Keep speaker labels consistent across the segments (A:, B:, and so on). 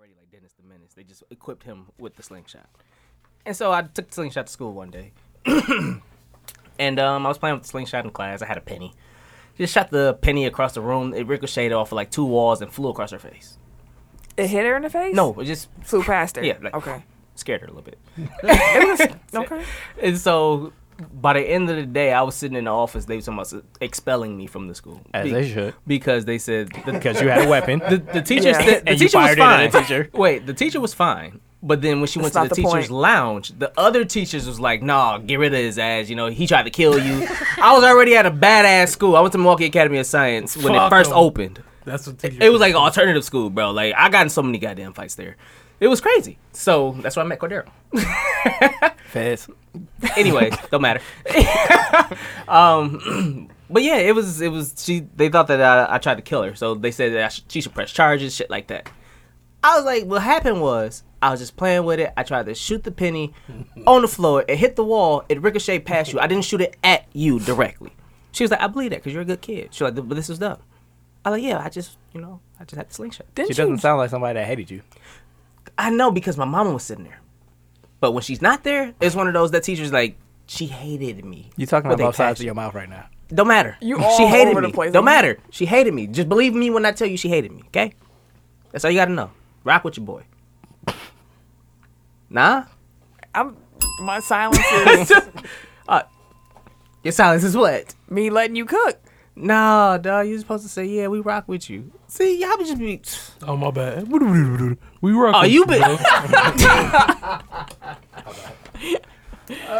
A: like Dennis the Menace. They just equipped him with the slingshot. And so I took the slingshot to school one day. and um, I was playing with the slingshot in class. I had a penny. Just shot the penny across the room. It ricocheted off of like two walls and flew across her face.
B: It hit her in the face?
A: No, it just
B: Flew past her.
A: Yeah, like-
B: okay.
A: scared her a little bit.
B: Okay.
A: And so by the end of the day, I was sitting in the office. They was talking about expelling me from the school.
C: As they should.
A: Because they said the,
C: because you had a weapon.
A: the teacher
B: Yeah.
A: said the
C: And you
A: teacher was
C: fired it
A: fine.
C: at the teacher.
A: Wait, the teacher was fine. But then when she went
B: That's
A: to the,
B: not the
A: teacher's
B: point.
A: lounge, the other teachers was like, "Nah, get rid of his ass. You know, he tried to kill you." I was already at a badass school. I went to Milwaukee Academy of Science when it
D: Fuck
A: first
D: him.
A: opened.
D: That's what teachers
A: It was like an alternative school, bro. Like I got in so many goddamn fights there. It was crazy. So that's why I met Cordero.
C: Fez.
A: Anyway, don't matter. um, but yeah, it was it was she. They thought that I, I tried to kill her, so they said that I sh- she should press charges, shit like that. I was like, what happened was I was just playing with it. I tried to shoot the penny on the floor. It hit the wall. It ricocheted past you. I didn't shoot it at you directly. She was like, I believe that because you're a good kid. She was like, but this was dumb. I was like, yeah, I just you know I just had the slingshot.
B: Didn't
C: She
B: you?
C: doesn't sound like somebody that hated you.
A: I know because my mama was sitting there. But when she's not there, it's one of those that teachers like she hated me.
C: You're talking
A: with
C: about
A: a
C: both sides
A: passion.
C: of your mouth right now.
A: Don't matter.
B: You all
A: she hated
B: over the
A: me.
B: place.
A: Don't matter. She hated me. Just believe me when I tell you she hated me. Okay, that's all you gotta know. Rock with your boy. Nah,
B: I'm, my silence is
A: your silence is what?
B: me letting you cook.
A: Nah, dog. You're supposed to say yeah, we rock with you. See, y'all would just be.
D: Oh my bad. We were.
A: Oh, you been.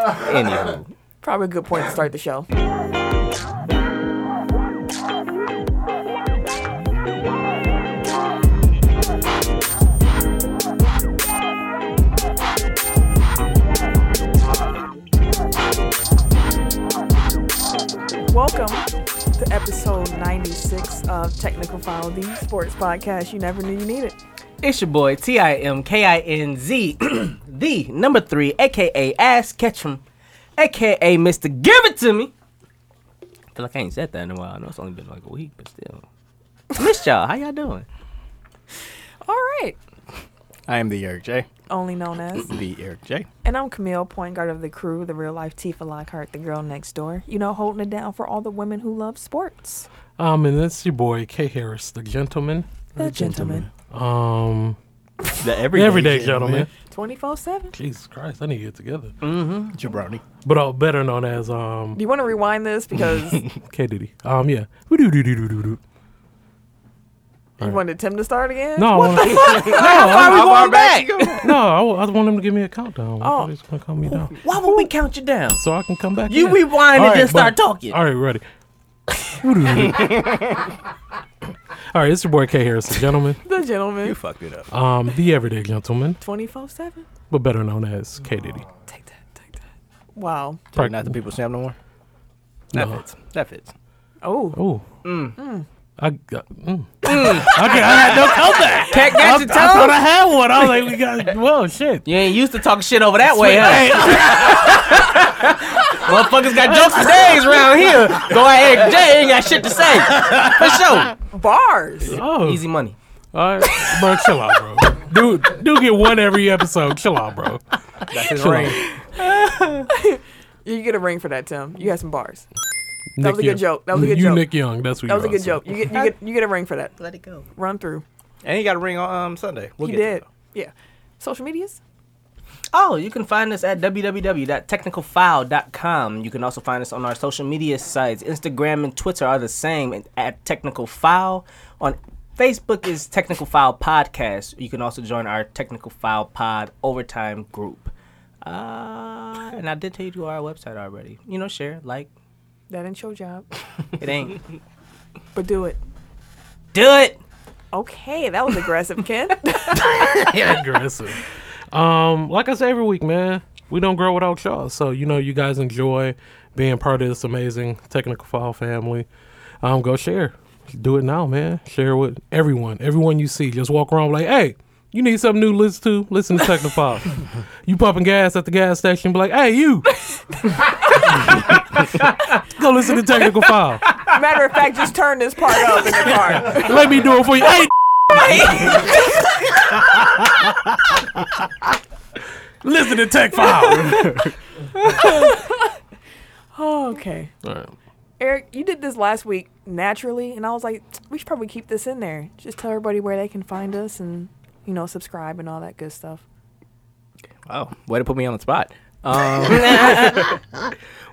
A: Anywho,
B: Probably a good point to start the show. Welcome to episode 96 of Technical File, the sports podcast you never knew you needed.
A: it's your boy T I M K I N Z, the number three, aka Ass Ketchum, aka Mister Give It To Me. I feel like I ain't said that in a while. I know it's only been like a week, but still, I missed y'all. How y'all doing?
B: All right.
C: I am the Eric J.
B: Only known as.
C: The Eric J.
B: And I'm Camille, point guard of the crew, the real life Tifa Lockhart, the girl next door. You know, holding it down for all the women who love sports.
D: Um, and that's your boy K Harris, the gentleman.
B: The gentleman.
D: Um,
C: The everyday,
D: everyday gentleman.
B: 24 7. Do
D: Jesus Christ, I need to get together.
C: Jabroni.
D: But uh, better known as um
B: you want to rewind this? Because you
D: K Diddy. Um, yeah. Woo-doo-doo-doo-doo-doo.
B: wanted Tim to start again?
D: No, I wanna-
A: Why we going back?
D: no, I, wa- I want him to give me a countdown.
B: Oh.
D: Oh. He's gonna calm me down
A: Why would we count you down?
D: so I can come back.
A: You
D: in.
A: rewind
D: All
A: and just
D: but-
A: start talking.
D: All right, ready. Woo-doo-doo-doo. all right, it's your boy K Harris, the gentleman.
B: The gentleman.
C: fucked it up.
D: Um, the everyday gentleman,
B: 24 7.
D: but better known as K Diddy.
B: Take that. Take that. Wow.
C: So you're not the people's champ no more? That
D: No.
C: fits. That fits.
B: Oh.
D: Oh. I got. Mm. okay, I had no comeback.
A: Cat got your
D: I thought
A: tongue?
D: I had one. I was like, we got. Whoa, shit.
A: You ain't used to talking shit over that way, huh? Motherfuckers got jokes for days around here. Go ahead, Jay ain't got shit to say. For sure.
B: Bars.
D: Oh,
A: Easy money.
D: all right, bro. Chill out, bro. Dude, do get one every episode. Chill out, bro.
C: That's his
D: Chill
C: ring.
D: out.
B: You get a ring for that, Tim. You had some bars.
D: Nick
B: was a good
D: Young.
B: joke. That was a good
D: you
B: joke.
D: Nick Young. That's what
B: That
D: you
B: was a good
D: are,
B: joke. You get, you get you get a ring for that.
A: Let it go.
B: Run through.
C: And he got a ring on um, Sunday. We'll
B: You
C: get to
B: did.
C: it.
B: Yeah. Social medias?
A: Oh, you can find us at www.technicalfile.com. You can also find us on our social media sites. Instagram and Twitter are the same and at Technical File. On Facebook is Technical File Podcast. You can also join our Technical File Pod Overtime group. Uh, and I did tell you to go to our website already. You know, share, like,
B: That ain't your job.
A: it ain't.
B: But do it.
A: Do it!
B: Okay, that was aggressive, Ken.
D: Yeah, aggressive. Um, like I say every week, man, we don't grow without y'all. So you know, you guys enjoy being part of this amazing technical file family. Um, go share, do it now, man. Share with everyone, everyone you see. Just walk around like, hey, you need something new to listen to? Listen to technical file. you pumping gas at the gas station? Be like, hey, you. go listen to technical file.
B: Matter of fact, just turn this part up in the car.
D: Let me do it for you. Hey. President Tech File.
B: Oh, okay.
D: All right.
B: Eric, you did this last week naturally, and I was like, we should probably keep this in there. Just tell everybody where they can find us and, you know, subscribe and all that good stuff.
C: Wow, Oh, way to put me on the spot. Um,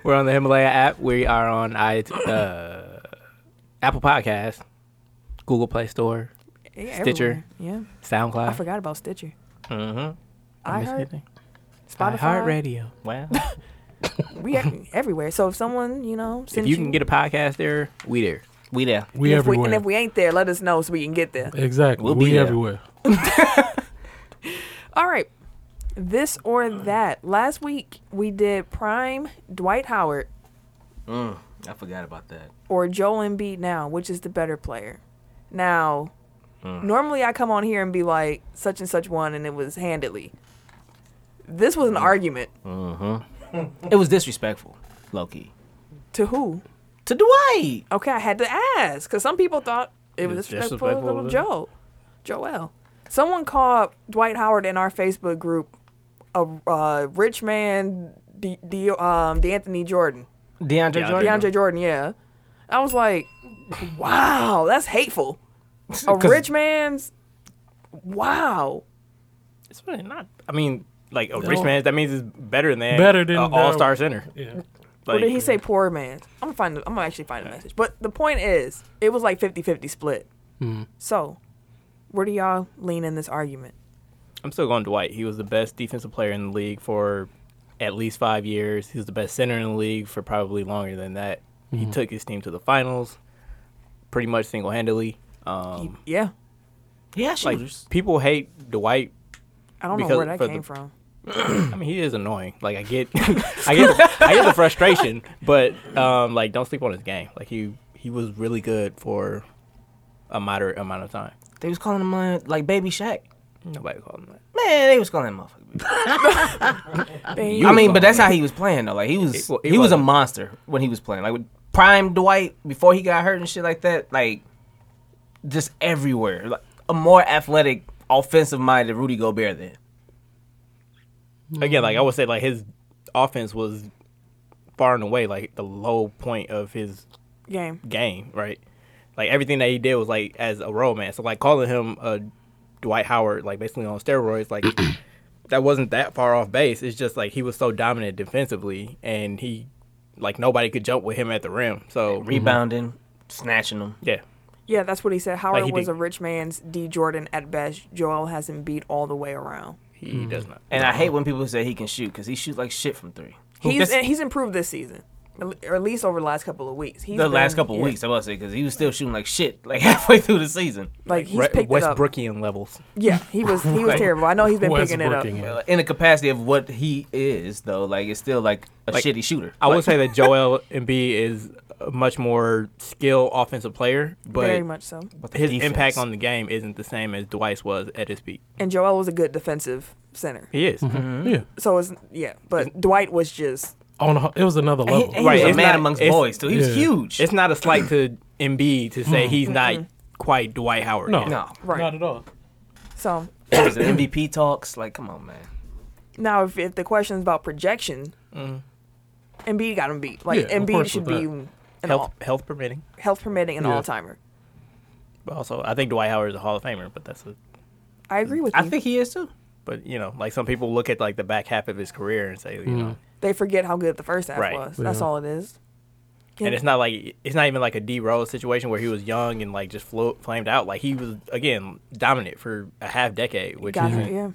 C: we're on the Himalaya app. We are on I, uh, Apple Podcasts, Google Play Store,
B: Yeah,
C: Stitcher.
B: everywhere. Yeah.
C: SoundCloud.
B: I forgot about Stitcher.
C: Mm-hmm.
B: I heard
C: I
B: Spotify.
C: Heart Radio. Wow.
B: We e- everywhere. So if someone, you know,
C: if
B: sends
C: you can get a podcast there, we there.
A: We there.
D: We
B: if
D: everywhere.
B: We, and if we ain't there, let us know so we can get there.
D: exactly.
A: We'll
D: we
A: be there.
D: everywhere.
B: All right. This or that. Last week we did Prime Dwight Howard
A: Mm, I forgot about that.
B: or Joel Embiid now, which is the better player. Now, normally I come on here and be like such and such one, and it was handedly. This was an argument
A: It was disrespectful, Loki.
B: to who?
A: To Dwight.
B: Okay, I had to ask because some people thought it was
C: It's
B: disrespectful to
C: disrespectful
B: little
C: of
B: Joe, Joel. Someone called Dwight Howard in our Facebook group a uh, rich man, D, D, um, D'Anthony Jordan,
A: DeAndre
C: DeAndre.
A: Jordan.
B: DeAndre Jordan. Yeah, I was like, wow, that's hateful. A
A: 'Cause-
B: rich man's, wow.
C: It's really not. I mean, like a rich man. That means it's better than
D: Better than the-
C: all star center.
D: Yeah.
B: Or
C: Like,
B: did he say poor man? I'm gonna find. The, I'm gonna actually find the message. But the point is, it was like 50-50 split.
A: Hmm.
B: So, where do y'all lean in this argument?
C: I'm still going Dwight. He was the best defensive player in the league for at least five years. He was the best center in the league for probably longer than that.
D: Mm-hmm.
C: He took his team to the finals, pretty much single handedly. Um,
B: Yeah,
A: Yeah,
C: like
A: shooters.
C: people hate Dwight.
B: I don't know
C: Because
B: where that
C: for the-
B: came from.
C: I mean, he is annoying. Like I get, I get, I get the frustration, but um, like don't sleep on his game. Like he he was really good for a moderate amount of time.
A: they was calling him uh, like Baby Shaq.
D: Mm.
C: Nobody called him that.
A: Man, they was calling him motherfucker.
B: Baby.
A: I mean, but that's how he was playing though. Like he was,
C: He wa- he
A: he was a
C: wasn't.
A: monster when he was playing. Like with prime Dwight before he got hurt and shit like that. Like just everywhere. Like a more athletic, offensive minded Rudy Gobert than.
C: Mm-hmm. again, like I would say, like his offense was far and away like the low point of his
B: game.
C: game, right? Like everything that he did was like as a role man. So like calling him a Dwight Howard, like basically on steroids, like that wasn't that far off base. It's just like he was so dominant defensively, and he like nobody could jump with him at the rim. So
A: rebounding, snatching them.
C: yeah,
B: Yeah, that's what he said. Howard
C: he
B: was
C: did-
B: a rich man's D Jordan at best. Joel hasn't beat all the way around.
C: he does not.
A: And I hate when people say he can shoot because he shoots like shit from three.
B: He's
C: this-
B: and he's improved this season, at le- or at least over the last couple of weeks. He's
A: the last
B: been-
A: couple of
B: yeah,
A: weeks, I must say, because he was still shooting like shit like halfway through the season
B: like he's
C: Re-
B: picked it up.
C: Westbrookian levels.
B: Yeah, he was he was
A: Like,
B: terrible. I know he's been picking it up.
D: Westbrooking it.
A: Uh, in the capacity of what he is though. Like it's still like a
C: Like,
A: shitty shooter.
C: I would say that Joel Embiid is a much more skilled offensive player, but
B: Very much so.
A: But the
C: his
A: defense-
C: impact on the game isn't the same as Dwight's was at his peak.
B: And Joel was a good defensive center.
C: He is
B: Mm-hmm.
D: Yeah.
B: So it's yeah, but Dwight was just
D: On a, it was another
A: And he,
D: level.
A: and he
C: Right,
A: was a
C: it's
A: man
C: not-
A: amongst
C: it's-
A: boys too. He was
D: yeah.
A: huge.
C: It's not a slight to Embiid to say he's
B: Mm-hmm.
C: not quite Dwight Howard.
D: No.
C: yet.
A: no,
B: right.
D: Not at all.
B: so
A: it was an MVP talks. Like come on, man.
B: now if, if the question's about projection, Embiid got him beat. Like
D: Mm. Yeah, of
B: Embiid
D: course
B: should
D: with
B: be
D: that.
B: an all,
C: health health permitting.
B: health permitting an
D: Yeah.
B: all timer.
C: But also, I think Dwight Howard is a Hall of Famer, but that's a,
B: I agree with you.
A: I think he is too.
C: but you know, like some people look at like the back half of his career and say, you know,
B: they forget how good the first half
C: Right.
B: was. That's
D: Yeah.
B: all it is. Yeah.
C: and it's not like it's not even like a D Rose situation where he was young and like just flo- flamed out. Like he was again dominant for a half decade, which
B: Got
C: is
B: it. Yeah,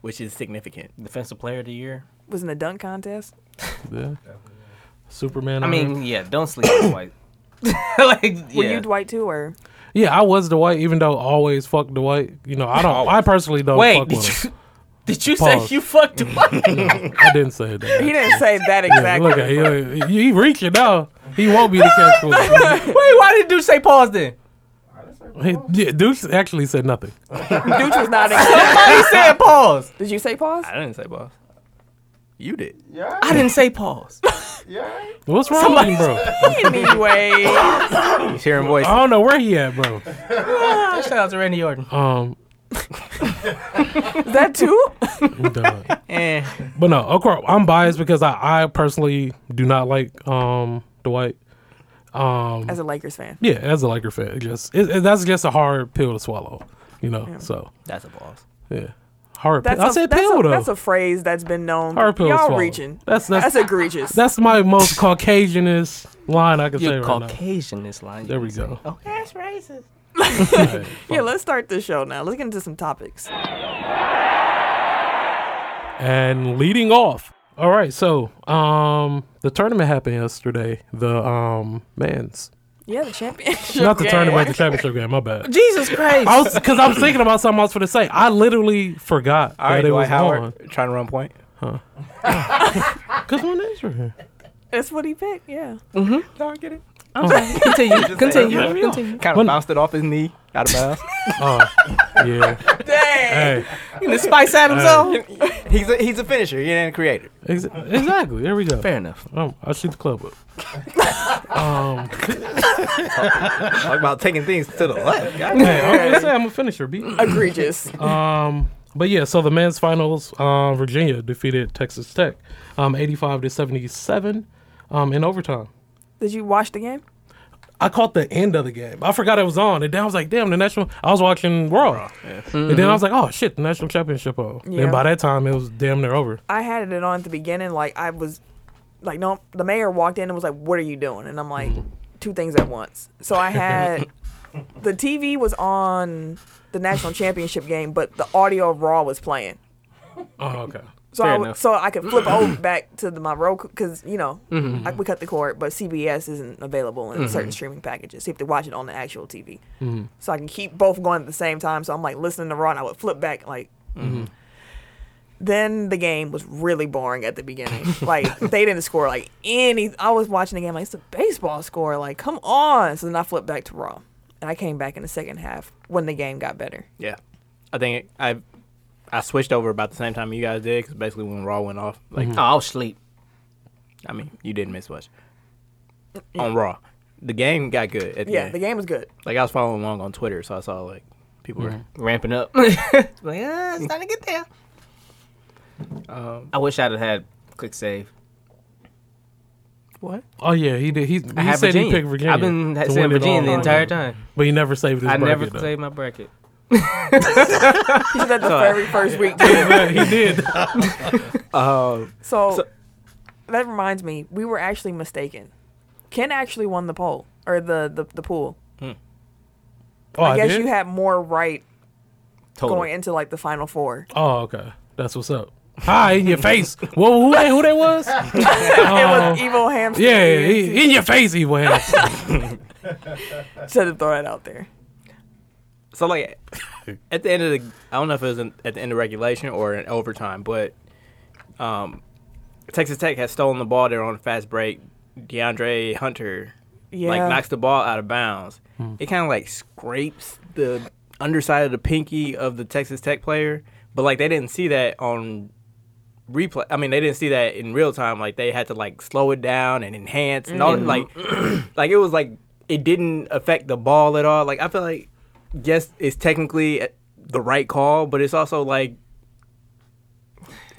C: which is significant.
A: Defensive Player of the Year.
B: was in the dunk contest.
D: Yeah. Superman.
A: I
D: Iron-
A: mean, yeah, don't sleep on Dwight. like yeah,
B: Were you Dwight too, or
D: yeah, I was Dwight, even though I always fuck Dwight. You know, I don't. I personally don't
A: wait,
D: fuck with
A: did
D: him.
A: you, did you
D: Pause.
A: say you fucked Dwight?
D: I didn't say that.
B: he didn't say that
D: Yeah,
B: exactly?
D: look at him. He, he reaching now. He won't be the catch for
A: Wait, why did you say pause then?
D: it. He- yeah, Deuce actually said nothing.
B: Dooch was not. in-
A: Why you said pause?
B: Did you say pause?
C: I didn't say boss. You did.
E: Yeah,
A: I didn't say pause.
E: yeah.
D: What's wrong with him, bro?
B: Anyway,
C: He's hearing voice.
D: I don't know where he at, bro.
A: Ah, Shout out to Randy Orton.
D: Um,
B: that too.
D: I'm done.
C: eh.
D: But no, of course, I'm biased because I, I personally do not like um Dwight.
B: as a Lakers fan.
D: Yeah, as a Laker fan, it just it, it- that's just a hard pill to swallow, you know. So
C: That's a boss.
D: yeah, hard.
B: That's
D: pill. I
B: a-
D: said
B: that's
D: pill
B: a,
D: though.
B: That's a phrase that's been known.
D: Hard pill to
B: Y'all
D: swallow.
B: reaching.
D: That's- that's-
B: egregious.
D: That's my most Caucasianist line I can say
A: You're
D: right
A: Caucasian this line.
D: There we go.
A: Okay, that's racist.
D: now. Right.
B: yeah, let's start this show now. Let's get into some topics.
D: and leading off. All right, so um, the tournament happened yesterday. The um, men's,
B: Yeah, the championship.
D: not the
B: game.
D: tournament, the championship game. My bad.
A: Jesus Christ.
D: I was because I'm thinking about something else for the say. I literally forgot
C: All right,
D: that it
C: Dwight
D: was
C: Howard
D: on
C: trying to run point.
D: because when is right here?
B: That's what he picked. Yeah.
C: No, I get it.
A: continue. Continue.
C: saying.
A: continue.
C: Kind of
D: When-
C: bounced it off his knee, out of bounds.
D: Oh, yeah. Hey,
A: The Spice Adams
D: Hey.
A: on.
C: he's a, he's a finisher. He ain't a creator.
D: ex- exactly. There we go.
A: Fair enough.
D: Um, I'll shoot the club up.
C: Talk about taking things to the left. God
D: Hey, I'm gonna say I'm a finisher, B.
B: Egregious.
D: Um, but yeah, so the men's finals, uh, Virginia defeated Texas Tech, um, 85 to 77, um, in overtime.
B: Did you watch the game?
D: I caught the end of the game. I forgot it was on, and then I was like, "Damn, the national!" I was watching Raw, and then I was like, "Oh shit, the national championship!" Oh,
B: Yeah.
D: and by that time, it was damn near over.
B: I had it on at the beginning. Like I was, like no. The mayor walked in and was like, "What are you doing?" And I'm like, two things at once. So I had the TV was on the national championship game, but the audio of Raw was playing.
D: Oh, okay.
B: So
C: Fair
B: I, w-
C: enough.
B: so I could flip over back to the, my Roku because you know
C: Mm-hmm.
B: I, we cut the cord, but CBS isn't available in certain streaming packages. So you have to watch it on the actual TV.
C: Mm-hmm.
B: So I can keep both going at the same time. So I'm like listening to Raw, and I would flip back like.
C: Mm-hmm.
B: Then the game was really boring at the beginning. like they didn't score like any. I was watching the game like it's a baseball score. Like come on. So then I flipped back to Raw, and I came back in the second half when the game got better.
C: Yeah, I think I I switched over about the same time you guys did because basically when Raw went off, like
A: Oh, I'll sleep.
C: I mean you didn't miss much on Raw. The game got good. At the
B: Yeah,
C: end.
B: the game was good.
C: like I was following along on Twitter, so I saw like people
A: Ramping up. like, ah, it's starting to get there. Um, I wish I'd have had quick save.
C: were what?
D: Oh yeah, he did. He,
A: I
D: he
A: had
D: said
A: Virginia.
D: he picked Virginia.
A: I've been
D: to
A: saying
D: win it
A: Virginia
D: all
A: the
D: along.
A: entire time.
D: but he never saved his.
A: I never
D: bracket, though.
A: saved my bracket.
B: He said that the very first week. too.
D: Yeah, he did.
C: Uh,
B: So, that reminds me, we were actually mistaken. Ken actually won the poll or the the, the pool.
D: Oh,
B: I, guess
D: did?
B: you had more right
A: Totally.
B: going into like the final four.
D: Oh, okay. That's what's up. Hi, in your face. Whoa, who, that- who that was?
B: it
D: Oh.
B: was evil hamster.
D: Yeah, he, in your face, Evil Hamster.
B: should have thrown that out there.
C: so like at the end of the I don't know if it was in, at the end of regulation or in overtime, but um, Texas Tech had stolen the ball there on a fast break. DeAndre Hunter like
B: Yeah.
C: knocks the ball out of bounds. It kind of like scrapes the underside of the pinky of the Texas Tech player, but like they didn't see that on replay. I mean, they didn't see that in real time. Like they had to like slow it down and enhance and all. Like, like it was like it didn't affect the ball at all. Like I feel like yes, it's technically eh, the right call, but it's also like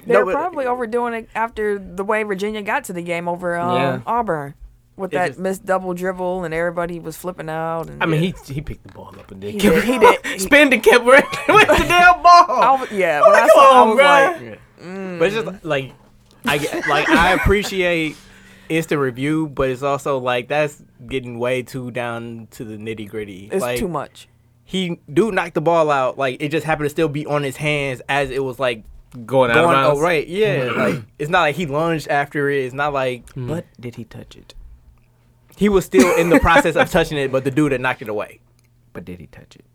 B: They
C: No,
B: were
C: but-
B: probably overdoing it after the way Virginia got to the game over um,
A: Yeah.
B: Auburn with
C: It
B: that
C: just-
B: missed double dribble and everybody was flipping out. And
A: I mean, he he picked the ball up and then
B: He
A: kept
B: did. He did. He-
A: spin and kept running with the damn
B: I
A: ball.
B: was, yeah, when I saw, I was like, Mm.
C: But it's just like I get- like I appreciate instant review, but it's also like that's getting way too down to the nitty gritty.
B: it's
C: like,
B: too much.
C: He dude knocked the ball out. Like it just happened to still be on his hands as it was like
A: Going out of
C: going.
A: bounds. Mm.
C: Oh right, yeah. like it's not like he lunged after it. It's not like
A: But did he touch it?
C: he was still in the process of touching it, but the dude had knocked it away.
A: But did he touch it?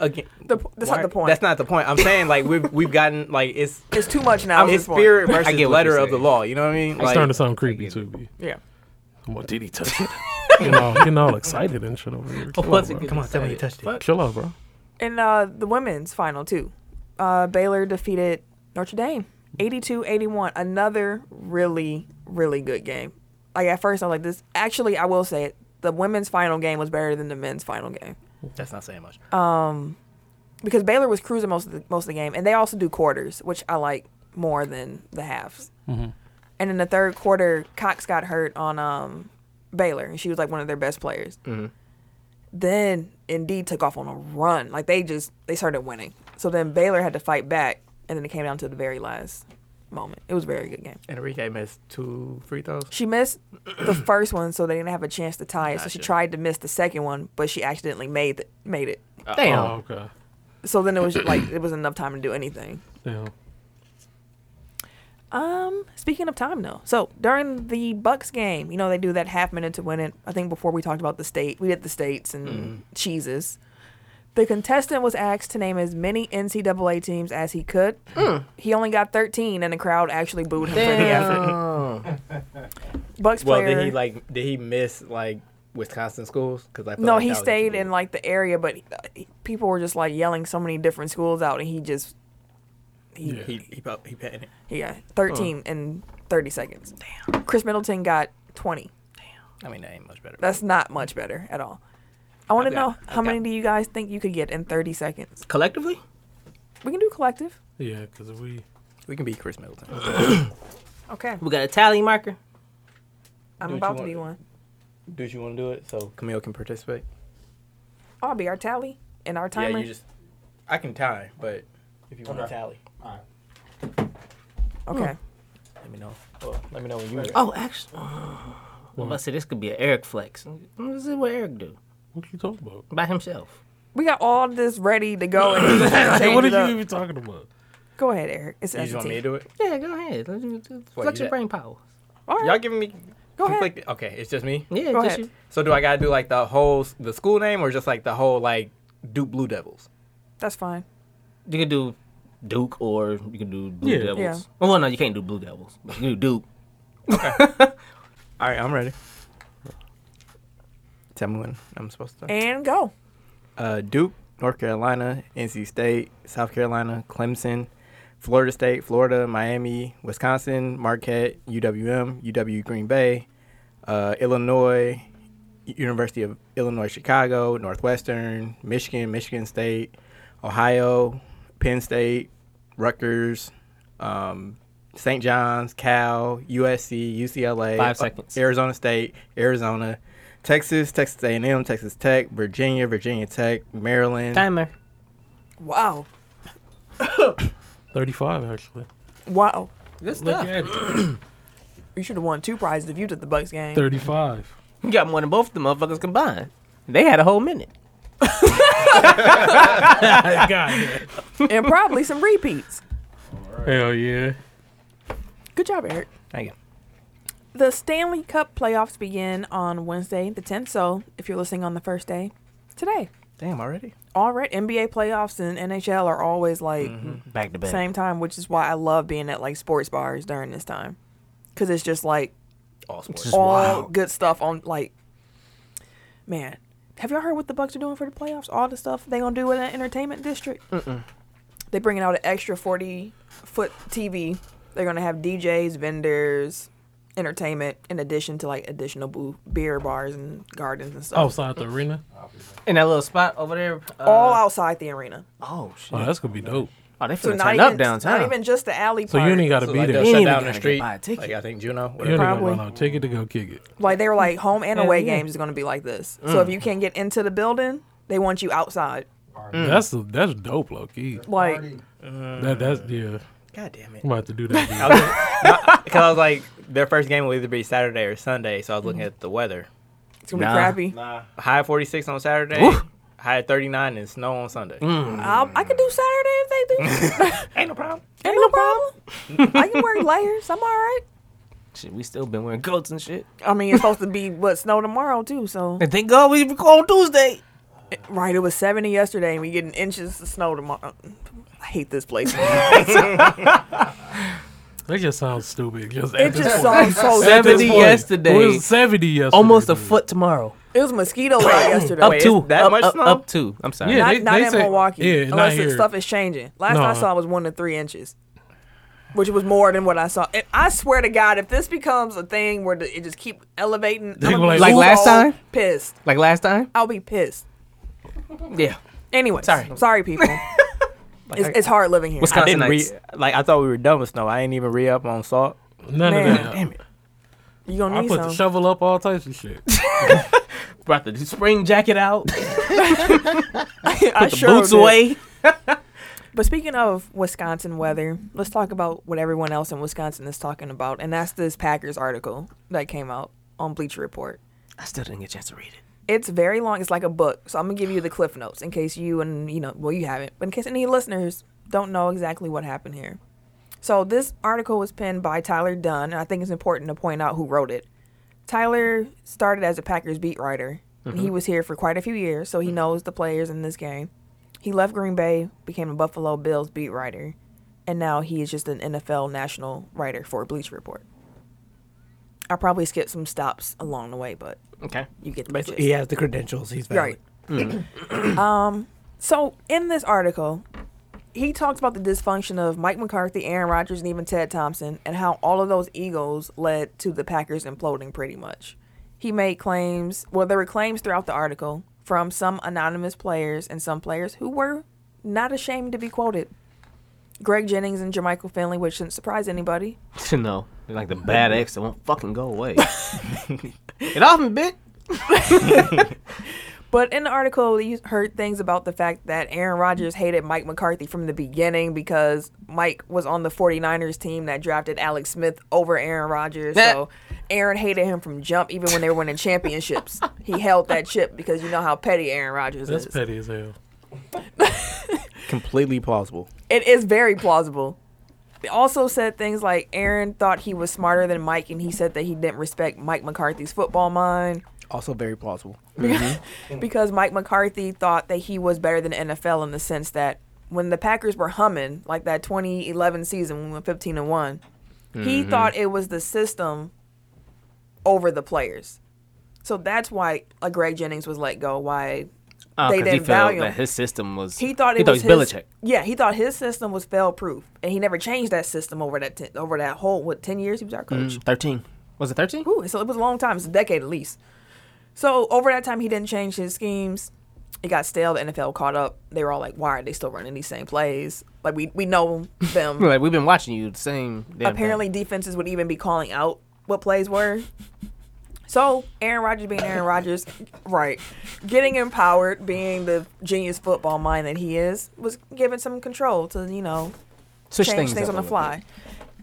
C: Again,
B: The, p- that's
C: why-
B: not the point.
C: That's not the point. I'm saying like we've we've gotten like it's
B: It's too much now. at
C: it's
B: this point.
C: spirit versus
A: get what
C: letter
A: you're
C: of the
A: saying.
C: law. You know what I mean?
D: It's
C: Like,
D: starting to sound creepy, too. B.
B: Yeah.
D: I'm like, did he touch it? you know, I'm getting all excited and shit over here. Chill out,
A: was it
D: bro.
A: good?
C: come on, tell me you touched it.
D: Chill out, bro.
B: in uh, the women's final too. Uh, Baylor defeated Notre Dame 82-81. Another really really good game. Like at first I was like this actually I will say it. The women's final game was better than the men's final game
C: That's not saying much.
B: because Baylor was cruising most of the most of the game and they also do quarters, which I like more than the halves. And in the third quarter, Cox got hurt on um, Baylor, and she was like one of their best players. Then Indeed took off on a run, like they just they started winning. So then Baylor had to fight back, and then it came down to the very last moment. It was a very good game.
C: Enrique missed two free throws.
B: She missed the first one, so they didn't have a chance to tie it. So she
C: Gotcha.
B: tried to miss the second one, but she accidentally made it. Made it.
A: Damn.
D: Oh, okay.
B: So then it was like it wasn't enough time to do anything.
D: Damn.
B: Um, speaking of time though, so during the Bucks game, you know they do that half minute to win it. I think before we talked about the state, we did the states and
C: Mm-hmm.
B: cheeses. The contestant was asked to name as many NCAA teams as he could.
C: Mm.
B: He only got 13, and the crowd actually booed him for the effort. Bucks
C: Well,
B: player.
C: did he like? Did he miss like Wisconsin schools? Because I feel
B: no,
C: like
B: he
C: that was a
B: stayed
C: cheat.
B: in like the area, but uh, people were just like yelling so many different schools out, and he just he
C: He he prob- he panicked.
B: Yeah, 13 in 30 seconds. Damn. Chris Middleton got 20.
C: I mean, that ain't much better.
B: That's not much better at all. I want to
C: Okay.
B: know how
C: Okay.
B: many do you guys think you could get in 30 seconds?
A: Collectively?
B: We can do collective.
D: Yeah, because we.
C: we can beat Chris Middleton.
B: Okay.
A: We got a tally marker.
B: I'm
C: you
B: about to
C: want
B: be
C: to-
B: one.
C: do you want to do it so Camille can participate?
B: I'll be our tally and our timer.
C: Yeah, you just. I can tie, but if you want to tally,
B: okay.
C: Hmm. let me know. Well, let me know when you.
A: Oh, actually. I must say this could be an Eric flex. Let's see what Eric do
D: What you talking about?
A: by himself.
B: We got all this ready to go. And you just gotta change
D: what are
B: it up.
D: you even talking about?
B: Go ahead, Eric. It's
C: You just want me to
B: SAT.
C: do it?
A: Yeah, go ahead. Let's do-
C: What,
A: Flex
C: you
A: your
C: that-
A: brain power.
B: All right.
C: Y'all giving me
B: Go ahead.
C: conflict? Okay, it's just me.
A: Yeah,
B: Go
A: just
B: ahead.
A: you.
C: So do I gotta do like the whole s- the school name or just like the whole like Duke Blue Devils?
B: That's fine.
A: You can do Duke or you can do Blue
D: Yeah.
A: Devils.
B: Yeah.
A: Oh, well, no, you can't do Blue Devils. You can do Duke.
C: All right, I'm ready. Tell me when I'm supposed to. Start.
B: And go.
C: Uh, Duke, North Carolina, NC State, South Carolina, Clemson, Florida State, Florida, Miami, Wisconsin, Marquette, UWM, UW Green Bay, uh, Illinois, University of Illinois Chicago, Northwestern, Michigan, Michigan State, Ohio, Penn State, Rutgers, um, St. John's, Cal, USC, UCLA,
A: Five seconds.
C: Arizona State, Arizona, Texas, Texas A&M, Texas Tech, Virginia, Virginia Tech, Maryland.
A: Timer.
B: Wow.
D: 35, actually.
B: Wow.
A: Good
D: Look
A: stuff.
D: at it.
B: You should have won two prizes if you did the Bucks game.
D: 35.
A: You got more than both of the motherfuckers combined. They had a whole minute.
B: and probably some repeats.
D: Hell yeah.
B: Good job, Eric.
C: Thank you.
B: The Stanley Cup playoffs begin on Wednesday, the 10th. So if you're listening on the first day, today.
C: Damn, already?
B: All right, NBA playoffs and NHL are always like
A: Back to back.
B: same time, which is why I love being at like sports bars during this time, because it's just like
C: All sports.
A: Just
B: all
A: wild.
B: good stuff on like. Man, have y'all heard what the Bucks are doing for the playoffs? All the stuff they gonna do in that entertainment district. Mm-mm. They bringing out an extra forty foot TV. They're gonna have DJs, vendors, entertainment, in addition to like additional boo- beer bars and gardens and stuff.
D: Outside the arena.
A: In that little spot over there. Oh, Uh,
B: all outside the arena.
A: oh, shit.
D: Oh, that's going to be dope.
A: Oh, they finna
B: So not
A: turn
B: even,
A: up downtown.
B: not even just the alley part.
D: So you ain't got to
C: So,
D: be
C: like,
D: there.
C: they'll
D: You
A: You
C: shut
A: ain't
C: down
A: even
C: the
A: gotta
C: street.
A: buy a ticket.
C: Like I think Juno.
D: ain't
C: Whatever.
D: gonna
B: Probably.
D: run out. Take it to go kick it.
B: like they were like home and away
D: yeah.
B: games is going to be like this. So
D: Mm.
B: if you can't get into the building, they want you outside.
D: That's that's dope, low key.
B: Like
D: That that's yeah.
C: God damn it.
D: I'm about to do that.
C: I
D: dude.
C: was just- because I was like, their first game will either be Saturday or Sunday, so I was looking at the weather.
B: it's going to
A: Nah.
B: be crappy.
C: High 46 on Saturday,
A: Oof.
C: high 39 and snow on Sunday.
B: I'll, I could do Saturday if they do.
C: Ain't no problem.
B: Ain't no problem. I can wear layers. I'm all right.
A: Shit, we still been wearing coats and shit.
B: I mean, it's supposed to be what snow tomorrow too. So
A: And thank God we record on Tuesday.
B: right, it was 70 yesterday, and we getting inches of snow tomorrow. I hate this place.
D: That just sounds stupid. Just
B: It just sounds so.
A: Seven- 70 yesterday.
D: It was seventy yesterday.
A: Almost a
D: dude.
A: foot tomorrow.
B: It was mosquito day yesterday.
A: Up
C: Wait,
A: to
C: it's that
A: up,
C: much
A: up,
C: snow?
A: up to. I'm sorry.
D: Yeah.
B: not
D: they-
B: not
D: they
B: in
D: say-
B: Milwaukee.
D: yeah, not
B: unless the
D: here.
B: stuff is changing. Last I
D: No.
B: saw was one to three inches, which was more than what I saw. And I swear to God, if this becomes a thing where the, it just keep elevating, I'm
D: They
B: gonna
D: were
B: be
D: like-
A: Like last
B: so
A: time?
B: pissed.
A: Like last time?
B: I'll be pissed.
A: Yeah.
B: Anyway,
A: Sorry.
B: sorry, people.
C: Like,
B: It's,
C: I-
B: it's hard living here.
C: I didn't re-
A: Wisconsinites.
C: like I thought we were done with snow. I ain't even re up on salt.
D: None
B: Man.
D: of that.
C: Damn it!
B: You gonna
D: I
B: need
D: put the
B: some.
D: shovel up, all types of shit.
A: Brought the spring jacket out,
B: I
A: the
B: sure
A: boots
B: did.
A: away.
B: But speaking of Wisconsin weather, let's talk about what everyone else in Wisconsin is talking about, and that's this Packers article that came out on Bleacher Report.
A: I still didn't get a chance to read it.
B: It's very long. It's like a book. So I'm gonna give you the cliff notes in case you and you know, well, you haven't, but in case any listeners don't know exactly what happened here. So this article was penned by Tyler Dunn, and I think it's important to point out who wrote it. Tyler started as a Packers beat writer. and He was here for quite a few years, so he knows the players in this game. He left Green Bay, became a Buffalo Bills beat writer, and now he is just an NFL national writer for Bleacher Report. I probably skipped some stops along the way, but
A: Okay.
B: you get the
C: Basically,
B: gist.
C: he has the credentials. He's valid.
B: Right. um. So in this article, he talks about the dysfunction of Mike McCarthy, Aaron Rodgers, and even Ted Thompson, and how all of those egos led to the Packers imploding. Pretty much, he made claims. Well, there were claims throughout the article from some anonymous players and some players who were not ashamed to be quoted. Greg Jennings and Jermichael Finley, which shouldn't surprise anybody.
A: no, they're like the bad ex that won't fucking go away. Get off me, bitch.
B: But in the article, you heard things about the fact that Aaron Rodgers hated Mike McCarthy from the beginning because Mike was on the 49ers team that drafted Alex Smith over Aaron Rodgers. so Aaron hated him from jump even when they were winning championships. he held that chip because you know how petty Aaron Rodgers
D: That's
B: is.
D: petty as hell.
C: Completely plausible.
B: It is very plausible. They also said things like Aaron thought he was smarter than Mike and he said that he didn't respect Mike McCarthy's football mind.
C: Also very plausible.
B: because Mike McCarthy thought that he was better than the NFL in the sense that when the Packers were humming like that 2011 season when we went 15 and one, he
A: Mm-hmm.
B: thought it was the system over the players. So that's why uh, Greg Jennings was let go. Why
A: Uh,
B: They
A: 'cause he
B: didn't
A: felt
B: value him.
A: that his system was.
B: he thought it
A: he
B: was
A: thought he was
B: his,
A: Belichick.
B: Yeah, he thought his system was fail proof, and he never changed that system over that ten, over that whole what 10 years he was our coach.
A: Mm. Thirteen. Was it thirteen?
B: Ooh, so it was a long time. It's a decade at least. So over that time, he didn't change his schemes. It got stale. The NFL caught up. They were all like, "Why are they still running these same plays? Like we we know them."
A: Like we've been watching you the same. damn thing.
B: Apparently, defenses would even be calling out what plays were. So Aaron Rodgers being Aaron Rodgers, right, getting empowered, being the genius football mind that he is, was given some control to you know
A: switch
B: change things,
A: up
B: on
A: a
B: the
A: little
B: fly.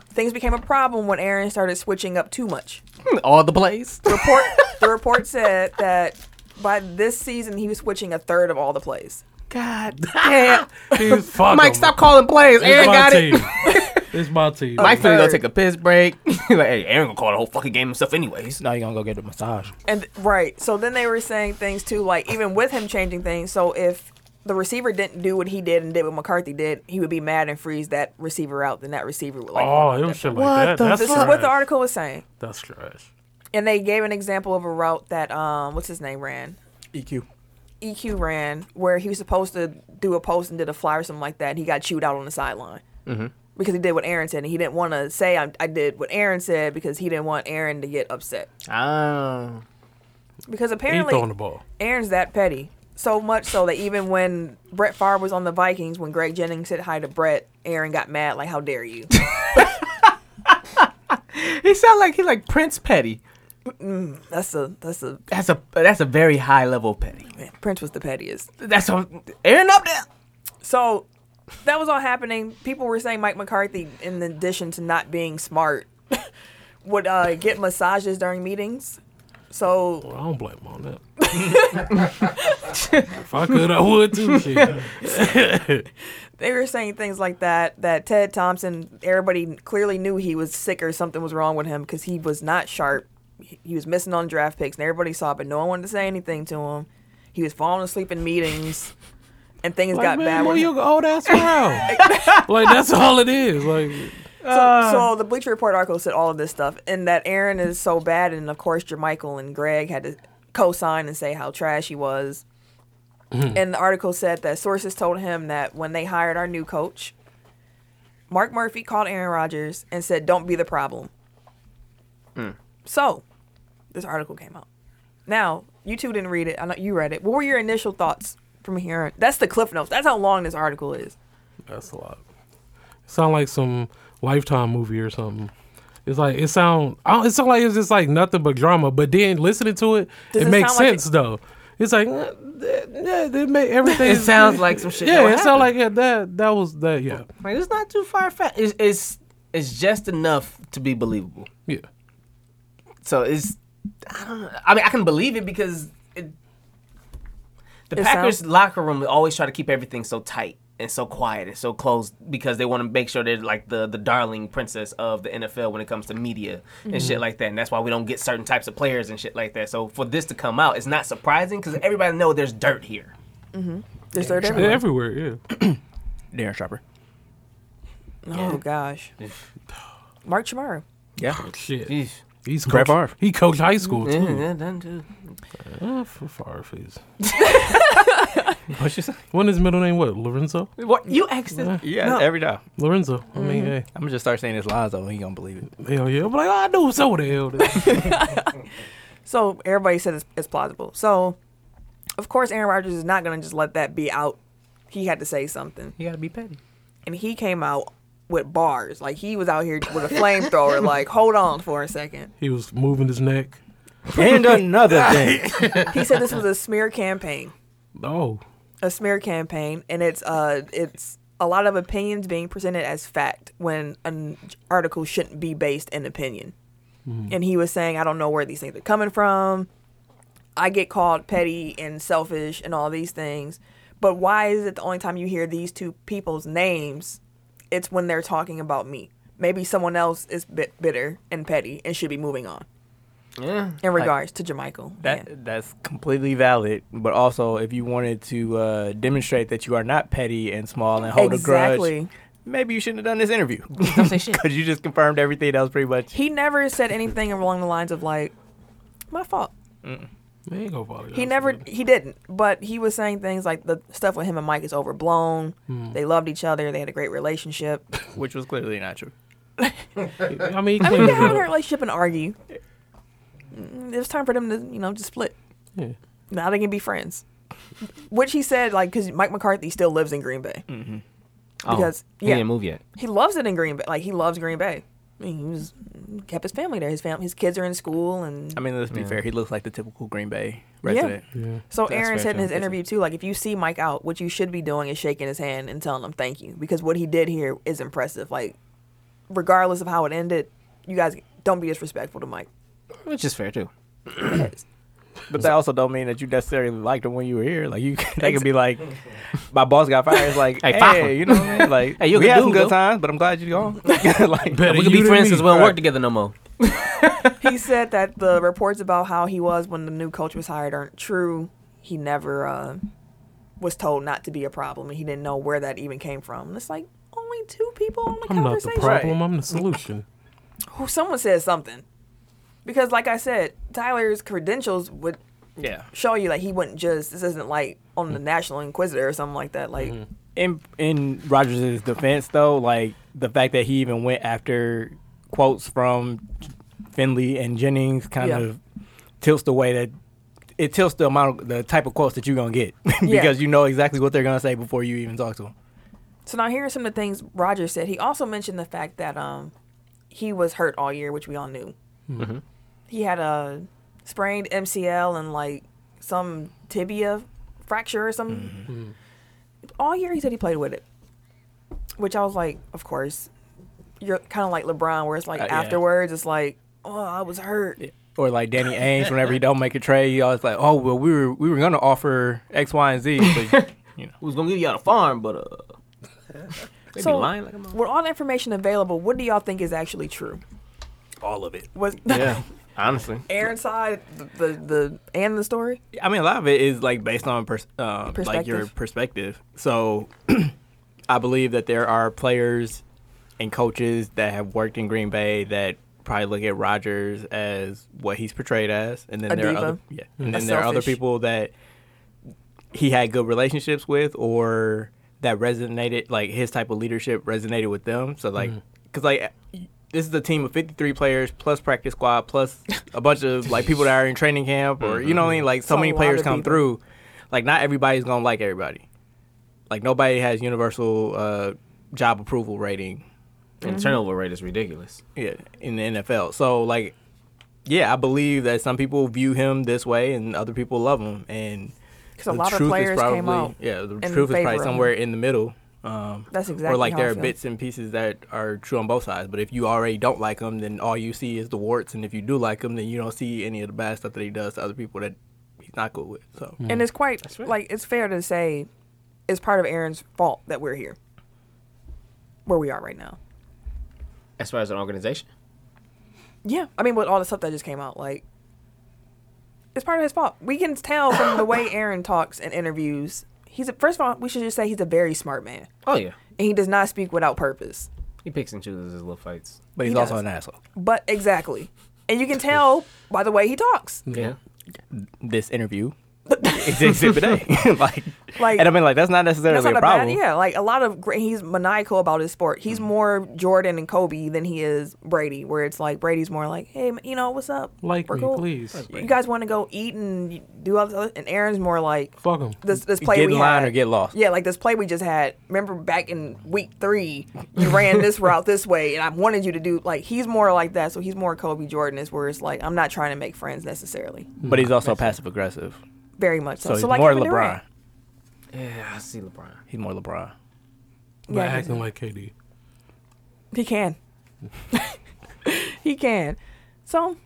B: Things became a problem when Aaron started switching up too much.
A: bit. All the plays.
B: report the report said that by this season he was switching a third of all the plays.
A: God damn.
D: He's- fuck
A: Mike,
D: him.
A: stop calling plays.
D: It's
A: Aaron
D: my
A: got it.
D: team. it's my team.
A: Mike finna go
B: Bird.
A: take a piss break. like, hey, Aaron gonna call the whole fucking game himself anyways.
C: Now you're gonna go get a massage.
B: And right, so then they were saying things too, like even with him changing things. So if the receiver didn't do what he did and did what McCarthy did, he would be mad and freeze that receiver out. Then that receiver would like.
D: oh, it was shit like
A: What
D: that.
A: the
D: That's
B: this
D: trash.
B: is what the article was saying,
D: That's trash.
B: and they gave an example of a route that um, what's his name ran.
C: EQ.
B: EQ E ran where he was supposed to do a post and did a fly or something like that. And he got chewed out on the sideline because he did what Aaron said, and he didn't want to say I, I did what Aaron said because he didn't want Aaron to get upset.
A: Oh.
B: Because
D: He
B: apparently
D: throwing the ball.
B: Aaron's that petty, so much so that even when Brett Favre was on the Vikings, when Greg Jennings said hi to Brett, Aaron got mad like, "How dare you?"
A: He sound like he like Prince Petty.
B: that's a that's a
A: That's a that's a very high level of petty.
B: man, Prince was the pettiest.
A: That's what Aaron up there.
B: So that was all happening. People were saying Mike McCarthy, in addition to not being smart, would uh, get massages during meetings. So
D: Well, I don't blame him on that. if I could, I would too. Shit.
B: they were saying things like that. That Ted Thompson, everybody clearly knew he was sick or something was wrong with him because he was not sharp. He he was missing on draft picks, and everybody saw it, but no one wanted to say anything to him. He was falling asleep in meetings, and things
D: Like,
B: got
D: man,
B: bad.
D: move
B: with him.
D: your old ass around. like that's all it is. Like
B: So, so the Bleacher Report article said all of this stuff, and that Aaron is so bad, and of course Jermichael and Greg had to co-sign and say how trash he was. and the article said that sources told him that when they hired our new coach, Mark Murphy called Aaron Rodgers and said, "Don't be the problem." So, this article came out. Now you two didn't read it. I know you read it. What were your initial thoughts from hearing? That's the cliff notes. That's how long this article is.
D: That's a lot. Sound like some Lifetime movie or something. It's like it sound. I don't, it sound like it's just like nothing but drama. But then listening to it,
B: Does
D: it,
B: it
D: makes
B: sound like
D: sense though. It's like eh, th- yeah, it make everything.
A: It sounds like some shit. that
D: Yeah,
A: would
D: it
A: happen.
D: sound like yeah, that. That was that. Yeah,
A: Like it's not too far fetched. It's, it's it's just enough to be believable.
D: yeah.
A: So it's I don't know. I mean I can believe it because it, the
B: It
A: Packers
B: sounds-
A: locker room always try to keep everything so tight and so quiet and so closed because they want to make sure they're like the the darling princess of the NFL when it comes to media and
B: Mm-hmm.
A: shit like that. And that's why we don't get certain types of players and shit like that. So for this to come out, it's not surprising because everybody know there's dirt here.
B: There's dirt
D: Yeah,
B: everywhere.
D: everywhere. Yeah,
C: Darren Sharper.
B: Oh gosh. Mark Chamara.
C: Yeah.
A: Jeez.
D: shit.
A: Mm-hmm.
D: He's
C: Brett
D: coach,
C: Favre.
D: He coached high school
A: Yeah,
D: too.
A: yeah, done too.
D: Uh, for Favre, please.
C: What you say?
D: When his middle name what? Lorenzo.
A: What you asked? it.
C: Yeah,
A: No.
C: every time.
D: Lorenzo. I mean, hey,
B: Mm-hmm.
C: I'm gonna just start saying his lies though. He gonna believe it.
D: hell yeah. I'm like, oh, I knew so the hell. that-
B: So everybody said it's, it's plausible. So, of course, Aaron Rodgers is not going to just let that be out. He had to say something,
A: You gotta be petty.
B: and he came out with bars. Like he was out here with a flamethrower. like, hold on for a second.
D: He was moving his neck.
C: And another thing.
B: He said this was a smear campaign.
D: Oh,
B: a smear campaign, and it's uh, it's a lot of opinions being presented as fact when an article shouldn't be based in opinion. And he was saying, I don't know where these things are coming from. I get called petty and selfish and all these things, but why is it the only time you hear these two people's names? It's when they're talking about me. Maybe someone else is bit bitter and petty and should be moving on.
A: Yeah.
B: In regards to Jermichael,
C: That
B: Yeah.
C: that's completely valid. But also, if you wanted to uh, demonstrate that you are not petty and small and hold a
B: Exactly.
C: grudge, maybe you shouldn't have done this interview
A: Don't say shit.
C: because you just confirmed everything that was pretty much.
B: he never said anything along the lines of like, "My fault."
D: man, ain't gonna apologize.
B: He never he didn't, but he was saying things like the stuff with him and Mike is overblown. They loved each other. They had a great relationship.
C: Which was clearly not true.
D: I mean, he
B: I mean,
D: cleaned
B: they
D: it
B: have a
D: up.
B: relationship and argue. Mm, It was time for them to you know just split.
D: Yeah.
B: Now they can be friends, which he said like because Mike McCarthy still lives in Green Bay. Because-
A: Oh, he
B: yeah.
A: didn't move yet.
B: He loves it in Green Bay. Like he loves Green Bay. I mean, he was kept his family there. His fam his kids are in school and
C: I mean, let's be fair. He looks like the typical Green Bay resident.
D: Yeah.
B: So
C: That's
B: Aaron
C: fair,
B: said in
C: too.
B: his
C: That's
B: interview too, like if you see Mike out, what you should be doing is shaking his hand and telling him thank you because what he did here is impressive. Like, regardless of how it ended, you guys don't be disrespectful to Mike.
A: Which is fair too.
C: But that also don't mean that you necessarily liked him when you were here. Like you, they could be like, "My boss got fired." It's like,
A: Hey,
C: hey,
A: fuck him."
C: you know, what I mean? like
A: Hey, you a
C: we
A: good
C: had some
A: dude,
C: good
A: though.
C: times, but I'm glad you're gone. like,
D: Better
A: we
D: you
A: could be
D: than
A: friends
D: me.
A: because we don't work
C: Right.
A: together no more.
B: he said that the reports about how he was when the new coach was hired aren't true. He never uh, was told not to be a problem, and he didn't know where that even came from. And it's like only two people on the
D: I'm not the
B: conversation.
D: problem. I'm the solution.
B: Who someone says something because, like I said, Tyler's credentials would
C: yeah.
B: show you like he wouldn't just this isn't like on
A: Mm.
B: the National Inquisitor or something like that. Like
A: Mm-hmm.
C: in in Rogers' defense though, like the fact that he even went after quotes from Finley and Jennings kind
B: Yeah.
C: of tilts the way that it tilts the amount of the type of quotes that you're gonna get because
B: Yeah.
C: you know exactly what they're gonna say before you even talk to them.
B: so now here are some of the things Roger said. He also mentioned the fact that um he was hurt all year, which we all knew.
A: Mm-hmm.
B: He had a sprained MCL and like some tibia fracture or something.
A: Mm-hmm.
B: All year he said he played with it, which I was like, of course. You're kind of like LeBron, where it's like
C: Uh, yeah.
B: afterwards, it's like, oh, I was hurt.
C: Or like Danny Ainge, whenever he don't make a trade, he always like, oh well, we were we were gonna offer X, Y, and Z, but you know,
A: We was gonna give y'all a farm, but uh, they
B: So-
A: be lying like a mother.
B: With all the information available, what do y'all think is actually true?
C: all of it.
B: Was
A: honestly.
B: Aaron's side the, the the and the story?
C: I mean, a lot of it is like based on pers- um, like your
B: Perspective.
C: perspective. So, I believe that there are players and coaches that have worked in Green Bay that probably look at Rodgers as what he's portrayed as, and then
B: A
C: there
B: diva.
C: are other yeah, and
B: A
C: then there are other
B: selfish.
C: people that he had good relationships with, or that resonated like his type of leadership resonated with them. So like, because like. This is a team of 53 players plus practice squad plus a bunch of like people that are in training camp or you know what I mean like so
B: a
C: many
B: lot
C: players
B: of
C: come
B: people.
C: through. Like not everybody's gonna like everybody. like nobody has universal uh, job approval rating
B: Mm-hmm.
A: And turnover rate is ridiculous.
C: yeah, in the NFL. So like, yeah, I believe that some people view him this way and other people love him. And
B: 'Cause a lot of players came out
C: yeah, the
B: in
C: truth is
B: favor of
C: probably
B: him.
C: somewhere in the middle. Um,
B: That's
C: or
B: exactly
C: like
B: how
C: there
B: I
C: are
B: feel.
C: bits and pieces that are true on both sides. But if you already don't like him, then all you see is the warts. And if you do like him, then you don't see any of the bad stuff that he does to other people that he's not cool with. So
B: And it's quite
A: right.
B: like it's fair to say it's part of Aaron's fault that we're here. Where we are right now.
A: As far as an organization,
B: Yeah. I mean with all the stuff that just came out, like it's part of his fault. We can tell from the way Aaron talks and interviews. He's a, first of all, we should just say he's a very smart man.
A: oh yeah,
B: And he does not speak without purpose.
A: he picks and chooses his little fights.
C: but he's
B: He
C: also
B: does.
C: an asshole.
B: But exactly. And you can tell by the way he talks.
A: Yeah,
C: This interview is exhibit A. like,
B: Like-
C: and I mean, like that's not necessarily
B: That's not
C: a
B: a
C: problem. Mm.
B: bad, yeah. Like a lot of great, he's maniacal about his sport. He's more Jordan and Kobe than he is Brady, where it's like Brady's more like, hey, m- you know, what's up?
D: Like
B: We're
D: me,
B: cool.
D: please.
B: You guys want to go eat and do all this, other- and Aaron's more like
D: Fuck him.
B: this. This play
C: Get
B: we
C: in line
B: had.
C: or get lost.
B: Yeah, like this play we just had. Remember back in week three, you ran this route this way, and I wanted you to do like he's more like that. So he's more Kobe Jordan, is where it's like I'm not trying to make friends necessarily.
C: But he's also passive aggressive.
B: Very much Mm. so.
C: So, he's
B: like
C: more
B: Kevin
C: LeBron.
B: Durant.
A: yeah, I see LeBron.
C: He's more LeBron.
D: By
B: Yeah,
D: acting like KD.
B: He can. he can. So,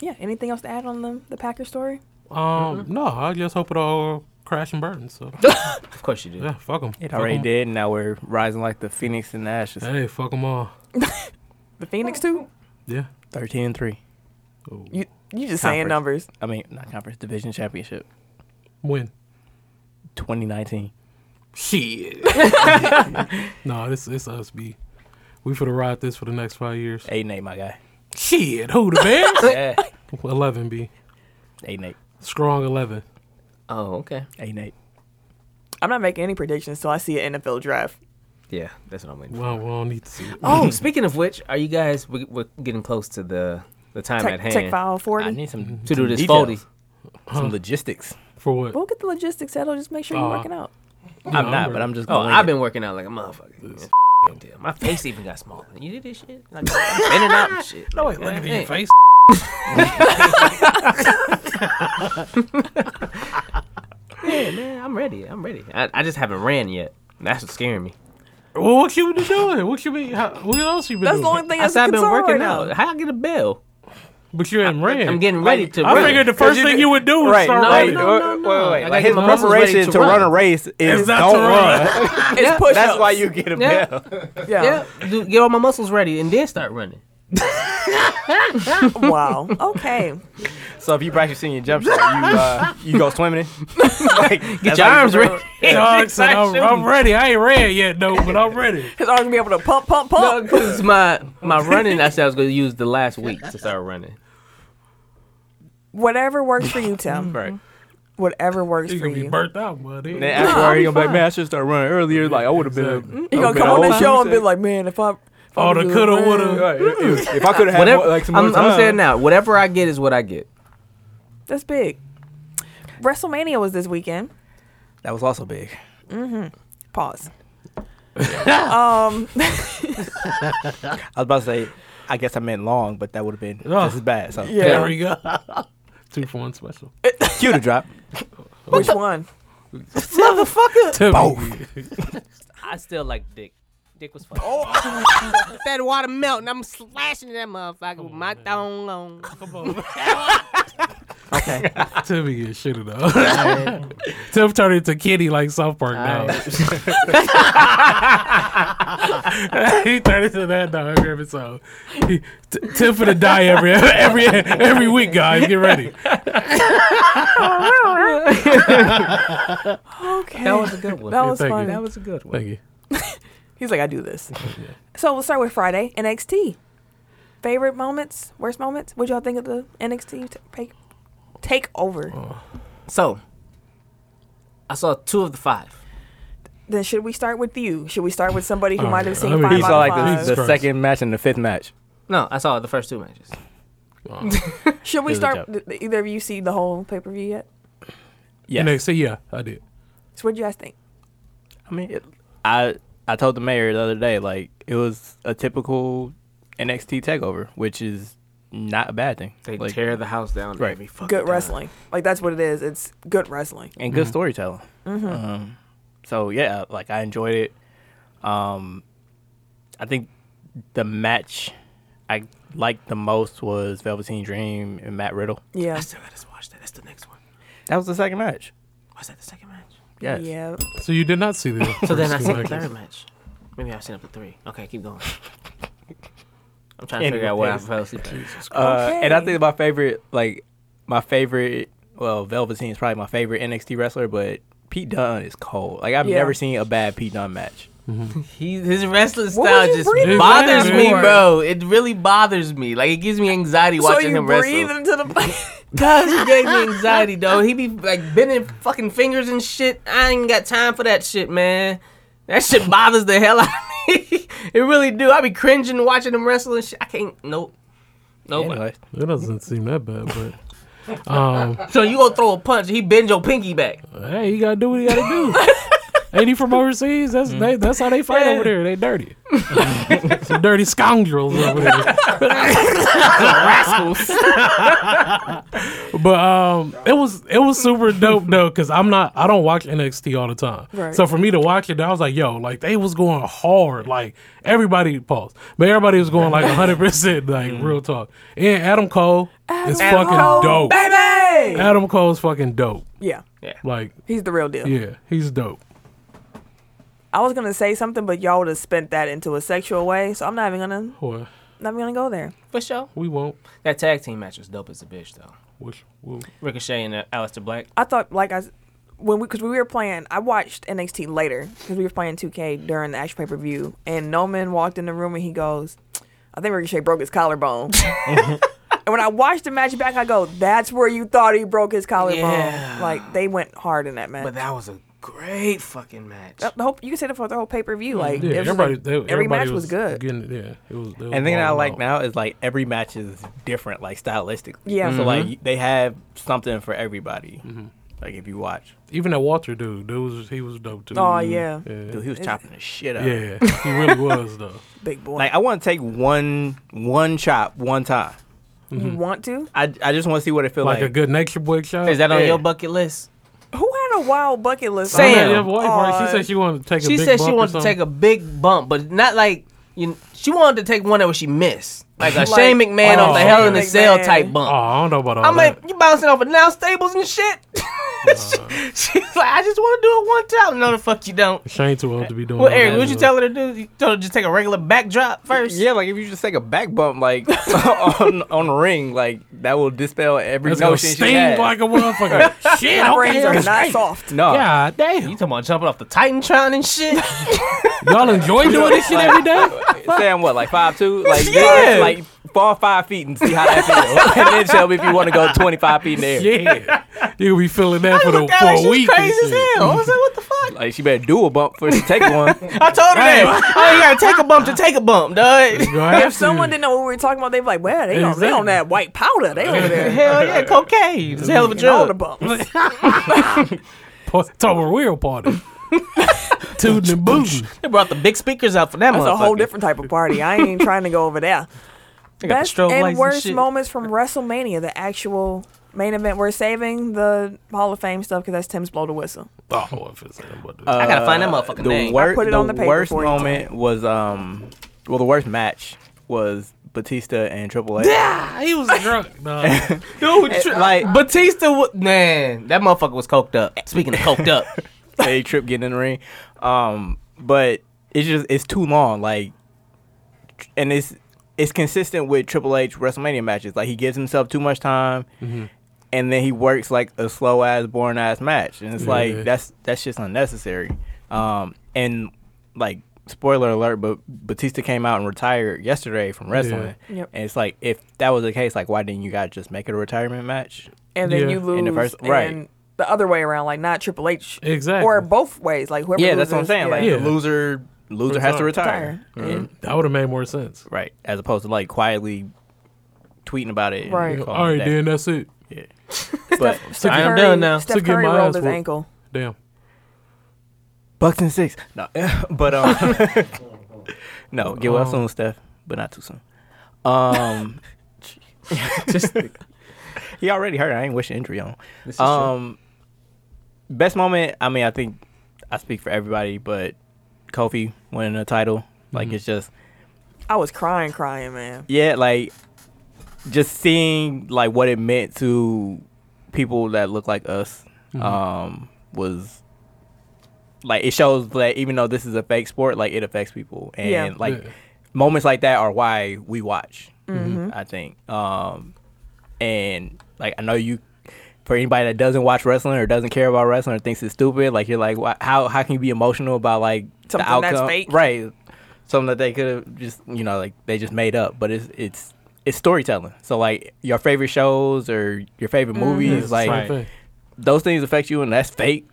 B: yeah. Anything else to add on the the Packer story?
D: Um, no, I just hope it all crash and burn. So
A: Of course you do.
D: yeah, fuck him.
C: It already did, and now we're rising like the phoenix in the ashes.
D: Hey, fuck them all.
B: The Phoenix too.
D: Yeah.
C: Thirteen and three.
B: You you just
C: Conference.
B: saying numbers.
C: I mean, not conference division championship.
D: Win.
C: 2019.
D: Shit. no, this it's us, B. We for the ride this for the next five years.
C: Eight and eight, my guy.
D: Shit, who the man?
C: Yeah.
D: eleven, B.
C: eight and eight.
D: Strong eleven.
A: Oh okay,
C: Eight and eight.
B: I'm not making any predictions till I see an NFL draft.
A: yeah, that's what I'm waiting. for.
D: Well, we don't need to see it.
A: Oh, speaking of which, are you guys? We, we're getting close to the the time at
B: Tech,
A: hand
B: tech file
C: I
B: 40.
C: need some
A: to do
C: some
A: this
C: details,
A: forty.
C: Some logistics.
D: For what?
B: We'll get the logistics settled. Just make sure you're
D: Uh,
B: working out.
C: I'm not, but I'm just.
A: Oh,
C: Going
A: I've been working out like a motherfucker. man. F- damn, My face even got smaller. You did this shit? Like, I'm bending out and shit.
D: No, wait, look at
A: Hey,
D: your face.
A: Yeah, man, I'm ready. I'm ready. I, I just haven't ran yet. That's what's scaring me.
D: Well, what you been doing? What you been? How, what else you been
B: That's the
D: doing?
B: only thing
A: I
B: that's
A: said I've been working
B: now.
A: out. How I get a bell?
D: But you haven't ran.
A: I'm getting ready to.
D: I
A: run.
D: figured the uh, first thing you would do was
C: Right,
D: start
A: no,
D: running.
A: no, no, no.
C: Wait,
A: I
C: wait,
A: gotta
C: like
A: get
C: his
A: my muscles ready
C: preparation
A: to
C: to run
A: run.
C: a race is
D: not
C: don't
D: to run.
C: run.
B: It's push
C: That's why you get a
A: Yeah.
C: bell.
B: Yeah.
A: Yeah, do- get all my muscles ready and then start running.
B: wow. Okay.
C: So if you practice in your jump shot, you uh, you go swimming. like,
A: Get your arms ready.
D: Dog said,
A: Start
D: I'm,
A: shooting.
D: I'm ready. I ain't ran yet, though, but I'm ready.
B: Because I'm going to be able to pump, pump,
A: No,
B: pump.
A: 'cause my my running. I said I was going to use the last week to start running.
B: Whatever works for you, Tim.
C: Right.
B: Whatever works
D: He's
B: for
D: gonna be
B: you.
D: burnt out, buddy.
C: Then after you gonna be like, man, I should start running earlier. Like I would have
D: Exactly.
C: been.
B: You're going to come on this show and be like, man, if I. If I
D: All Oh, the
B: was a
D: coulda,
B: man."
D: woulda.
C: if I could have had
A: Whatever.
C: more, like some more
A: I'm,
C: time.
A: I'm saying now, whatever I get is what I get.
B: That's big. WrestleMania was this weekend.
C: That was also big.
B: Pause. Um,
C: I was about to say, I guess I meant long, but that would have been
D: Oh.
C: just as bad. So
B: Yeah.
D: There we go. Two for one special.
C: cue to drop.
B: Which one?
D: Both.
A: I still like Dick. Dick was fun. Oh. that water melting. I'm slashing that motherfucker with my thong on.
C: Okay.
D: Timmy get shitted up. Tim turned into Kitty like South Park now. he turned into that dog every episode. He, t- Tim for the die every every every week, guys. Get ready.
B: Okay.
A: That was a good one.
B: That was
D: Thank you.
B: fun.
A: That was a good one.
D: Thank you.
B: He's like, I do this. So we'll start with Friday NXT. Favorite moments, worst moments. What y'all think of the NXT t- take takeover?
A: So, I saw two of the five.
B: Then should we start with you? Should we start with somebody who
D: Oh,
B: might have
D: yeah.
B: seen
D: I mean,
B: five
D: he
C: He
B: out
D: saw
C: saw
B: of
C: like
B: five?
D: this-
C: the,
D: Jesus Christ.
C: second match and the fifth match.
A: No, I saw the first two matches.
B: should we
C: Here's a
B: start? Did either of you see the whole pay per view yet?
C: Yes.
D: NXT, yeah, I did.
B: So what do you guys think?
C: I mean, it, I I told the mayor the other day like it was a typical NXT takeover, which is not a bad thing.
A: They
C: Like,
A: tear the house down.
C: Right.
A: Right. Me fucking
B: Good
A: die.
B: wrestling. Like that's what it is. It's good wrestling.
C: and good storytelling.
A: Mm-hmm.
C: Um, so yeah, like I enjoyed it. Um, I think the match I liked the most was Velveteen Dream and Matt Riddle.
B: Yeah.
A: I still gotta watch that. That's the next one.
C: That was the second match.
A: Was that the second match?
C: Yes.
B: Yeah.
D: So you did not see the.
A: So then I
D: first
A: seen
D: two
A: the
D: matches.
A: third match. Maybe I've seen up to three. Okay, keep going. I'm trying to
C: Anyway,
A: figure out where I
C: yes.
A: fell asleep. Jesus Christ.
C: Uh,
B: Okay.
C: And I think my favorite, like my favorite, well, Velveteen is probably my favorite NXT wrestler, but Pete Dunne is cold. Like I've
B: Yeah.
C: never seen a bad Pete Dunne match.
A: He, his wrestling
B: What was
A: style
B: you
A: just
B: breathing
A: bothers
D: for?
A: me, bro. It really bothers me. Like it gives me anxiety
B: So
A: watching
B: you
A: him wrestle.
B: breathe into the
A: Cause he gave me anxiety, though. He be like bending fucking fingers and shit. I ain't got time for that shit, man. That shit bothers the hell out of me. it really do. I be cringing watching him wrestle and shit. I can't. Nope. Nope.
C: Anyway,
D: It doesn't seem that bad, um,
A: So you gonna throw a punch? He bend your pinky back.
D: but hey, you gotta do what you gotta do. Ain't he from overseas? That's
B: Mm-hmm.
D: they, that's how they fight over there. They dirty, some dirty scoundrels over there.
A: Rascals.
D: But um, it was it was super dope though, cause I'm not I don't watch NXT all the time.
B: Right.
D: So for me to watch it, I was like, yo, like they was going hard, like everybody pause, but everybody was going like 100 percent, like real talk. And Adam Cole is
B: Mm-hmm. Adam
D: fucking
B: Cole,
D: dope.
B: baby.
D: Adam Cole is fucking dope.
B: Yeah.
D: Like
B: He's the real deal.
D: yeah, he's dope.
B: I was gonna say something, but y'all would have spent that into a sexual way, so I'm not even gonna
D: Boy,
B: not even gonna go there.
A: For sure.
D: we won't.
A: That tag team match was dope as a bitch, though.
D: Which we'll,
A: Ricochet and uh, Aleister Black.
B: I thought like I s- when we because we were playing. I watched NXT later because we were playing 2K during the actual pay per view, and Noman walked in the room and he goes, "I think Ricochet broke his collarbone." and when I watched the match back, I go, "That's where you thought he broke his collarbone."
A: Yeah.
B: Like they went hard in that match.
A: But that was a great fucking match.
B: the whole, you can say that for the whole pay per view. Like
D: yeah,
B: it was
D: everybody,
B: like,
D: they-
B: every
D: everybody
B: match was, good.
D: Getting, yeah, it was. It was
C: and thing that I
D: balling
C: like
D: out.
C: now is like every match is different, like stylistically.
B: Yeah.
C: So
D: Mm-hmm.
C: like they have something for everybody. Like if you watch,
D: even that Walter dude, dude was he was dope too.
B: Oh yeah,
D: yeah,
C: dude, he was chopping the shit up.
D: yeah, he really was though.
B: big boy.
C: Like I want to take one one chop one time.
B: you want to?
C: I, I just want to see what it feels
D: Like,
C: like.
D: a good nature boy shot.
A: Is that on
C: Yeah.
A: your bucket list?
B: Who had a wild bucket list?
D: I met
A: Sam. Oh,
D: your wife, right?
B: Aw.
D: She said she wanted to take.
A: She
D: a big
A: said
D: bump
A: she
D: or
A: wanted to
D: something.
A: take a big bump, but not like you. She wanted to take one that was she missed, like a
B: Like-
A: Shane McMahon
D: Oh.
A: off the Hell in a
B: Shane
A: Cell
B: McMahon.
A: type
D: Oh,
A: bump.
D: I don't know about all
A: I'm
D: that.
A: like, you bouncing off of now stables and shit. She- She's like, I just want to do it one time. No, the fuck you don't.
D: Shane too old to be doing.
A: Well,
D: all
A: Eric,
D: that
A: what you
D: stuff.
A: tell her to do? You told her just take a regular backdrop first.
C: Yeah, like if you just take a back bump, like on on the ring, like that will dispel every
D: That's gonna
C: notion she
D: sting
C: has.
D: like a motherfucker.
B: My
D: Shit, okay.
B: Oh, brains are
D: Eric.
B: not soft.
C: no,
D: God
A: You
D: damn.
A: talking about jumping off the Titantron and shit?
D: Y'all enjoy doing this shit every day?
C: Sam, what like five two? Like
A: Yeah.
C: yeah, like fall five feet and see how that feels, and then tell me if you want to go twenty five feet in there.
D: Yeah. You gonna be feeling that for, the,
A: Look at
D: for
A: her,
D: a
A: she's
D: week. and
A: crazy as
D: shit.
A: hell. I was like, what the fuck?
C: Like she better do a bump before she take one.
A: I told her that. Oh, you gotta take a bump to take a bump, dog.
D: You gonna have
B: If someone
D: to.
B: didn't know what we were talking about, they'd be like, "Well, they on, they
D: Exactly.
B: on that white powder. They over there."
A: Hell yeah, cocaine. It's a hell of a
B: And all the
A: drug.
B: bumps.
D: Pa- talk about real party. Tootin' and bootin'.
A: They brought the big speakers out for that
B: That's
A: motherfucker.
B: a whole different type of party. I ain't even trying to go over there.
A: They got the
B: Best
A: strobe lights
B: and worst
A: shit.
B: moments from WrestleMania, the actual main event. We're saving the Hall of Fame stuff because that's Tim's blow the whistle.
D: Oh, if it's I'm about to-
B: Uh,
A: I gotta find that motherfucking
C: the
A: name.
C: worst,
B: put it
C: the
B: on the paper
C: worst
B: for you.
C: moment was um, well, the worst match was Batista and Triple H.
D: Yeah, he was drunk. Nah.
A: Dude, tri- like Batista, wa- man, that motherfucker was coked up. Speaking of coked up,
C: a trip getting in the ring. Um, but it's just it's too long. Like, tr- and it's it's consistent with Triple H WrestleMania matches. Like he gives himself too much time, and then he works like a slow ass, boring ass match, and it's
D: Yeah.
C: like that's that's just unnecessary. Um, and like spoiler alert, but Batista came out and retired yesterday from wrestling,
B: Yeah. Yep.
C: and it's like if that was the case, like why didn't you guys just make it a retirement match?
B: And then
D: Yeah.
B: you lose.
C: In the first-
B: and
C: right.
B: The other way around, like not Triple H.
D: Exactly.
B: Or both ways, like whoever.
C: Yeah, that's what I'm
B: loses,
C: saying. Like
D: Yeah.
C: the loser, loser has to
B: Retire.
C: retire. And-
D: That would have made more sense.
C: Right. As opposed to like quietly tweeting about it. and
B: Right.
C: calling
D: All right,
C: it that.
D: then that's it.
C: But
A: I am
B: Curry-
A: done now.
D: So
B: Steph
D: get
B: Curry
D: my
B: rolled
D: ass
B: his
D: whooped.
B: ankle.
D: Damn.
C: Bucks and six. No, but um, no, get
A: Um,
C: well soon, Steph, but not too soon. Um,
A: Just
C: he already hurt. I ain't wishing injury on. him.
A: This is true.
C: Um, best moment. I mean, I think I speak for everybody, but Kofi winning the title. Like
A: Mm-hmm.
C: it's just
B: I was crying, crying, man.
C: yeah, like just seeing like what it meant to people that look like us um, was like it shows that even though this is a fake sport, like it affects people, and
B: Yeah.
C: like
D: Yeah.
C: moments like that are why we watch.
B: Mm-hmm.
C: I think, um, and like I know you. For anybody that doesn't watch wrestling or doesn't care about wrestling or thinks it's stupid, like you're like, why, how how can you be emotional about like
B: Something
C: the
B: that's
C: outcome?
B: fake.
C: Right, something that they could have just you know like they just made up but it's it's it's storytelling so like your favorite shows or your
A: Mm-hmm.
C: favorite movies like
D: Same thing.
C: those things affect you and that's fake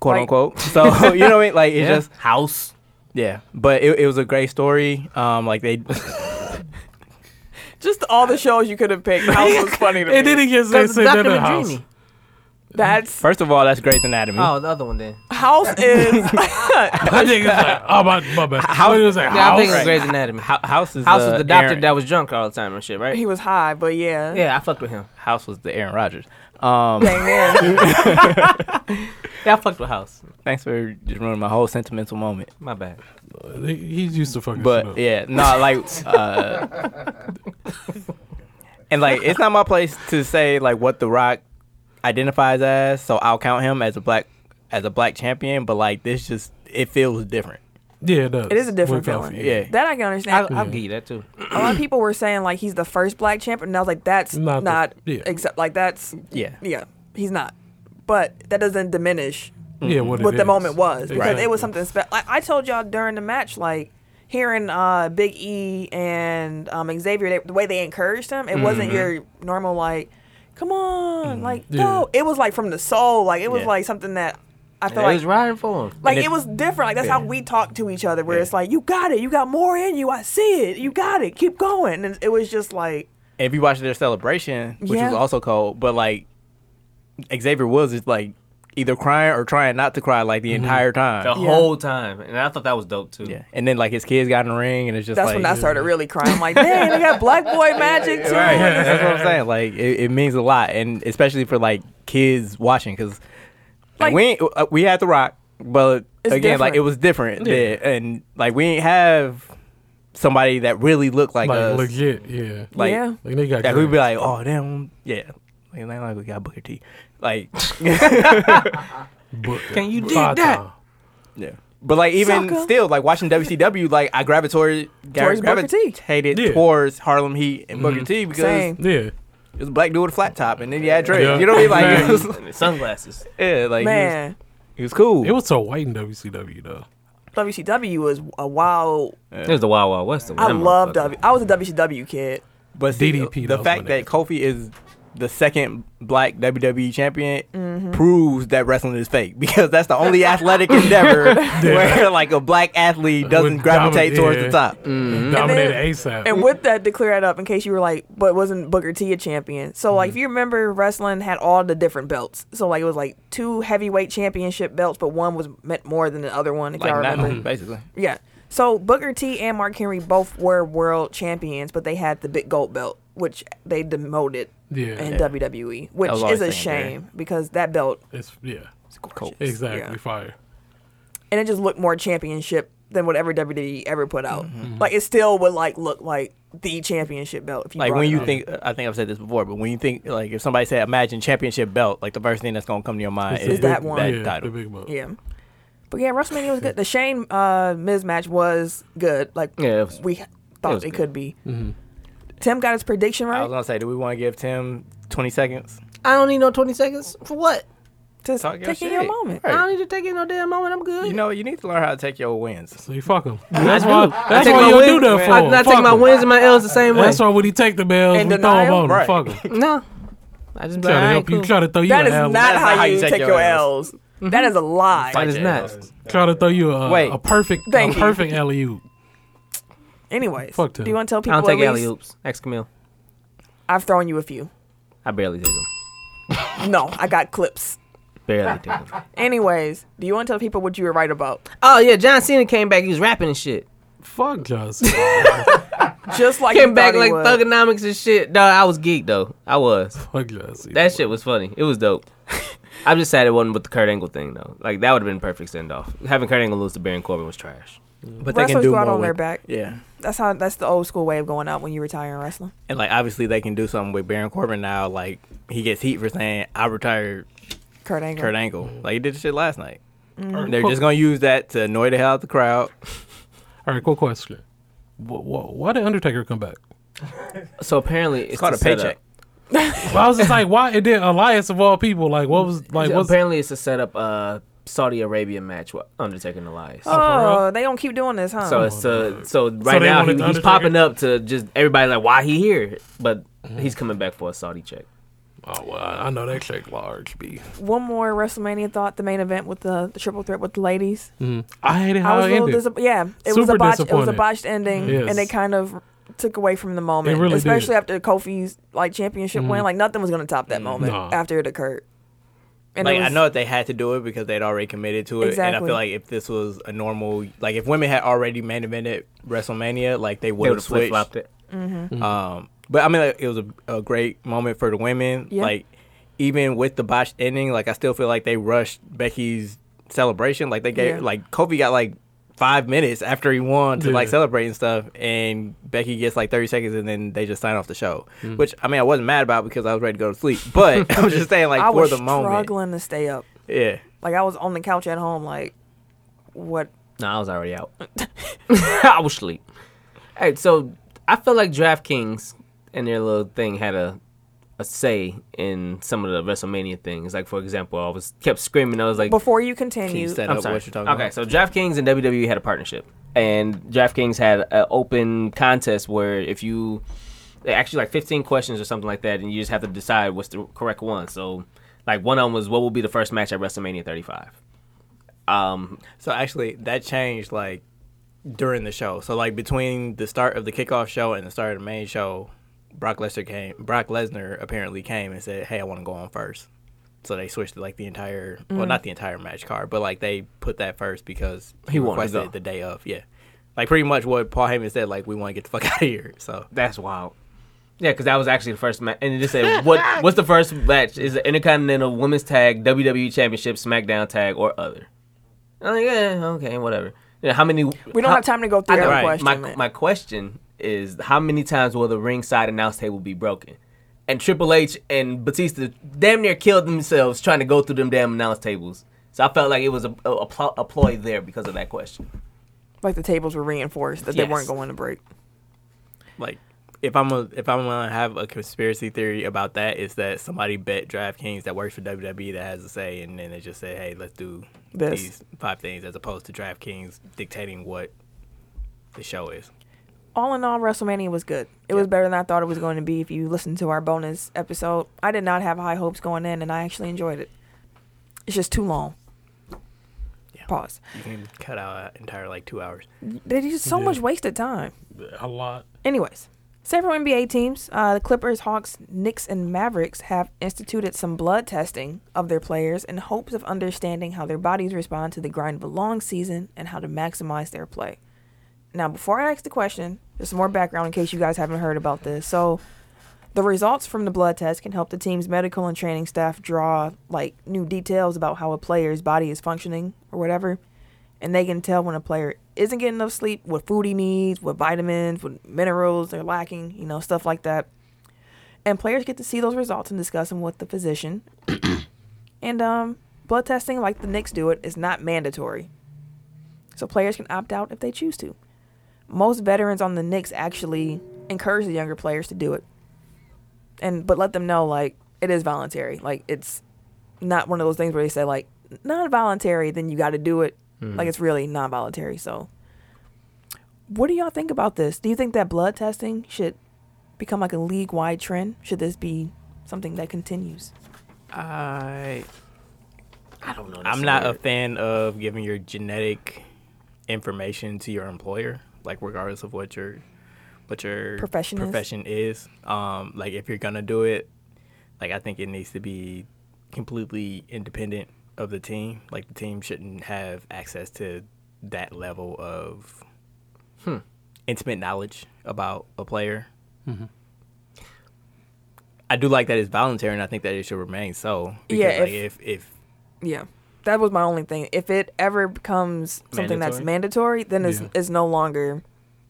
C: quote
B: Right.
C: unquote so you know what I mean? like it's just
A: house.
C: yeah but it, it was a great story um like they
B: Just all the shows you could have picked. House was funny to me.
D: And then he just
A: That's
D: said that in
A: Dr.
D: the house.
A: Madrini.
B: That's
C: first of all that's Grey's anatomy
A: Oh, the other one then.
B: House is
D: I think it's like, oh my, my bad.
C: How-
D: What did you say?
A: Yeah, I think it's
D: House? uh,
A: Grey's Anatomy.
C: Ho- house is
A: House was the doctor
C: Aaron-
A: that was drunk all the time and shit, right?
B: he was high, but yeah.
A: yeah, I fucked with him.
C: house was the aaron rodgers um
B: Dang man.
A: Yeah, I fucked with House.
C: thanks for just ruining my whole sentimental moment
A: My bad.
D: He- He's used to fucking shit
C: But
D: up.
C: yeah, no, like, uh, and like, it's not my place to say like what The Rock identifies as. So I'll count him as a black as a black champion. But like, this just it feels different.
D: Yeah, it does.
B: It is a different
D: Work out for
B: feeling.
D: you.
C: Yeah,
B: That I can
A: I,
B: understand.
A: I'll give you that too.
B: A lot of people were saying like he's the first black champion, and I was like, that's
D: Not
B: not,
D: the- yeah.
B: except like that's
C: yeah.
B: yeah, he's not. But that doesn't diminish
D: Yeah, what,
B: what
D: it
B: the
D: is.
B: moment was because
C: Right.
B: it was something special. Like, I told y'all during the match, like hearing uh, Big E and um, Xavier, they, the way they encouraged him, it wasn't
C: Mm-hmm.
B: your normal like, come on, like no, it was like from the soul, like it was
C: Yeah.
B: like something that I feel
A: He was
B: like.
A: riding for him.
B: Like
C: And
B: it
C: it-
B: was different. Like that's how
C: Yeah.
B: we talk to each other. Where
C: Yeah.
B: it's like, you got it, you got more in you. I see it. You got it. Keep going. And it was just like,
C: If you watch their celebration, which
B: Yeah.
C: was also cold, but like Xavier Woods is like either crying or trying not to cry like the entire time.
A: The whole time. And I thought that was dope too.
C: Yeah, and then like his kids got in the ring, and it's just
B: that's
C: like
B: when I started really crying. I'm like, dang, they got black boy magic too.
C: Right. That's what I'm saying. Like it, it means a lot, and especially for like kids watching, because like,
B: Like-
C: we ain't, uh, we had the rock, but
B: It's
C: again, like
B: different.
C: it was different, then, and like we ain't have somebody that really looked like,
D: Like,
C: us.
D: legit, yeah.
C: Like,
B: yeah.
D: Like, they got
C: that we'd be like,
D: dreads.
C: oh damn, yeah. Like, not like we got Booker T. Like,
D: Book
A: Can you
D: five
A: dig that?
D: times.
C: yeah. But like even
B: Sucker.
C: still, like watching WCW, like I gravitated,
B: Towards Booker T.
C: gravitated
D: Yeah. Mm-hmm.
C: towards Harlem Heat and Booker T because
B: Same.
D: Yeah.
C: it was a black dude with a flat top, and then he had dreads.
D: Yeah.
C: You know what I mean? Like, it
D: Man.
C: was,
A: And the sunglasses.
C: yeah, like he was-
B: Man,
C: He was cool.
D: It was so white in WCW, though.
B: WCW was a wild.
A: It was the Wild Wild West. of
B: I
A: them
B: love
A: motherfuckers.
B: W. I was a WCW kid.
C: but see,
D: DDP
C: the
D: knows
C: fact
D: when
C: that
D: it-
C: Kofi is the second black WWE champion
B: Mm-hmm.
C: proves that wrestling is fake because that's the only athletic endeavor where like a black athlete doesn't
D: Would
C: gravitate
D: dominate,
C: towards
D: yeah.
C: the top.
B: Mm-hmm.
D: Dominated
B: then-
D: ASAP.
B: And with that, to clear that up, in case you were like, but wasn't Booker T a champion? So, like, if you remember, wrestling had all the different belts. So, like, it was like two heavyweight championship belts, but one was meant more than the other one, if y'all
C: Like Mm-hmm. not
B: remember.
C: basically.
B: Yeah. So, Booker T and Mark Henry both were world champions, but they had the big gold belt, which they demoted
D: Yeah.
B: in
D: Yeah.
B: WWE, which
C: was
B: is
C: always
B: a
C: legendary.
B: shame because that belt,
D: it's, yeah.
C: Cool.
D: Exactly.
B: Yeah.
D: Fire.
B: and it just looked more championship than whatever WWE E ever put out. Like, it still would, like, look like the championship belt. If you
C: Like
B: brought
C: when
B: it
C: you
B: up.
C: think, I think I've said this before, but when you think, like, if somebody said, "Imagine championship belt," like the first thing that's gonna come to your mind
D: It's
C: is
D: the
B: that
D: big-
B: one.
C: That
D: yeah,
C: title.
D: The big book.
B: Yeah. But yeah, WrestleMania was good. The Shane uh, Miz match was good. Like
A: Yeah, it was-
B: we thought
A: was
B: it,
A: good.
B: could be. Tim got his prediction
C: I was
B: right.
C: gonna say, do we want to give Tim twenty seconds?
A: I don't need no 20 seconds. For what?
B: Just
C: Talk your
B: taking your
C: shit.
B: moment.
A: I don't need to take it no damn moment. I'm good.
C: You know, you need to learn how to take your wins.
D: So you fuck him. That's
A: do.
D: why.
A: I
D: That's
A: take
D: why
A: my
D: you
A: wins.
D: do that for.
A: I, I take
D: Fuck
A: my
D: 'em.
A: wins and my L's the same way.
D: That's why when he take the bells,
B: In
D: we throw him
B: denial?
D: on him.
C: Right.
D: Fuck him.
A: No. I just be like,
D: Try to
A: "All
D: help
A: right,
D: you.
A: cool."
D: Try to throw you
B: That
D: an
B: is
D: alley.
B: not how, you take, your
C: Ls.
B: L's. That is a lie.
A: That is not.
D: Try to throw you a,
C: Wait.
D: a perfect, a
B: Thank you.
D: perfect alley oop.
B: Anyways,
D: Fuck
B: do
D: Tim.
B: you want to tell
A: I
B: people?
A: don't take
B: at
A: alley
B: least,
A: oops. Ex Camille.
B: I've thrown you a few.
A: I barely take them.
B: No, I got clips.
A: barely technically.
B: Anyways, do you want to tell people what you were right about?
A: Oh yeah, John Cena came back. He was rapping and shit.
D: Fuck Johnson.
B: Just like
A: Came
B: you
A: back
B: thought he
A: like
B: would.
A: thugonomics and shit. No, I was geeked though. I was.
D: Fuck Johnson.
A: That shit was funny. It was dope. I'm just sad it wasn't with the Kurt Angle thing though. Like that would have been a perfect send off. Having Kurt Angle lose to Baron Corbin was trash.
C: But they
B: Wrestlers
C: can do
B: go out
C: more
B: on their
C: with-
B: back.
C: Yeah.
B: That's how. That's the old school way of going out when you retire in wrestling.
C: And like obviously they can do something with Baron Corbin now. Like he gets heat for saying I retired
B: Kurt Angle.
C: Kurt Angle. Like he did the shit last night.
B: Mm-hmm.
C: They're just gonna use that to annoy the hell out the crowd.
D: All right, quick question. Wh- wh- Why did Undertaker come back?
A: So apparently it's,
C: It's called
A: to
C: a
A: set up-
C: paycheck.
D: Well, I was just like, why? And then Elias of all people, like, what was like,
A: so
D: what's
A: apparently it's to set up a uh, Saudi Arabian match with Undertaker and Elias.
D: Oh, for
B: Oh, they don't keep doing this, huh?
A: So it's uh, so right
D: they
A: now
D: wanted
A: he,
D: the
A: he's
D: Undertaker?
A: popping up to just everybody like why he here, but he's coming back for a Saudi check.
D: Oh, well, I I know that shake large B.
B: One more WrestleMania thought, the main event with the, the triple threat with the ladies.
D: I hated
B: I
D: how
B: was
D: it
B: a little
D: ended.
B: disappointed. Yeah, it was
D: Super
B: a botch. It was a
D: disappointed.
B: botched ending,
D: Yes.
B: and they kind of took away from the moment,
D: It really
B: especially
D: did.
B: after Kofi's like championship win. Like nothing was going to top that moment
D: Nah.
B: after it occurred. And it
C: Like I
B: was-
C: know that they had to do it because they'd already committed to it, and I
B: Exactly.
C: feel like if this was a normal, like if women had already main evented WrestleMania, like they
A: They
C: would
A: would
C: have
A: have flip
C: switched.
A: flopped it.
C: Um, but I mean, like, it was a, a great moment for the women.
B: Yeah.
C: Like even with the botched ending, like I still feel like they rushed Becky's celebration. Like they gave,
B: Yeah.
C: like Kobe got like five minutes after he won to like
D: Yeah.
C: celebrate and stuff, and Becky gets like thirty seconds, and then they just sign off the show.
B: Mm-hmm.
C: Which I mean, I wasn't mad about because I was ready to go to sleep, but I'm just saying, like
B: I
C: for
B: was
C: the moment,
B: struggling to stay up.
C: yeah.
B: Like I was on the couch at home, like what?
A: No, I was already out. I was asleep. Hey, so I feel like DraftKings and their little thing had a a say in some of the WrestleMania things. Like for example, I was kept screaming. I was like,
B: Before you continue,
C: set
A: I'm
C: up
A: sorry.
C: what you're talking
A: okay,
C: about.
A: so DraftKings and WWE had a partnership, and DraftKings had an open contest where if you they actually like 15 questions or something like that, and you just have to decide what's the correct one. So, like one of them was what will be the first match at WrestleMania 35. Um,
C: So actually, that changed like during the show. So like between the start of the kickoff show and the start of the main show, Brock Lesnar came. Brock Lesnar apparently came and said, "Hey, I want to go on first. So they switched like the entire, well, not the entire match card, but like they put that first because
A: He wanted to
C: requested
A: go.
C: it the day of. Yeah, like pretty much what Paul Heyman said. Like we want to get the fuck out of here. So
A: that's wild. Yeah, because that was actually the first match, and it just said what what's the first match is the Intercontinental Women's Tag, WWE Championship, SmackDown Tag, or other. I'm like, yeah, okay, whatever. Yeah, how many?
B: we don't have time to go through
A: I know.
B: every
C: Right.
B: question.
A: My,
B: man.
A: my question is how many times will the ringside announce table be broken? And Triple H and Batista damn near killed themselves trying to go through them damn announce tables. So I felt like it was a, a, a, pl- a ploy there because of that question.
B: like the tables were reinforced that they
A: Yes.
B: weren't going to break.
C: like. If I'm a, if I'm gonna have a conspiracy theory about that, is that somebody bet DraftKings that works for WWE that has a say, and then they just say, "Hey, let's do
B: This.
C: these five things as opposed to DraftKings dictating what the show is.
B: all in all, WrestleMania was good. It was better than I thought it was going to be. If you listen to our bonus episode, I did not have high hopes going in, and I actually enjoyed it. It's just too long.
C: Yeah.
B: Pause.
C: You can cut out an entire like two hours.
B: There's just so much wasted time.
D: a lot.
B: Anyways, several NBA teams, uh, the Clippers, Hawks, Knicks, and Mavericks, have instituted some blood testing of their players in hopes of understanding how their bodies respond to the grind of a long season and how to maximize their play. Now, before I ask the question, there's some more background in case you guys haven't heard about this. So, the results from the blood test can help the team's medical and training staff draw like new details about how a player's body is functioning or whatever. And they can tell when a player isn't getting enough sleep, what food he needs, what vitamins, what minerals they're lacking, you know, stuff like that. And players get to see those results and discuss them with the physician. and um, blood testing, like the Knicks do it, is not mandatory. So players can opt out if they choose to. Most veterans on the Knicks actually encourage the younger players to do it and but let them know like it is voluntary. Like it's not one of those things where they say like non voluntary, then you got to do it. Like it's really non voluntary. So, what do y'all think about this? Do you think that blood testing should become like a league wide trend? Should this be something that continues?
C: I
A: I don't know.
C: I'm not a fan of giving your genetic information to your employer, like regardless of what your what your
B: Profession is.
C: profession is. Um, like if you're gonna do it, like I think it needs to be completely independent of the team. Like the team shouldn't have access to that level of intimate knowledge about a player. I do like that it's voluntary, and I think that it should remain so. Because,
B: Yeah,
C: like,
B: if-
C: if if
B: Yeah. That was my only thing. If it ever becomes something that's mandatory, then it's,
D: Yeah.
B: it's no longer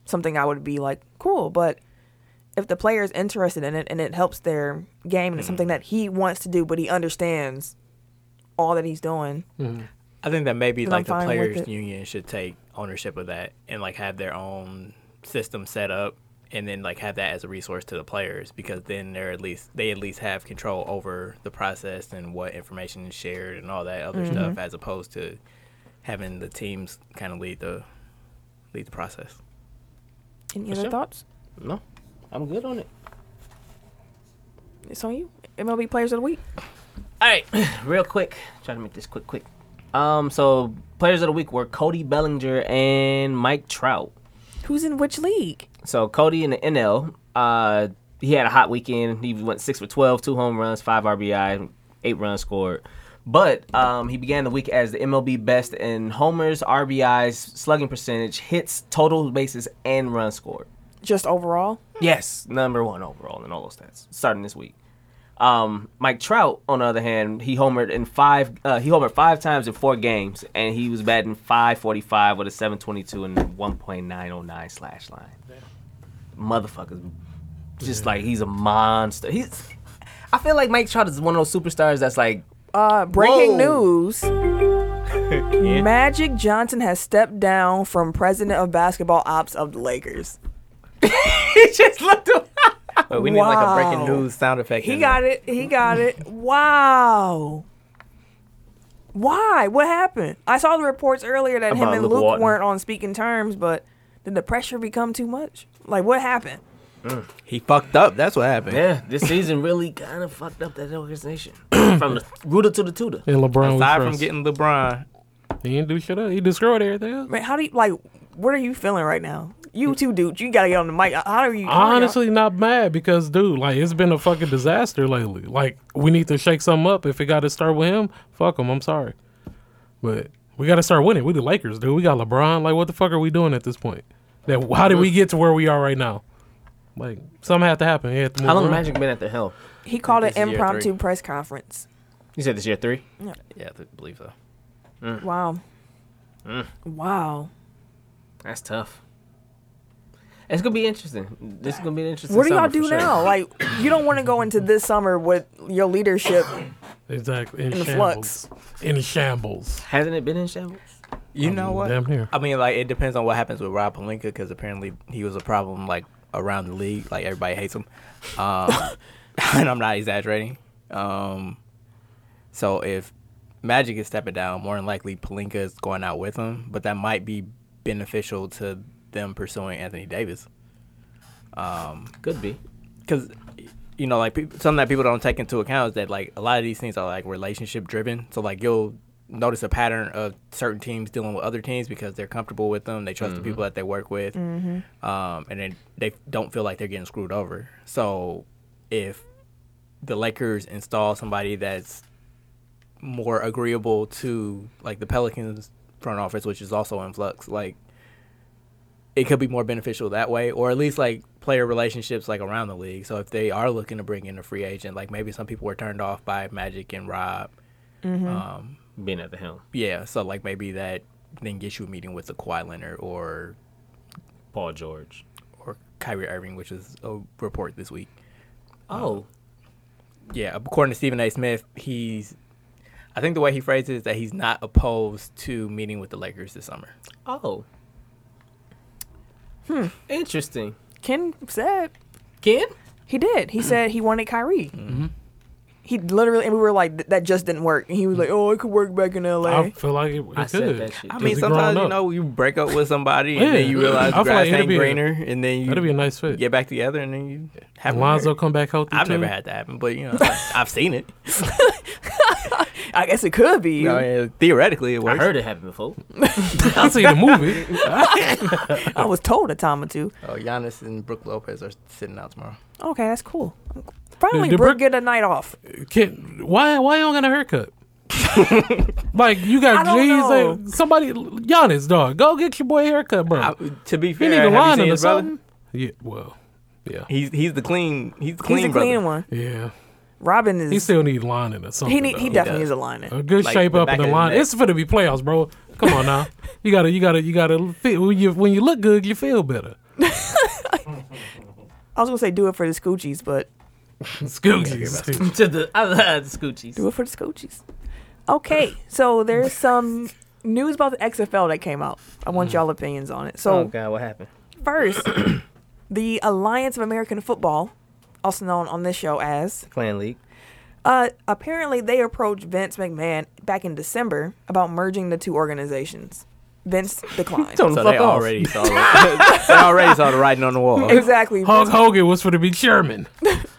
B: something I would be like, cool. But if the player is interested in it and it helps their game and it's something
A: Mm.
B: that he wants to do, but he understands all that he's doing,
C: I think that maybe
B: Then I'm
C: like the
B: fine with
C: players
B: it.
C: union should take ownership of that and like have their own system set up and then like have that as a resource to the players because then they're at least they at least have control over the process and what information is shared and all that other
B: Mm-hmm.
C: stuff as opposed to having the teams kind of lead the lead the process.
B: any
A: For
B: other
A: sure.
B: thoughts?
A: No, I'm good on it.
B: It's on you. MLB Players of the Week.
A: All right, real quick. Trying to make this quick, quick. Um, so players of the week were Cody Bellinger and Mike Trout.
B: Who's in which league?
A: So Cody in the NL, uh, he had a hot weekend. He went six for 12, two home runs, five RBI, eight runs scored. But um, he began the week as the MLB best in homers, RBIs, slugging percentage, hits, total bases, and runs scored.
B: Just overall?
A: Yes, number one overall in all those stats starting this week. Um, Mike Trout, on the other hand, he homered in five. Uh, he homered five times in four games, and he was batting 545 with a 722 and 1.909 slash line. Motherfuckers, just like he's a monster. He's. I feel like Mike Trout is one of those superstars that's like
B: Uh, breaking
A: Whoa.
B: news. Magic Johnson has stepped down from president of basketball ops of the Lakers.
A: he just looked. Around.
C: But we need like a breaking
B: Wow.
C: news sound effect.
B: He got it. He got it. Wow. Why? What happened? I saw the reports earlier that him
A: About
B: and
A: Luke
B: Luke
A: Walton.
B: weren't on speaking terms, but did the pressure become too much? Like, what happened?
C: He fucked up. That's what happened.
A: Yeah, this season really kind of fucked up that organization from the rooter to the tutor.
D: And LeBron,
C: Aside
D: we
C: from
D: trust.
C: getting LeBron,
D: he didn't do shit. Up. He destroyed everything. Else.
B: Man, how do you like? What are you feeling right now? You too, dude. You gotta get on the mic. How are you? how are y'all-
D: Honestly, not mad because dude, like it's been a fucking disaster lately. Like we need to shake something up. If it got to start with him, fuck him. I'm sorry, but we got to start winning. We the Lakers, dude. We got LeBron. Like what the fuck are we doing at this point? That how did we get to where we are right now? Like something had to happen. He had to move
A: How long
D: around.
A: Magic been at the helm?
B: he called an
C: This is year
B: impromptu
C: three.
B: press conference.
A: You said this year three.
C: yeah, I believe so.
A: Mm.
B: Wow. Wow.
A: That's tough. It's gonna be interesting. This is gonna be an interesting.
B: What do y'all
A: summer for
B: do
A: sure.
B: now? Like, you don't want to go into this summer with your leadership
D: Exactly. In,
B: In
D: shambles. In shambles.
A: Hasn't it been in shambles?
C: You know what?
D: damn near.
C: I mean, like it depends on what happens with Rob Palinka because apparently he was a problem like around the league. Like everybody hates him, um, and I'm not exaggerating. Um, so if Magic is stepping down, more than likely Palinka is going out with him, but that might be beneficial to them pursuing Anthony Davis
A: Could be.
C: because you know like peop something that people don't take into account is that like a lot of these things are like relationship driven so like you'll notice a pattern of certain teams dealing with other teams because they're comfortable with them they trust the people that they work with um, and then they don't feel like they're getting screwed over so if the lakers install somebody that's more agreeable to like the pelicans front office which is also in flux like it could be more beneficial that way, or at least like player relationships like around the league. So if they are looking to bring in a free agent, like maybe some people were turned off by Magic and Rob.
A: Being at the helm,
C: Yeah, so like maybe that then gets you a meeting with the Kawhi Leonard or
A: Paul George.
C: or Kyrie Irving, which is a report this week.
A: Oh,
C: Yeah, according to Stephen A. Smith, he's I think the way he phrases it is that he's not opposed to meeting with the Lakers this summer.
A: oh. Hmm. Interesting.
B: Ken said
A: Ken.
B: he did. He said he wanted Kyrie. He literally, and we were like, "Th- that just didn't work. And he was like, oh, it could work back in L.A.
D: I feel like it, it
A: I
D: could.
A: said that shit.
C: I
A: Is
C: mean,
D: he
C: sometimes
D: growing
C: you
D: up?
C: know you break up with somebody and then
D: Yeah.
C: you realize
D: I feel
C: the grass
D: like it'd
C: ain't
D: be a-
C: greener, and then you
D: That'd be a nice fit.
C: get back together and then you have a
D: Lonzo
C: marriage.
D: come back healthy
C: I've
D: too.
C: never had that happen, but you know, I've seen it.
B: I guess it could be you.
C: I mean, theoretically, it
A: I
C: works.
A: heard it happen before.
D: I seen the movie.
B: I was told a time or two.
C: Oh, Giannis and Brooke Lopez are sitting out tomorrow.
B: Okay, that's cool. Finally,
D: did
B: Brooke
D: Brooke-
B: get a night off.
D: Can, why why you don't got a haircut? like you got
B: I don't
D: jeans.
B: know.
D: Like, somebody Giannis dog, go get your boy a haircut, bro.
C: I, to be
D: you
C: fair,
D: need a
C: have you
D: line
C: seen
D: or
C: his brother?
D: something. Yeah, well, yeah,
C: He's he's the clean he's
B: He's
C: the clean,
B: a clean
C: brother.
B: one.
D: yeah.
B: Robin is.
D: He still need lining or something.
B: he need, he
D: though.
B: definitely
C: does.
B: is a lining.
D: a good
C: like,
D: shape
C: the
D: up
C: back
D: in the
C: of his
D: line.
C: neck.
D: It's for to be playoffs, bro. Come on now, you gotta you gotta you gotta feel, when you when you look good, you feel better.
B: I was gonna say do it for the scoochies, but
D: Scoogies.
A: to the I love the scoochies.
B: do it for the scoochies. Okay, so there's some news about the XFL that came out. I want y'all opinions on it. So
A: Oh god, what happened?
B: first, the Alliance of American Football, also known on this show as,
A: Clan League.
B: uh, apparently they approached Vince McMahon back in December about merging the two organizations. Vince declined.
A: Tell him
C: So
A: fuck
C: they
A: off.
C: already saw the, they already saw the writing on the wall.
B: exactly.
D: Hulk Hogan was for to be chairman.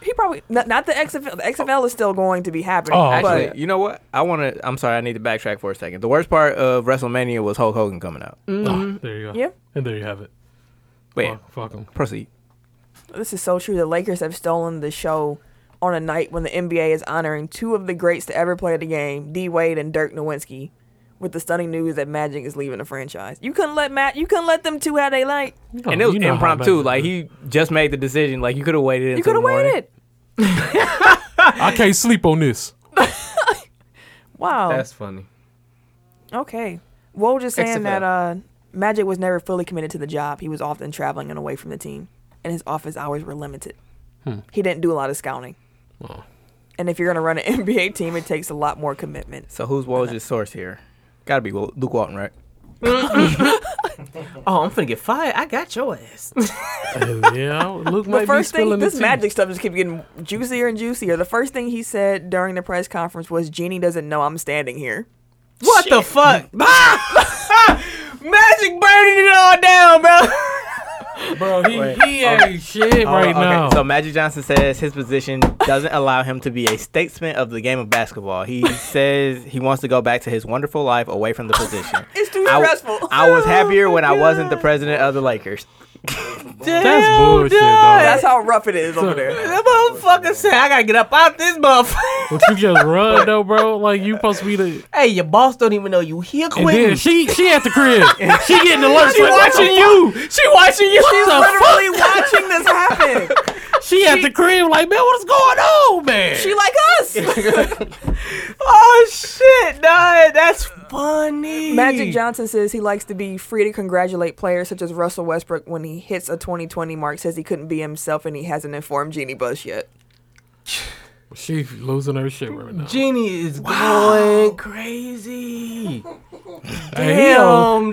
B: He probably not, not the XFL. The XFL is still going to be happening.
D: Oh, okay.
B: but
C: Actually, you know what? I want to. I'm sorry. I need to backtrack for a second. The worst part of WrestleMania was Hulk Hogan coming out.
D: Oh, there you go.
B: Yep.
D: And there you have it.
C: Wait,
D: Fuck, fuck 'em.
C: proceed.
B: this is so true. The Lakers have stolen the show on a night when the NBA is honoring two of the greats to ever play the game, D Wade and Dirk Nowitzki, with the stunning news that Magic is leaving the franchise. You couldn't let Matt. You couldn't let them two have they like.
D: You know-
C: and it was
D: you know how
C: impromptu.
D: bad
C: Like
D: it is.
C: he just made the decision. Like you could have waited.
B: You
C: until
B: could have
C: the morning.
B: waited.
D: I can't sleep on this.
B: Wow.
A: That's funny.
B: okay. Woj just saying
A: XFL.
B: that uh, Magic was never fully committed to the job. He was often traveling and away from the team, and his office hours were limited.
D: Hmm.
B: He didn't do a lot of scouting.
D: Oh.
B: And if you're going to run an NBA team, it takes a lot more commitment.
C: So who's Woj's source here? Got to be Wa- Luke Walton, right?
A: Oh, I'm finna get fired. I got your ass.
D: yeah, Luke
B: The
D: might
B: first
D: be spilling
B: thing,
D: the
B: this
D: tea.
B: magic stuff just keeps getting juicier and juicier. The first thing he said during the press conference was, Jeannie doesn't know I'm standing here.
A: What the fuck? Magic burning it all down, bro.
D: bro. He, he ain't shit right
C: Oh, okay.
D: now.
C: So Magic Johnson says his position doesn't allow him to be a statesman of the game of basketball. He says he wants to go back to his wonderful life away from the position.
B: It's too
C: I,
B: stressful.
C: I was happier when I wasn't the president of the Lakers.
D: That's bullshit,
B: That's how rough it is over there.
A: That motherfucker said, I gotta get up out this motherfucker.
D: But you just run though, bro. Like you supposed to be the.
A: hey, your boss don't even know you here
D: And
A: quitting.
D: then she she at the crib. She getting alerts.
A: She
D: like, what the
A: watching you. She watching you. She's
D: the
B: Literally watching this happen.
D: fuck? She at the crib. Like man, what's going on, man?
B: She like us.
A: Oh shit, nah, that's funny.
B: Magic Johnson says he likes to be free to congratulate players such as Russell Westbrook when he hits a 2020 mark, says he couldn't be himself and he hasn't informed Jeannie Bush yet.
D: she losing her shit right now.
A: Genie is going crazy.
D: Hey, he, don't-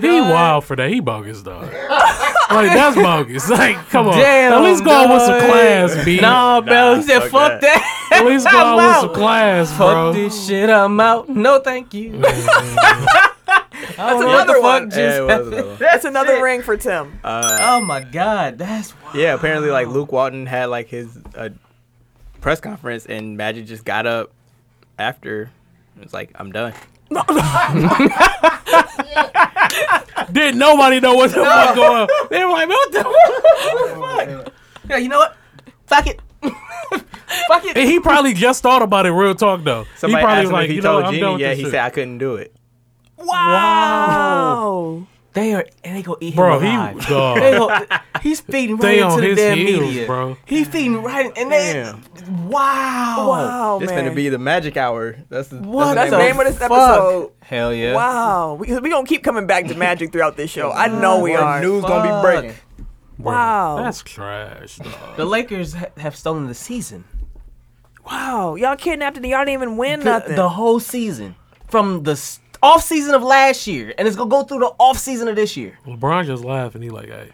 A: Damn,
D: he
A: dog.
D: wild for that. He bogus, dog. like that's bogus. Like come on,
A: Damn,
D: at least go out with some
A: dog.
D: class, b.
A: Nah, bro. He said,
C: fuck
A: fuck that.
D: at least go
A: I'm
D: out with
A: out.
D: some class,
A: Fuck
D: bro.
A: this shit. I'm out. No, thank you. That's
B: another one. That's another
A: it.
B: ring for Tim.
A: Oh my god, that's wild.
C: Uh, Yeah, apparently like Luke Walton had like his uh, press conference and Magic just got up after. It's like I'm done.
D: Didn't nobody know what the fuck going on. They were like, man, what the
A: Yeah, you know what? Fuck it. Fuck it.
D: And he probably just thought about it. Real talk though.
C: Somebody
D: he
C: asked
D: probably was
C: him
D: like,
C: if he
D: you know,
C: told
D: what, I'm done
C: Genie.
D: with
C: Yeah,
D: this
C: he
D: shit.
C: said I couldn't do it.
B: Wow.
A: They are and they gonna eat
D: Bro,
A: him
D: he-
A: alive.
D: dog.
A: They gonna- he's feeding right
D: They
A: into
D: on
A: the
D: his
A: damn
D: heels,
A: media,
D: bro.
A: He feeding right in, and they, wow,
B: Wow,
C: This
B: man.
C: gonna be the Magic Hour. That's the,
A: Oh, What
B: That's
C: That's the
B: the
C: name
B: name of this
A: fuck?
B: episode.
A: Hell yeah.
B: Wow, we, we gonna keep coming back to magic throughout this show. I know we
C: of
B: are.
C: it. news gonna be
A: Fuck.
C: breaking.
D: Bro,
B: Wow.
D: that's trash. Dog.
A: The Lakers ha- have stolen the season,
B: Wow, y'all kidnapped and y'all didn't even win
A: the,
B: nothing.
A: the whole season from the s- off season of last year, and it's gonna go through the off season of this year.
D: LeBron just laughing. He like, hey,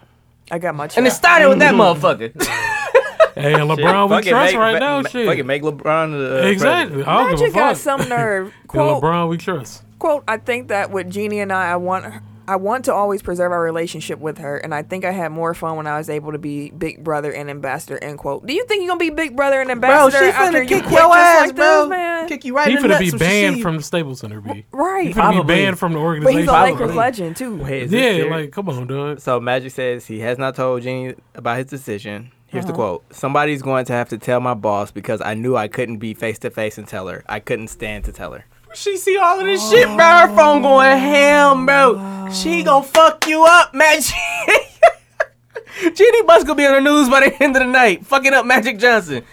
B: I got my. Check.
A: And it started with that
D: Mm-hmm.
A: motherfucker.
D: hey, and LeBron,
C: Fuck
D: we
C: it,
D: trust
C: make-
D: right
C: ma-
D: now.
C: ma-
D: shit,
C: Fuck it, make LeBron the uh,
D: exactly.
C: president.
D: I don't give
B: Magic
D: a fuck.
B: got some nerve.
D: And
B: quote,
D: LeBron, we trust.
B: quote. I think that with Jeannie and I, I want. her- I want to always preserve our relationship with her, and I think I had more fun when I was able to be big brother and ambassador. End quote. Do you think you're gonna be big brother and ambassador after you quit just like this, man?
A: Kick you right
D: He
A: in the
D: finna
A: nuts.
D: be
A: when she
D: banned
A: see-
D: from the Staples Center. B. He
B: right,
D: finna be
A: Probably.
D: banned from the
B: but he's
D: organization.
B: a Lakers
A: Probably.
B: legend too.
C: Wait, is this
D: yeah,
C: serious?
D: like come on, dog.
C: So Magic says he has not told Genie about his decision. Here's the
A: Uh-huh.
C: quote: "Somebody's going to have to tell my boss because I knew I couldn't be face to face and tell her. I couldn't stand to tell her."
A: She see all of this shit, bro. Her phone going ham, bro. She gonna fuck you up, Magic. Genie Bus gonna be on the news by the end of the night, fucking up Magic Johnson.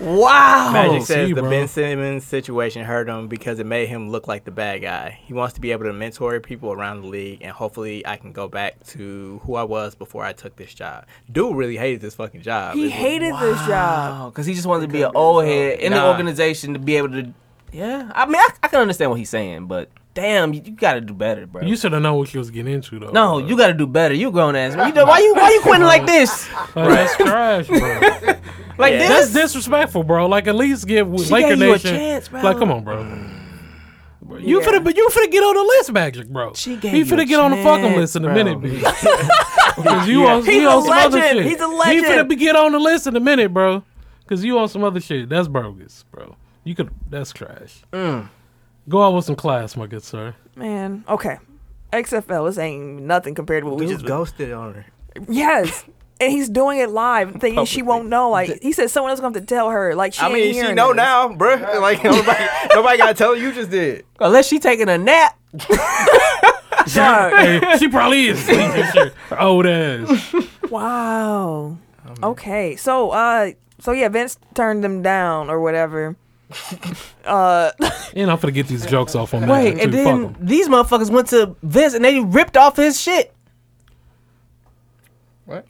A: Wow.
C: Magic
D: Oh,
C: says
D: see,
C: the
D: bro.
C: Ben Simmons situation hurt him because it made him look like the bad guy. He wants to be able to mentor people around the league, and hopefully, I can go back to who I was before I took this job. Dude really hated this fucking job.
B: He
C: It's-
B: hated this job.
A: Oh, because he just wanted to be an old head in the
C: Nah.
A: organization to be able to. Yeah, I mean, I, I can understand what he's saying, but damn, you, you got to do better, bro. Oh,
D: You should have known what you was getting into, though.
A: no,
D: bro.
A: you got to do better. You grown ass man. You know, why you why you quitting like this?
D: Like, that's trash, bro.
A: Like
C: Yeah.
D: That's
A: this?
D: disrespectful, bro. Like at least give
A: She
D: Laker
A: gave you a
D: Nation.
A: chance, bro. Mm.
D: Like, come on, bro. Bro, You
B: Yeah.
D: finna, but you finna get on the list, Magic, bro.
A: She gave you
D: you finna
A: a
D: get on the fucking
A: chance,
D: list in a
A: bro.
D: minute, bitch. Because you on,
B: He's
D: you
B: a
D: on some other
B: legend.
D: shit.
B: He's a
D: You finna
B: legend.
D: be get on the list in a minute, bro. Because you on some other shit. That's bogus, bro. You could. That's trash. Go out with some class, my good sir.
B: Man, okay. XFL is ain't nothing compared to what we
C: Dude
B: just.
C: ghosted on her.
B: Yes, and he's doing it live, thinking she won't know. Like he said, someone else gonna have to tell her. Like she.
C: I
B: ain't
C: mean, she
B: hearing
C: know
B: this.
C: now, bruh. Like nobody, nobody got to tell her. You just did.
A: Unless she taking a nap.
B: Dog.
D: Hey, she probably is. sleeping and shit. Her Old ass.
B: Wow. okay. So uh so yeah, Vince turned them down or whatever. uh
D: And I'm finna get these jokes off on Magic
A: Wait,
D: too.
A: and
D: Fuck
A: then
D: 'em.
A: these motherfuckers went to Vince and they ripped off his shit.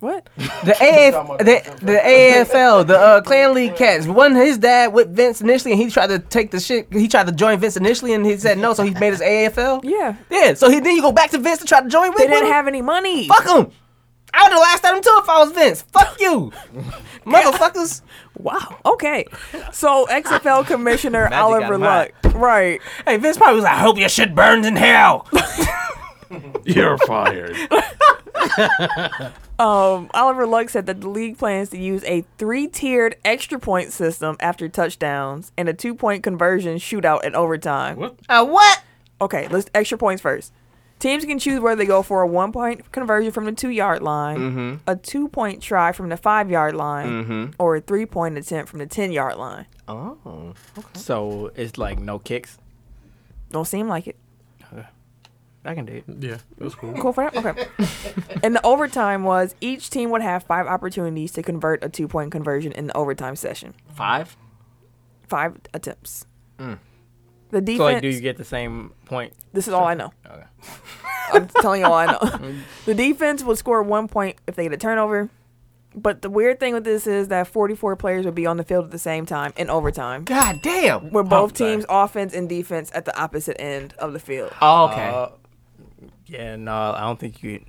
B: what?
A: The AF, the, the AFL, the uh, Clan League cats. One, his dad with Vince initially, and he tried to take the shit. He tried to join Vince initially, and he said no, so he made his AFL.
B: Yeah.
A: Yeah, so he, then you go back to Vince to try to join with
B: They
A: with
B: didn't
A: him?
B: have any money.
A: Fuck him. I would have laughed at him too if I was Vince. Fuck you, motherfuckers.
B: Wow. Okay. So XFL Commissioner
C: got
B: Oliver
C: him
B: Luck. Right.
A: Hey, Vince probably was like, I hope your shit burns in hell.
D: You're fired.
B: Um, Oliver Luck said that the league plans to use a three-tiered extra point system after touchdowns and a two-point conversion shootout at overtime.
D: what?
A: uh, what?
B: Okay, let's extra points first. Teams can choose whether they go for a one point conversion from the two yard line, a two point try from the five yard line,
C: Mm-hmm.
B: or a three point attempt from the 10 yard line.
A: Oh,
C: So it's like no kicks.
B: Don't seem like it.
C: I can do it.
D: Yeah, that's cool.
B: Cool for that? Okay. and the overtime was each team would have five opportunities to convert a two point conversion in the overtime session.
A: five.
B: Five attempts. The defense.
C: So like, do you get the same point?
B: This is all I know.
C: Okay.
B: I'm telling you all I know. the defense will score one point if they get a turnover. But the weird thing with this is that 44 players would be on the field at the same time in overtime,
A: God damn.
B: where both
C: Hump day.
B: teams' offense and defense at the opposite end of the field.
A: Oh, okay.
C: Uh, yeah, no, I don't think you.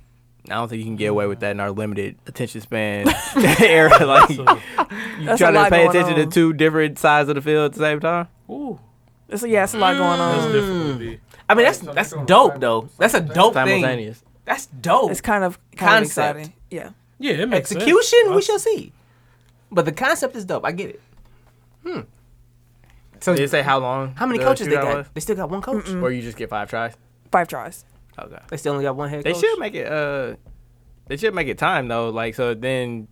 C: I don't think you can get away with that in our limited attention span era. Like, you
B: That's a
C: trying to
B: lot
C: pay
B: going
C: attention
B: on.
C: to two different sides of the field at the same time.
D: Ooh,
B: So yeah, it's a lot going
D: that's
B: on.
D: definitely.
A: I mean, that's that's dope though. That's a dope thing.
C: Simultaneous.
A: That's dope.
B: It's kind of kind of
A: Concept.
B: exciting. Yeah.
D: Yeah, it makes sense.
A: Execution, we
D: That's-
A: shall see. But the concept is dope. I get it. Hmm. So
C: Did it say how long?
A: how many
C: the
A: coaches they
C: shootout
A: got? Mm.
C: was?
A: They still got one coach.
C: Or you just get five tries?
B: Five tries.
C: Okay.
A: They still only got one head
C: They
A: coach.
C: should make it. Uh, they should make it time though. Like so, then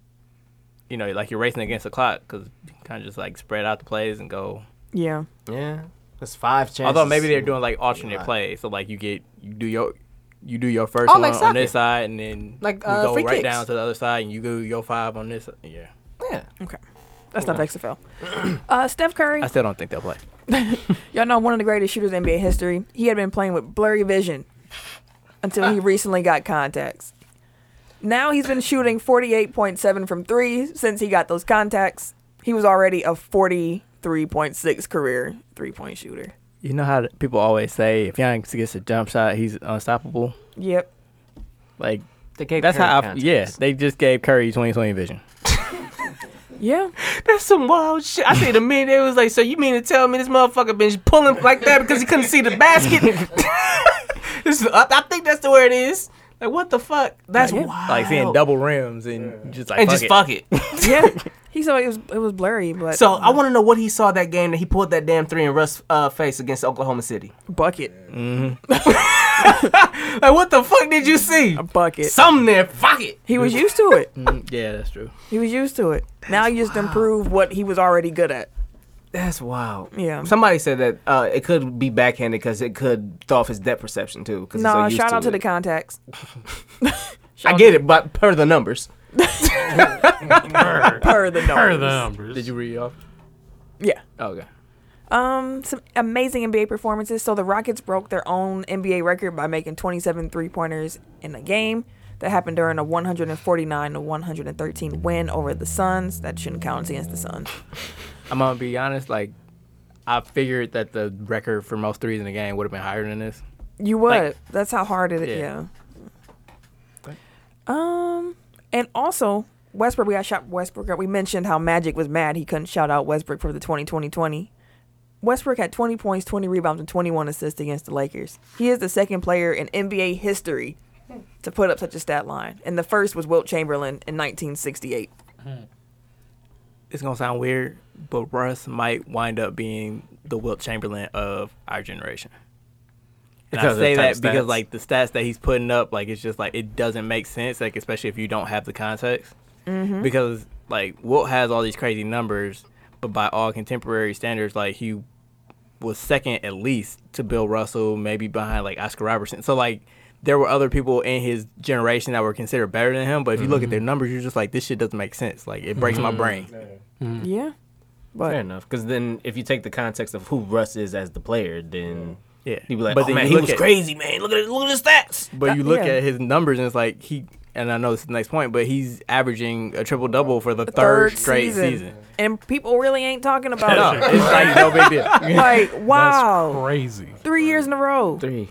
C: you know, like you're racing against the clock because kind of just like spread out the plays and go.
B: Yeah.
A: Yeah, that's five chances.
C: Although maybe they're doing like alternate
A: Right.
C: plays, so like you get you do your you do your first
A: Oh,
C: one
A: like
C: on this
A: soccer.
C: side, and then
A: Like,
C: you
A: uh,
C: go
A: free
C: right
A: kicks.
C: down to the other side, and you do your five on this. Yeah,
A: Yeah.
B: Okay. That's not XFL. uh, Steph Curry.
C: I still don't think they'll play.
B: Y'all know one of the greatest shooters in NBA history. He had been playing with blurry vision until he recently got contacts. Now he's been shooting 48.7 from three since he got those contacts. He was already a 43.6 career three point shooter.
C: You know how people always say if Giannis gets a jump shot, he's unstoppable.
B: Yep.
C: Like
A: They gave
C: that's
A: Curry
C: how. I,
A: contacts.
C: yeah, they just gave Curry 2020 vision.
B: Yeah.
A: That's some wild shit. I see the man. They was like, so you mean to tell me this motherfucker been pulling like that because he couldn't see the basket? This is up. I think that's the where it is. Like what the fuck? That's
B: Like,
A: wild.
C: Like seeing double rims and just like
A: Oh. and
C: fuck
A: just
C: it.
A: fuck it.
B: yeah. He said it was it was blurry, but
A: so I want to know what he saw that game that he pulled that damn three in Russ uh, face against Oklahoma City.
B: bucket,
A: Like what the fuck did you see?
B: a bucket.
A: Something there. Fuck it.
B: He was used to it.
C: Mm, Yeah, that's true.
B: He was used to it. Now you just improve what he was already good at.
A: That's wild.
B: Yeah.
A: Somebody said that uh, it could be backhanded because it could throw off his depth perception too. Cause he's so
B: No,
A: used
B: shout out to the
A: it.
B: contacts.
A: I get it, but per the numbers.
D: Heard
B: Per the
D: the
B: numbers.
D: numbers.
C: Did you read off?
B: Yeah.
C: Okay.
B: Um, some amazing NBA performances. So the Rockets broke their own NBA record by making 27 three pointers in a game. That happened during a 149 to 113 win over the Suns. That shouldn't count against the Suns.
C: I'm gonna be honest. Like, I figured that the record for most threes in the game would have been higher than this.
B: You would.
C: Like-
B: That's how hard it is. Yeah.
C: Yeah.
B: Um, and also Westbrook. We got shot Westbrook. out. We mentioned how Magic was mad he couldn't shout out Westbrook for the 2020-20. Westbrook had 20 points, 20 rebounds, and 21 assists against the Lakers. He is the second player in NBA history to put up such a stat line, and the first was Wilt Chamberlain in 1968.
C: It's gonna sound weird, but Russ might wind up being the Wilt Chamberlain of our generation. And
A: Because of
C: I
A: the
C: say
A: type
C: that
A: of
C: because
A: stats.
C: like the stats that he's putting up, like it's just like it doesn't make sense, like especially if you don't have the context. Because like Wilt has all these crazy numbers, but by all contemporary standards, like he was second at least to Bill Russell, maybe behind like Oscar Robertson. So like there were other people in his generation that were considered better than him, but if you
A: Mm-hmm.
C: look at their numbers, you're just like this shit doesn't make sense. Like it breaks my brain. Mm.
B: Yeah, but
A: Fair enough. Because then, if you take the context of who Russ is as the player, then
C: Yeah.
A: you'd be like,
C: But
A: "Oh
C: then
A: man,
C: you
A: he
C: look
A: was
C: at-
A: crazy, man. Look at look at his stats."
C: But you look
B: yeah.
C: at his numbers and it's like he and I know this is the next point, but he's averaging a triple double for the, third, straight season.
B: and people really ain't talking
C: No,
B: about it.
C: it's like no big deal.
B: Like,
D: That's
B: wow,
D: crazy.
B: three years in a row.
A: Three.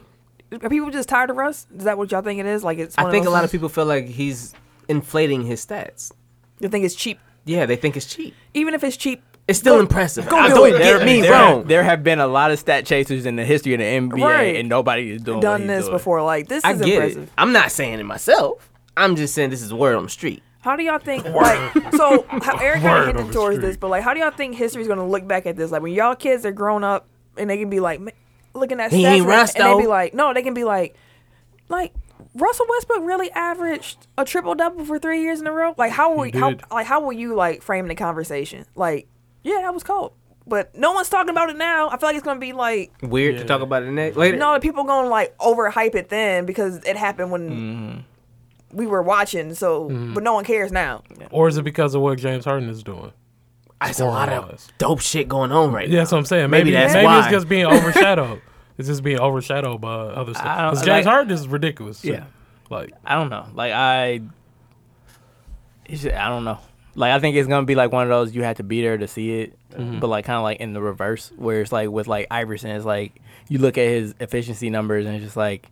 B: Are people just tired of Russ? Is that what y'all think it is? Like it's. One
A: I think a
B: those
A: lot of
B: things-
A: people feel like he's inflating his stats.
B: You think it's cheap,
A: Yeah, they think it's cheap.
B: even if it's cheap.
A: It's still
B: Go-
A: impressive.
B: go
A: I
B: do
A: don't
B: it.
A: get
B: There-
A: me
C: there,
A: wrong.
C: There have been a lot of stat chasers in the history of the NBA,
B: Right.
C: and nobody is doing what
B: Done
C: he's
B: this
C: doing.
B: before. Like this
A: I
B: is
A: get
B: impressive.
A: it. I'm not saying it myself. I'm just saying this is word on the street.
B: How do y'all think? Like so, how, Eric kind of
D: Word on
B: hinted
D: the
B: towards
D: street.
B: this, but like, how do y'all think history's gonna look back at this? Like when y'all kids are grown up and they can be like, "Man," looking at
A: He
B: stats
A: ain't
B: and-
A: Russ,
B: and they be
A: though.
B: like, no, they can be like, like. Russell Westbrook really averaged a triple double for three years in a row. Like how will
D: He
B: how
D: did.
B: like how will you like frame the conversation? Like yeah, that was cold, but no one's talking about it now. I feel like it's gonna be like
A: Weird to
D: Yeah.
A: talk about it next later.
B: No, the people gonna like overhype it then because it happened when
A: Mm-hmm.
B: we were watching. So, but no one cares now.
D: Or is it because of what James Harden is doing?
A: It's a lot of
D: Scoring-wise.
A: dope shit going on right
D: Yeah,
A: now.
D: that's what I'm saying.
A: Maybe
D: Maybe
A: that's
D: maybe
A: why.
D: it's just being overshadowed. it's just being overshadowed by other stuff.
C: I don't-
D: 'Cause James
C: like-
D: Harden is ridiculous. too.
C: Yeah.
D: like
C: I don't know. Like I, it's just- I don't know. Like I think it's gonna be like one of those you had to be there to see it,
D: Mm-hmm.
C: but like kind of like in the reverse where it's like with like Iverson, it's like you look at his efficiency numbers and it's just like,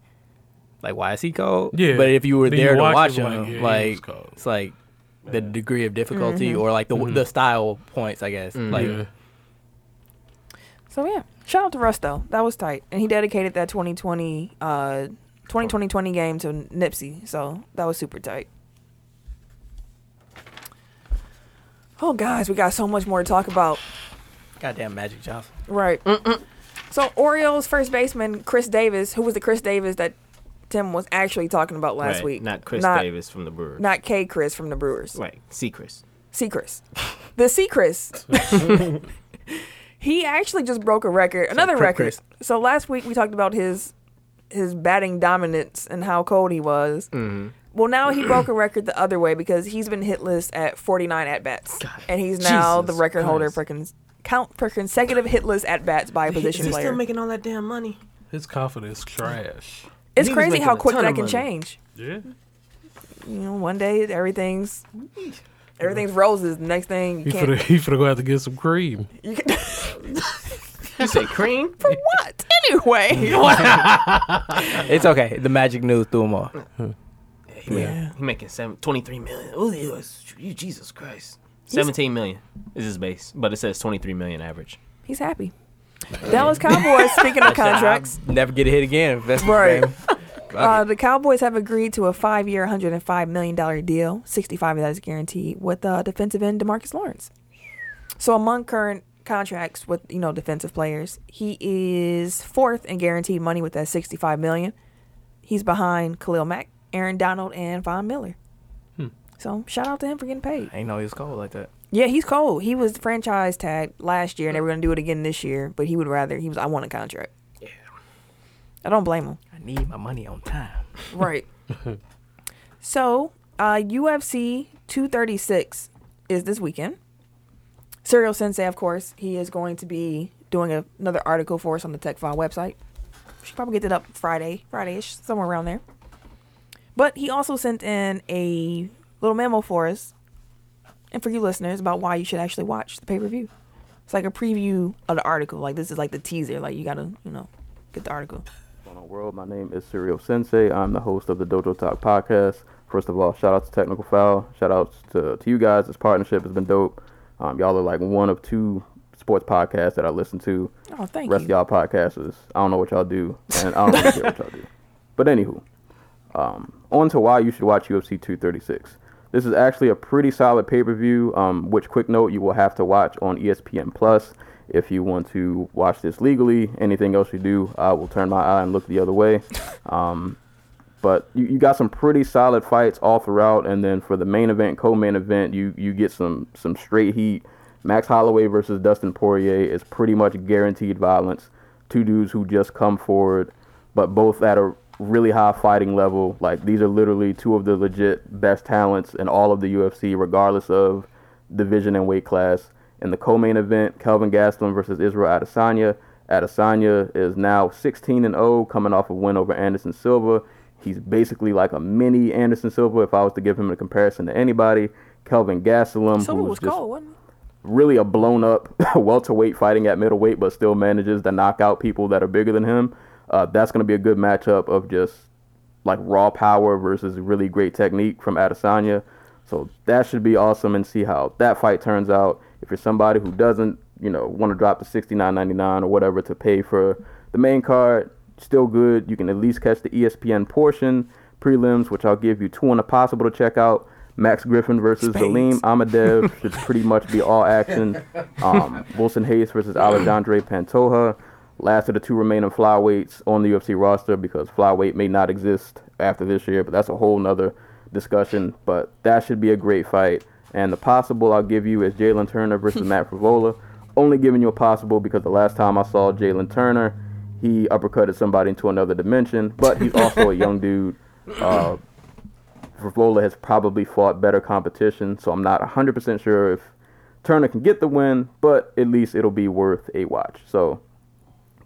C: like why is he cold?
D: Yeah.
C: But if you were
D: Then you
C: there to
D: watch
C: watch
D: it,
C: him,
D: like, yeah, he was
C: like
D: cold. Mm-hmm.
C: it's like the degree of difficulty or like the the style points, I guess. Like
D: yeah.
B: So yeah, shout out to Russ though. That was tight, and he dedicated that 2020, uh, 2020 20 game to Nipsey. So that was super tight. Oh guys, we got so much more to talk about.
C: goddamn Magic Johnson.
B: Right. So Orioles first baseman Chris Davis, who was the Chris Davis that Tim was actually talking about last
A: Right,
B: week,
A: Not Chris
B: not,
A: Davis from the Brewers.
B: not K. Chris from the Brewers.
A: right. See Chris.
B: Seacrest. The Seacrest. he actually just broke a record, another
C: Crip
B: record.
C: Chris.
B: So last week we talked about his his batting dominance and how cold he was.
A: Mm-hmm.
B: Well, now he broke a record the other way because he's been hitless at 49 at bats, and he's now
A: Jesus
B: the record holder
A: Christ.
B: for cons- count for consecutive hitless at bats by a position player.
A: making all that damn money?
D: his confidence trash.
B: it's
A: he was
B: crazy
A: making
B: how
A: a
B: quick
A: ton
B: that
A: of
B: can
A: money.
B: change.
D: Yeah,
B: You know, one day everything's everything's roses. The next thing
D: he
B: you
D: for
B: can't.
D: he for go out to get some cream.
B: You can't
A: You say cream?
B: for what anyway?
C: It's okay. The Magic news threw him off.
A: yeah. He making seven, 23 million. Oh, he was- you- Jesus Christ. 17 million is his base, but it says 23 million average.
B: He's happy. Dallas Cowboys, speaking of contracts.
C: Never get a hit again. If that's
B: Right.
C: right.
B: Uh, the Cowboys have agreed to a five-year, hundred and five million dollar deal. Sixty-five of that is guaranteed with uh, defensive end Demarcus Lawrence. So among current contracts with you know defensive players, he is fourth in guaranteed money with that sixty-five million. He's behind Khalil Mack, Aaron Donald, and Von Miller. So shout out to him for getting paid.
C: I ain't know he was cold like that.
B: Yeah, he's cold. He was franchise tagged last year, and they were going to do it again this year. But he would rather he was I want a contract. Yeah, I don't blame him.
C: I need my money on time.
B: Right. so, uh, UFC 236 is this weekend. Serial Sensei, of course, he is going to be doing a, another article for us on the Tech File website. Should probably get that up Friday, Friday ish, somewhere around there. But he also sent in a little memo for us and for you listeners about why you should actually watch the pay per view. It's like a preview of the article. Like, this is like the teaser. Like, you gotta, you know, get the article.
E: going on, world? My name is Serial Sensei. I'm the host of the Dojo Talk podcast. First of all, shout out to Technical Foul. Shout out to, to you guys. This partnership has been dope. Um, y'all are like one of two sports podcasts that I listen to.
B: Oh, thank
E: Rest
B: you.
E: of y'all podcasters, I don't know what y'all do, and I don't really care what y'all do. But anywho, um, on to why you should watch UFC 236. This is actually a pretty solid pay-per-view. Um, which quick note, you will have to watch on E ESPN Plus if you want to watch this legally. Anything else you do, I will turn my eye and look the other way. Um, but you, you got some pretty solid fights all throughout, and then for the main event, co-main event, you you get some some straight heat. Max Holloway versus Dustin Poirier is pretty much guaranteed violence. Two dudes who just come forward, but both at a really high fighting level. Like these are literally two of the legit best talents in all of the UFC, regardless of division and weight class. In the co-main event, Kelvin Gastelum versus Israel Adesanya. Adesanya is now 16 and 0, coming off a win over Anderson Silva. He's basically like a mini Anderson Silva. If I was to give him a comparison to anybody, Kelvin Gastelum,
B: So it
E: who's
B: was
E: just
B: cold, wasn't it?
E: really a blown up welterweight fighting at middleweight, but still manages to knock out people that are bigger than him. Uh, that's going to be a good matchup of just like raw power versus really great technique from Adesanya. So that should be awesome and see how that fight turns out. If you're somebody who doesn't, you know, want to drop the 69.99 or whatever to pay for the main card, still good. You can at least catch the E ESPN portion prelims, which I'll give you two on a possible to check out. Max Griffin versus
B: Spades.
E: Galeem Amadev should pretty much be all action. Um, Wilson Hayes versus Alejandre Pantoja. Last of the two remaining flyweights on the UFC roster because flyweight may not exist after this year, but that's a whole nother discussion. But that should be a great fight. And the possible I'll give you is Jalen Turner versus Matt Favola. Only giving you a possible because the last time I saw Jalen Turner, he uppercutted somebody into another dimension. But he's also a young dude. Uh, Favola has probably fought better competition, so I'm not 100% sure if Turner can get the win, but at least it'll be worth a watch. So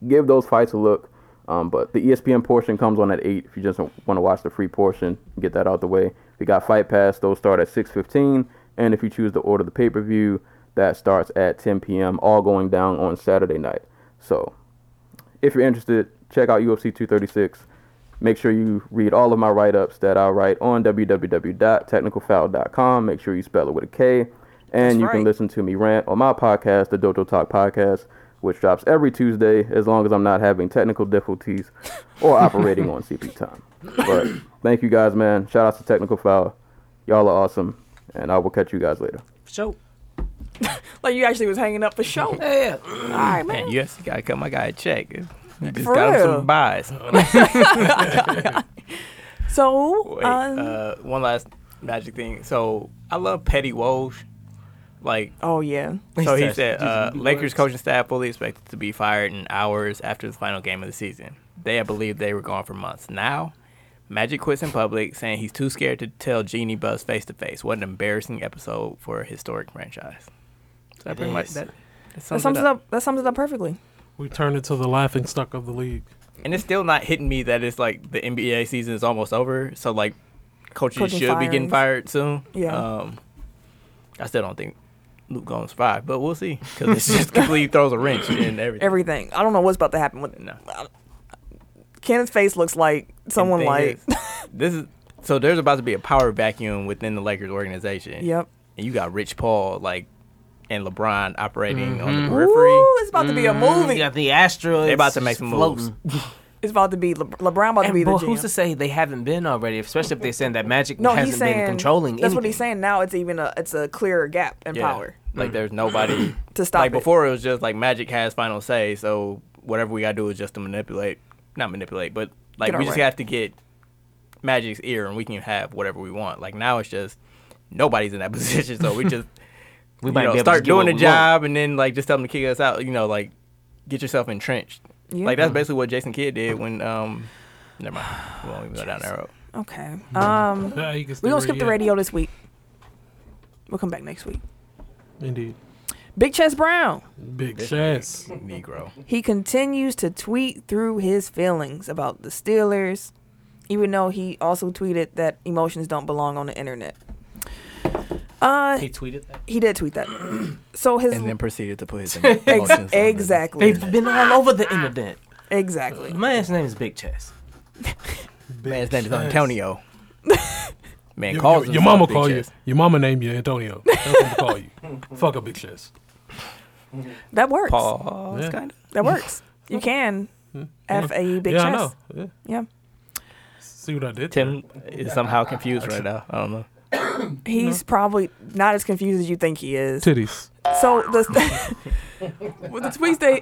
E: give those fights a look. Um, but the ESPN portion comes on at 8 if you just want to watch the free portion, get that out the way. We got Fight Pass, those start at 6.15, and if you choose to order the pay-per-view, that starts at 10 p.m., all going down on Saturday night. So if you're interested, check out UFC 236. Make sure you read all of my write ups that I write on www.technicalfoul.com. Make sure you spell it with a K. And you
B: right.
E: can listen to me rant on my podcast, the Dojo Talk Podcast, which drops every Tuesday as long as I'm not having technical difficulties or operating on CP time. But thank you guys, man. Shout out to Technical Foul. Y'all are awesome. And I will catch you guys later.
A: Show.
B: Like you actually was hanging up for show. All
A: Yeah.
B: right,
C: Man,
B: man.
C: yes, you gotta cut my guy a check. You just
B: For
C: got him
B: real.
C: some buys.
B: So,
C: Wait,
B: um,
C: uh, one last magic thing. So I love Petty Walsh. Like
B: oh yeah,
C: so, he
A: says,
C: said uh,
A: "Just
C: Lakers
A: words."
C: coaching staff fully expected to be fired in hours after the final game of the season. They had believed they were gone for months. Now, Magic quits in public, saying he's too scared to tell Jeannie Buzz face to face. What an embarrassing episode for a historic franchise. So that pretty much
A: is.
C: that, that
B: that
C: sums,
B: sums
C: it
B: it up. That sums it up perfectly.
D: We turned into the laughing stock of the league.
C: And it's still not hitting me that it's like the NBA season is almost over. So like coaches
B: Coaching
C: should be getting fired soon.
B: Yeah.
C: Um, I still don't think Luke Gomes fired, but we'll see because it's just completely throws a wrench in everything.
B: Everything. I don't know what's about to happen with.
C: no.
B: Kenneth's face looks like someone
C: And
B: like.
C: thing is, this is so there's about to be a power vacuum within the Lakers organization.
B: Yep.
C: And you got Rich Paul like and LeBron operating on the
B: Ooh,
C: periphery.
A: Mm,
B: it's about to be a movie.
A: You got the asteroids.
C: They about to make
A: just
C: some
A: floating.
C: moves.
B: It's about to be Le- LeBron. About to be
A: And,
B: the
A: but
B: GM.
A: who's to say they haven't been already? Especially if they're saying that Magic
B: no,
A: hasn't
B: he's saying
A: been controlling.
B: That's what he's
A: anything.
B: saying now. It's even a it's a clearer gap in
C: Yeah.
B: power.
C: Like there's nobody
B: To stop
C: Like
B: it.
C: before, it was just like Magic has final say, so whatever we gotta do is just to manipulate, not manipulate, but like
B: Get
C: we
B: it
C: just
B: right.
C: have to get Magic's ear, and we can have whatever we want. Like now, it's just nobody's in that position, so we just
A: We
C: you
A: might
C: know,
A: be able to
C: start
A: get what
C: doing the
A: we want.
C: job, and then like just tell them to kick us out. You know, like get yourself entrenched.
B: Yeah.
C: Like that's basically what Jason Kidd did when um. Never mind. We won't even go down that road.
B: Okay. Um,
D: Yeah, you can still
B: we're gonna
D: read
B: skip the
D: it.
B: radio this week. We'll come back next week.
D: Indeed.
B: Big Chess Brown.
D: Big chess.
C: Negro.
B: He continues to tweet through his feelings about the Steelers, even though he also tweeted that emotions don't belong on the internet. Uh,
A: He tweeted that.
B: he did tweet that. So his
C: And then proceeded to put his
B: ex-
C: emotions
B: exactly,
A: They've been all over the internet.
B: exactly.
A: Man's name is Big Chess.
C: Man's name is Antonio. Man
D: Your,
C: calls
D: your, your mama
C: himself Big
D: call
C: Chess.
D: you. Your mama named you Antonio. That's what they call you. Fuck a big chess.
B: That works.
C: Pause.
D: Yeah. Hmm.
C: Kind of.
B: That works. You can f a big
D: yeah, I know.
B: chest.
D: Yeah.
B: Yeah,
D: See what I did? there?
C: Tim is somehow confused right now. I don't know.
B: he's probably not as confused as you think he is.
D: Titties.
B: So the with the tweets they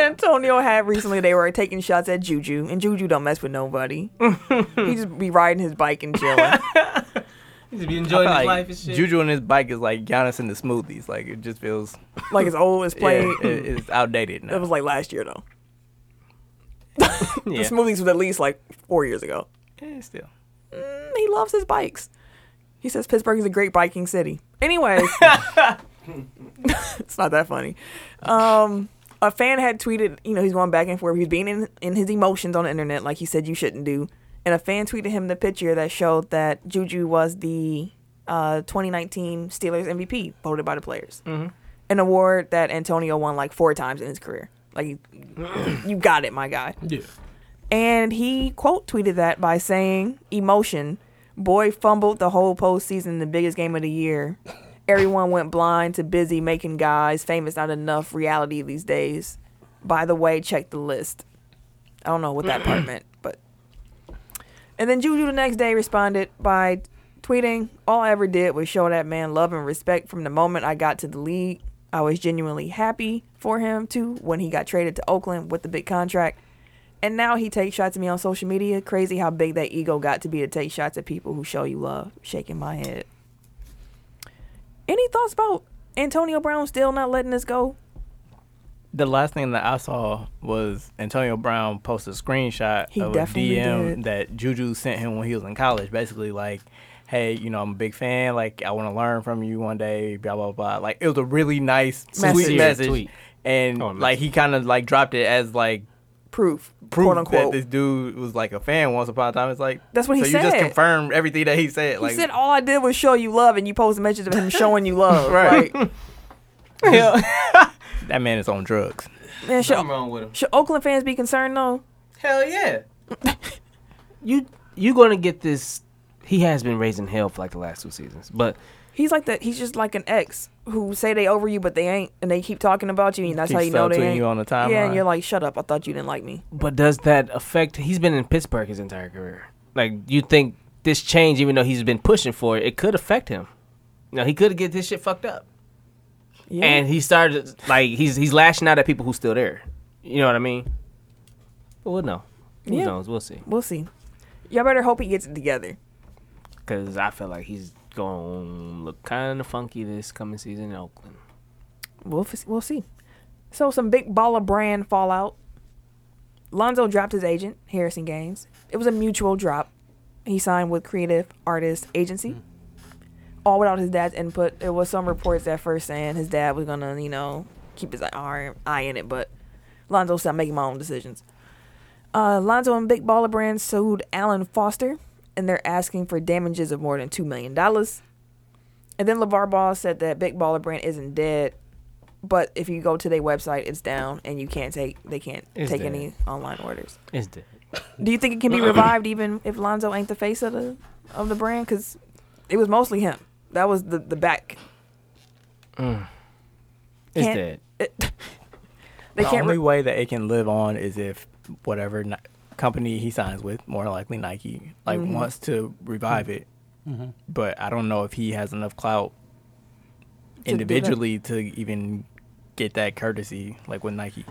B: Antonio had recently, they were taking shots at Juju, and Juju don't mess with nobody. he just be riding his bike and chilling.
A: He's be enjoying his
C: Like,
A: life and shit.
C: Juju on his bike is like Giannis in the smoothies. Like it just feels
B: like it's old, it's
C: yeah,
B: played.
C: it- it's outdated now.
B: That was like last year though.
A: yeah.
B: The smoothies was at least like four years ago.
C: Yeah, still.
B: Mm, He loves his bikes. He says Pittsburgh is a great biking city. Anyways, it's not that funny. Um, a fan had tweeted, you know, he's going back and forth. He's being in, in his emotions on the internet, like he said you shouldn't do. And a fan tweeted him the picture that showed that Juju was the uh, 2019 Steelers MVP, voted by the players. Mm-hmm. An award that Antonio won like four times in his career. Like, you, you got it, my guy.
D: Yeah.
B: And he quote tweeted that by saying, Emotion. Boy fumbled the whole postseason, the biggest game of the year. Everyone went blind to busy making guys. Famous not enough reality these days. By the way, check the list. I don't know what that part meant, but. And then Juju the next day responded by tweeting, All I ever did was show that man love and respect from the moment I got to the league. I was genuinely happy for him, too, when he got traded to Oakland with the big contract. And now he takes shots at me on social media. Crazy how big that ego got to be to take shots at people who show you love. Shaking my head. Any thoughts about Antonio Brown still not letting us go?
C: The last thing that I saw was Antonio Brown posted a screenshot
B: He
C: of a
B: definitely
C: DM
B: did.
C: that Juju sent him when he was in college. Basically, like, hey, you know, I'm a big fan. Like, I want to learn from you one day. Blah blah blah. Like, it was a really nice,
B: Message.
C: sweet message.
A: Tweet.
C: And
A: Oh, nice.
C: like, he kind of like dropped it as like
B: Proof,
C: proof
B: quote
C: that
B: unquote.
C: this dude was like a fan once upon a time. It's like
B: That's what he
C: so You just
B: said.
C: confirmed everything that he said.
B: he
C: Like
B: said, "All I did was show you love," and you posted messages of him showing you love.
C: Right.
B: Like,
C: that man is on drugs.
A: Something
B: man, should,
A: wrong with him.
B: should Oakland fans be concerned though?
A: Hell yeah. you you gonna get this? He has been raising hell for like the last two seasons, but
B: He's like that. He's just like an ex who say they over you, but they ain't, and they keep talking about you, and that's
C: Keep
B: how you know they
C: subtweeting
B: ain't.
C: you on the
B: yeah, and
C: timeline.
B: you're like, "Shut up! I thought you didn't like me."
A: but does that affect? He's been in Pittsburgh his entire career. Like you think this change, even though he's been pushing for it, it could affect him. Now he could get this shit fucked up,
B: Yeah.
A: and he started like he's he's lashing out at people who's still there. You know what I mean? But we'll know. Who
B: Yeah.
A: knows? We'll see.
B: we'll see. Y'all better hope he gets it together.
A: Because I feel like he's going to look kind of funky this coming season in Oakland.
B: We'll f- we'll see. So some big baller brand fallout. Lonzo dropped his agent, Harrison Gaines. It was a mutual drop. He signed with Creative Artist
A: Mm.
B: Agency, all without his dad's input. It was some reports at first saying his dad was gonna, you know, keep his eye eye in it, but Lonzo said, "I'm making my own decisions." Uh, Lonzo and Big Baller Brand sued Allen Foster, and they're asking for damages of more than two million dollars. And then LeVar Ball said that Big Baller Brand isn't dead, but if you go to their website, it's down, and you can't take they can't
A: It's
B: take
A: dead.
B: any online orders.
A: It's dead.
B: Do you think it can be revived even if Lonzo ain't the face of the of the brand? Because it was mostly him. That was the the back.
A: It's
B: Can't-
A: dead.
B: They
C: the
B: can't.
C: only
B: re-
C: way that it can live on is if whatever ni- company he signs with, more likely Nike, like
B: Mm-hmm.
C: wants to revive it.
A: Mm-hmm.
C: But I don't know if he has enough clout
B: that.
C: individually to even get that courtesy like with Nike.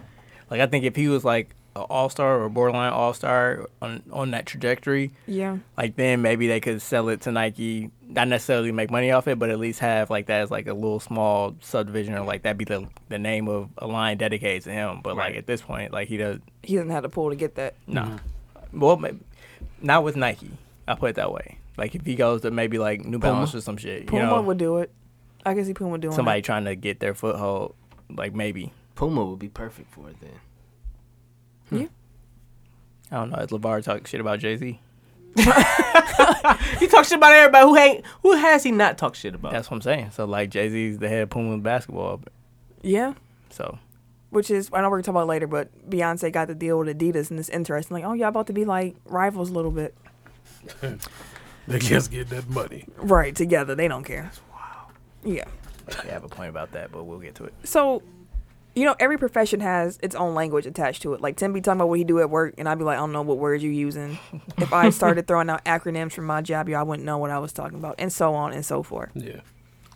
C: Like I think if he was like an all star or borderline all star on on that trajectory,
B: Yeah.
C: like then maybe they could sell it to Nike, not necessarily make money off it, but at least have like that as like a little small subdivision or like that be the the name of a line dedicated to him. But like
A: Right.
C: at this point, like he does
B: He doesn't have the pull to get that.
C: no.
D: Mm-hmm.
C: Well, maybe, not with Nike. I put it that way. Like if he goes to maybe like New Balance or some shit, you
B: Puma
C: know,
B: would do it. I can see Puma doing
C: somebody
B: it.
C: trying to get their foothold, like maybe.
A: Puma would be perfect for it then.
C: I don't know. Is LeVar talk shit about Jay Z?
A: He talks shit about everybody who ain't who has he not talked shit about.
C: That's what I'm saying. So like Jay Z's the head of Puma basketball.
B: Yeah.
C: So
B: Which is I know we're gonna talk about it later, but Beyonce got the deal with Adidas and it's interesting. Like, oh y'all about to be like rivals a little bit.
D: They just get that money.
B: Right, together. They don't care. Wow. Yeah.
C: yeah, I have a point about that, but we'll get to it.
B: So you know, every profession has its own language attached to it. Like Tim be talking about what he do at work, and I'd be like, I don't know what words you using. if I started throwing out acronyms from my job, y'all wouldn't know what I was talking about, and so on and so forth.
D: Yeah.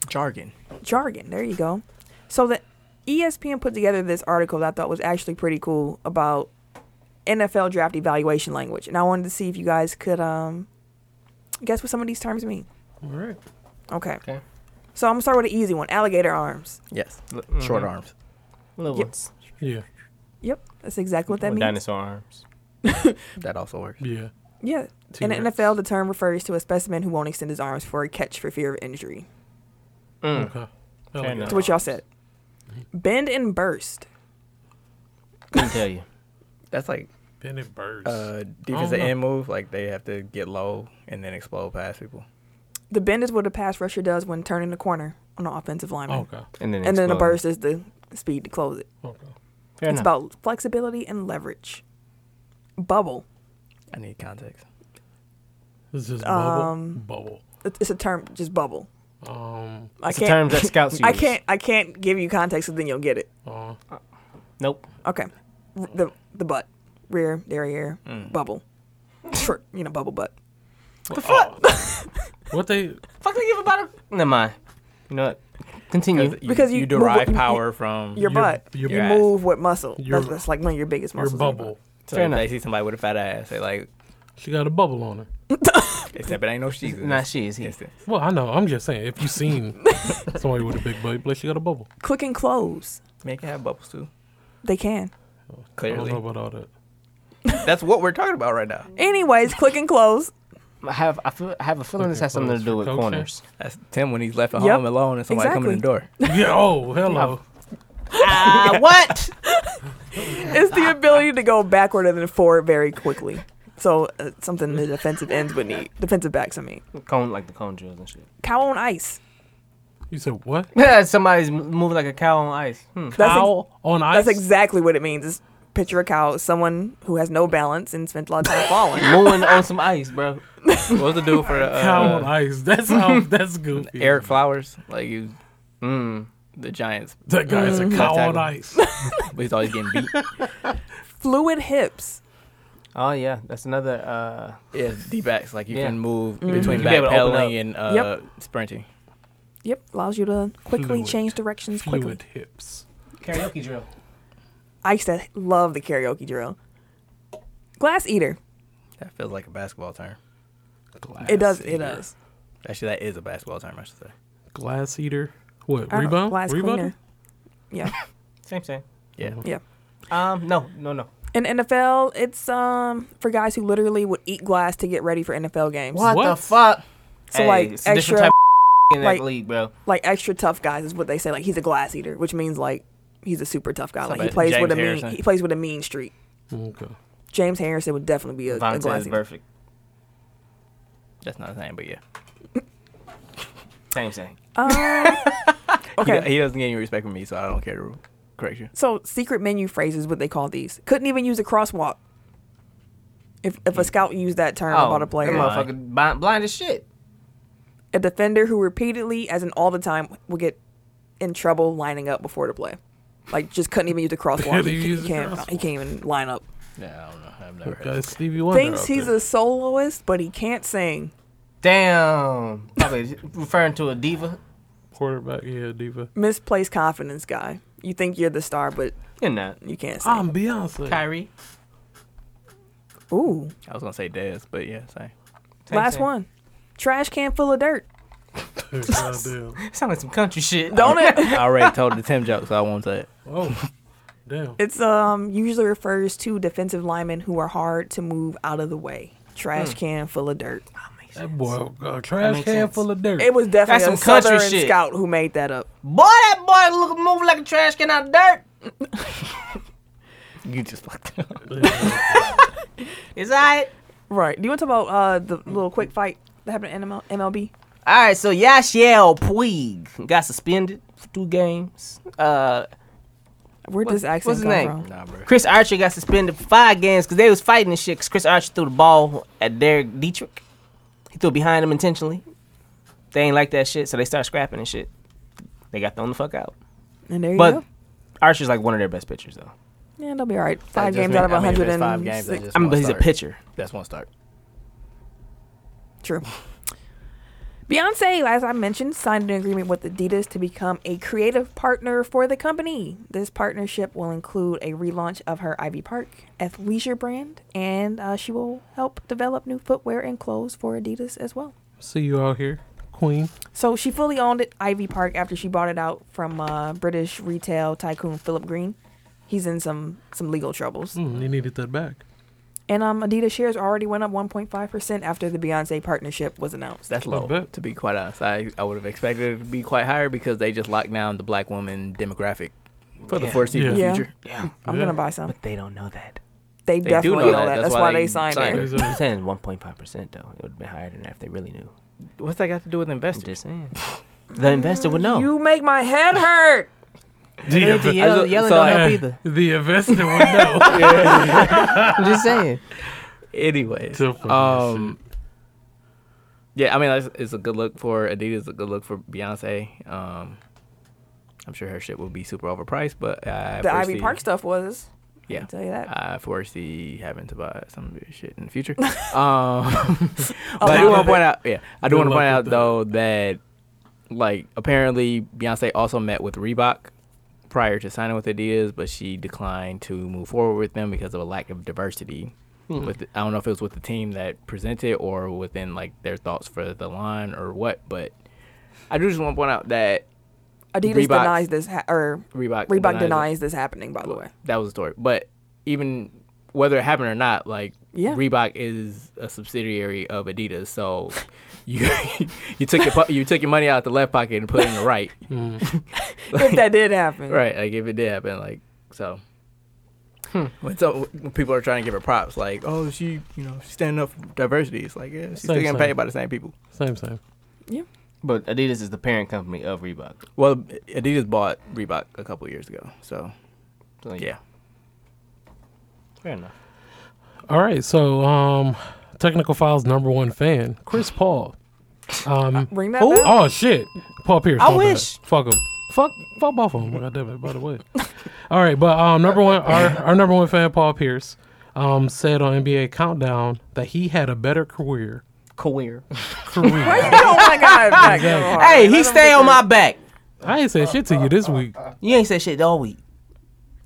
C: Jargon.
B: jargon. There you go. So the E ESPN put together this article that I thought was actually pretty cool about NFL draft evaluation language, and I wanted to see if you guys could um guess what some of these terms mean.
D: All right.
B: Okay.
A: Okay.
B: So I'm gonna start with an easy one: alligator arms.
C: Yes. Short
B: mm-hmm.
C: arms.
A: Little
B: Yep.
A: ones.
D: Yeah.
B: Yep, that's exactly what that
A: With
B: means.
A: dinosaur arms.
C: That also works.
D: Yeah.
B: Yeah. In the
D: T-Rex.
B: NFL, the term refers to a specimen who won't extend his arms for a catch for fear of injury.
D: Okay. I like
A: enough.
B: That's what y'all said. Bend and burst.
A: Couldn't tell you.
C: That's like
D: it. Bennett Birds.
C: uh
D: don't know.
C: defensive end move. Like they have to get low and then explode past people.
B: The bend is what a pass rusher does when turning the corner on an offensive lineman.
D: okay.
A: And then
B: and then
A: Oh,
B: the
A: explode.
B: burst is the speed to close it.
D: Okay.
A: Fair enough.
B: It's about flexibility and leverage. Bubble.
C: I need context.
D: It's just bubble. bubble.
B: It- It's a term, just bubble.
D: Um.
B: I
A: It's a
B: can't.
A: term that scouts use.
B: I can't. I can't give you context, so then you'll get it.
D: Uh,
A: Nope.
B: Okay. R- The the butt, rear, derriere,
A: Mm.
B: bubble. Short, you know, bubble butt.
D: what they?
A: Fuck they give about a never mind. You know what? Continue.
B: Because you-
C: you derive
B: well,
C: power from
B: Your, butt.
D: your
B: you
D: ass.
B: move what muscle?
D: Your-
B: That's, that's like one of your biggest
D: Your
B: muscles. in
D: bubble.
C: So
A: Fair
C: if they
A: enough.
C: see somebody with a fat ass, they like,
D: She got a bubble on her.
C: except it ain't no she's
A: Nah, she is. He.
C: instance.
D: Well, I know. I'm just saying. If you seen somebody with a big butt, but she got a bubble.
B: body. Click and close.
C: Man, can have bubbles too.
B: They can.
D: I don't
C: Clearly,
D: know about all that.
C: that's what we're talking about right now.
B: Anyways, click and close.
A: I have I feel I have a feeling this has something to do with
D: Cocaine.
A: corners.
C: That's Tim when he's left at
B: Yep.
C: home alone and somebody come in the
B: Exactly.
C: door.
D: Yeah. Oh, hello.
A: Ah, what?
B: It's the ability to go backward and then forward very quickly. So uh, something the defensive ends would need. Defensive backs, I mean.
A: Cone like the cone drills and shit.
B: Cow on ice.
D: You said what?
A: Somebody's m- moving like a cow on ice. Hmm.
B: That's ex-
D: Owl on ice.
B: That's exactly what it means. Is picture a cow, someone who has no balance and spent a lot of time falling.
A: Mooing on some ice, bro.
C: What was the dude for the
D: Cow on
C: uh,
D: ice. That's how. That's goofy.
C: Eric Flowers? Like you,
A: Hmm.
C: the Giants.
D: That guy's a
C: Mm.
D: cow on
C: Tackle.
D: ice.
C: But he's always getting beat.
B: Fluid hips.
A: Oh yeah, that's another. uh
C: yeah, D backs. Like you
A: Yeah.
C: can move
A: You
C: between
A: be able to open
C: backpedaling and uh, sprinting.
B: Yep, allows you to quickly
D: Fluid.
B: change directions quickly.
D: Fluid hips.
A: Karaoke drill.
B: I used to love the karaoke drill. Glass eater.
C: That feels like a basketball term.
D: Glass
B: It does. It
D: eater.
B: does.
C: Actually, that is a basketball term. I should say.
D: Glass eater.
B: I
D: What
B: don't know,
D: rebound?
B: Glass
D: Rebound.
B: cleaner. Yeah.
A: Same thing.
C: Yeah.
D: Mm-hmm.
B: Yeah.
A: Um, no, no, no.
B: In NFL, it's um for guys who literally would eat glass to get ready for NFL games.
D: What?
A: fuck?
B: So, like,
A: it's a different
B: extra-
A: type of in that
B: like-
A: league, bro.
B: Like extra tough guys is what they say. Like he's a glass eater, which means like he's a super tough guy. Like he
C: Somebody-
B: plays with
C: James
B: a mean.
C: Harrison.
B: He plays with a mean streak.
D: Okay.
B: James Harrison would definitely be a, a
A: Vontae
B: glass
A: is
B: eater.
A: perfect.
C: That's not his name, but yeah.
A: Same thing.
C: He,
B: Um, Okay.
C: he doesn't get any respect from me, so I don't care to correct you.
B: So secret menu phrases, what they call these. Couldn't even use a crosswalk. If if a scout used that term
A: Oh,
B: about a player,
A: that motherfucker blind, blind as shit.
B: a defender who repeatedly, as in all the time, will get in trouble lining up before the play. Like just couldn't even use the crosswalk.
D: Couldn't even
B: he,
D: use the
B: can't, he can't even line up.
C: Nah, I don't know. I've never heard.
D: Got Stevie Wonder.
B: Thinks
D: out
B: he's
D: there.
B: a soloist, but he can't sing.
A: Damn. Probably referring to a diva.
D: quarterback. Yeah, diva.
B: Misplaced confidence guy. You think you're the star, but
A: You're not.
B: you can't sing.
D: I'm Beyonce.
A: Kyrie.
B: Ooh,
C: I was gonna say Dez, but yeah, same.
A: Same
B: last
A: thing.
B: one. Trash can full of dirt.
D: Goddamn.
A: Sound like some country shit.
B: Don't it?
C: I already told the Tim joke, so I won't say it.
D: Oh, damn.
B: It's um usually refers to defensive linemen who are hard to move out of the way. Trash can full of dirt.
D: That boy, a trash
A: makes
D: can
A: sense.
D: full of dirt.
B: It was definitely
A: That's
B: a
A: some country
B: southern
A: shit.
B: scout who made that up.
A: Boy, that boy look move like a trash can out of dirt.
C: You just fucked up.
A: It's alright.
B: Right. Do you want to talk about uh the little quick fight that happened in ML- MLB?
A: All right, so Yashiel Puig got suspended for two games. Uh,
B: Where does accent
A: what's his
B: come
A: name?
B: from?
C: Nah, bro.
A: Chris Archer got suspended for five games because they was fighting and shit. 'cause Chris Archer threw the ball at Derek Dietrich. He threw it behind him intentionally. They ain't like that shit, so they start scrapping and shit. They got thrown the fuck out.
B: And there you
A: But
B: go.
A: Archer's like one of their best pitchers, though.
B: Yeah, they'll be all right. Five
C: just
B: games
C: mean-
B: out of
C: I mean, if
B: hundred
C: it's
B: and
C: five games,
B: six-
C: I just
A: I mean,
C: won't
A: but he's a
C: start.
A: pitcher.
C: That's one start.
B: True. Beyonce, as I mentioned, signed an agreement with Adidas to become a creative partner for the company. This partnership will include a relaunch of her Ivy Park athleisure brand, and uh, she will help develop new footwear and clothes for Adidas as well.
D: See you out here, Queen.
B: So she fully owned it, Ivy Park, after she bought it out from uh, British retail tycoon Philip Green. He's in some some legal troubles,
D: Mm, you needed that back.
B: and um, Adidas shares already went up 1.5 percent after the Beyonce partnership was announced.
C: That's
D: Not
C: low.
D: bad.
C: To be quite honest, I, I would have expected it to be quite higher because they just locked down the black woman demographic for the
A: Yeah.
C: foreseeable
B: Yeah.
C: future.
A: Yeah,
B: I'm
D: Yeah.
B: gonna buy some.
A: but they don't know that.
B: They,
C: do
B: definitely know, that. That's, why, they, signed
C: signed
B: it.
C: it.
A: I'm saying 1.5 percent though. It would have been higher than that if they really knew.
C: What's that got to do with
A: I'm
C: investors?
A: just saying. The investor would know.
B: You make my head hurt.
A: The
D: The,
A: yell,
C: so-
A: yelling
C: so
A: don't
C: I-
A: help either.
D: the investor would know.
A: I'm just saying.
C: Anyways,
D: Too funny,
C: um, yeah, I mean that's, it's a good look for Adidas. It's a good look for Beyonce. Um, I'm sure her shit will be super overpriced, but I
B: The
C: foresee,
B: Ivy Park stuff was.
C: Yeah,
B: I'll tell you that.
C: I foresee having to buy some of this shit in the future. um,
B: A
C: but I
B: lot
C: do want
B: of
C: to point out, yeah, I do want to
D: Good luck
C: point out
D: with that.
C: though that, like, apparently Beyonce also met with Reebok prior to signing with Adidas, but she declined to move forward with them because of a lack of diversity. With I don't know if it was with the team that presented or within like their thoughts for the line or what, but I do just want to point out that
B: Adidas
C: Reebok-
B: denies this, ha- or
C: Reebok
B: Reebok
C: denies
B: denies,
C: it.
B: this happening. By the way,
C: that was the story. But even whether it happened or not, like
B: Yeah.
C: Reebok is a subsidiary of Adidas, so you you took your po- you took your money out the left pocket and put it in the right,
B: if that did happen,
C: right? Like if it did happen, like so. When, so when people are trying to give her props, like, oh, she, you know, she's standing up for diversity. It's like, yeah, she's still
D: Same,
C: getting
D: same.
C: paid by the same people.
D: same, same.
A: But Adidas is the parent company of Reebok.
C: Well, Adidas bought Reebok a couple years ago, so
A: So,
C: yeah.
A: fair enough.
D: All right, so um, technical files number one fan, Chris Paul. Um,
B: Bring that back.
D: Oh shit, Paul Pierce.
A: I
D: my bad.
A: wish.
D: Fuck him. Fuck. Fuck both of them. God damn it. By the way. All right, but um, number one, our, our number one fan, Paul Pierce, um, said on NBA Countdown that he had a better career.
A: Career.
D: Career.
B: Oh my god! Back him hard.
A: Hey,
B: Let
A: he
B: him
A: stay
B: get
A: on
B: the-
A: my back.
D: I ain't said shit to you this week.
A: You ain't said shit all week.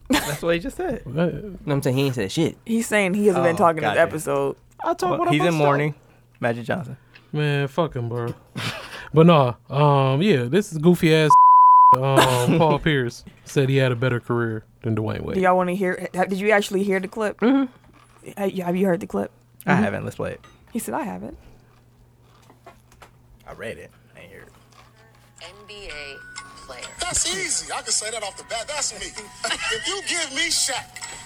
C: That's what he just said.
D: Uh,
A: You know what I'm saying? He ain't said shit.
B: He's saying he hasn't been
C: Oh,
B: talking
C: gotcha.
B: this episode.
D: I talk
C: Well,
D: what I
C: he's in
D: must talk.
C: mourning. Magic Johnson.
D: Man, fuck him, bro. but no, um, yeah, this is goofy ass. um, Paul Pierce said he had a better career than Dwayne
B: Do
D: Wade.
B: y'all want to hear? ha- Did you actually hear the clip? Ha- you- Have you heard the clip?
C: I haven't. Let's play it.
B: He said, "I haven't."
C: I read it. I ain't hear it.
F: NBA player.
G: That's easy. I can say that off the bat. That's me. if you give me Shaq,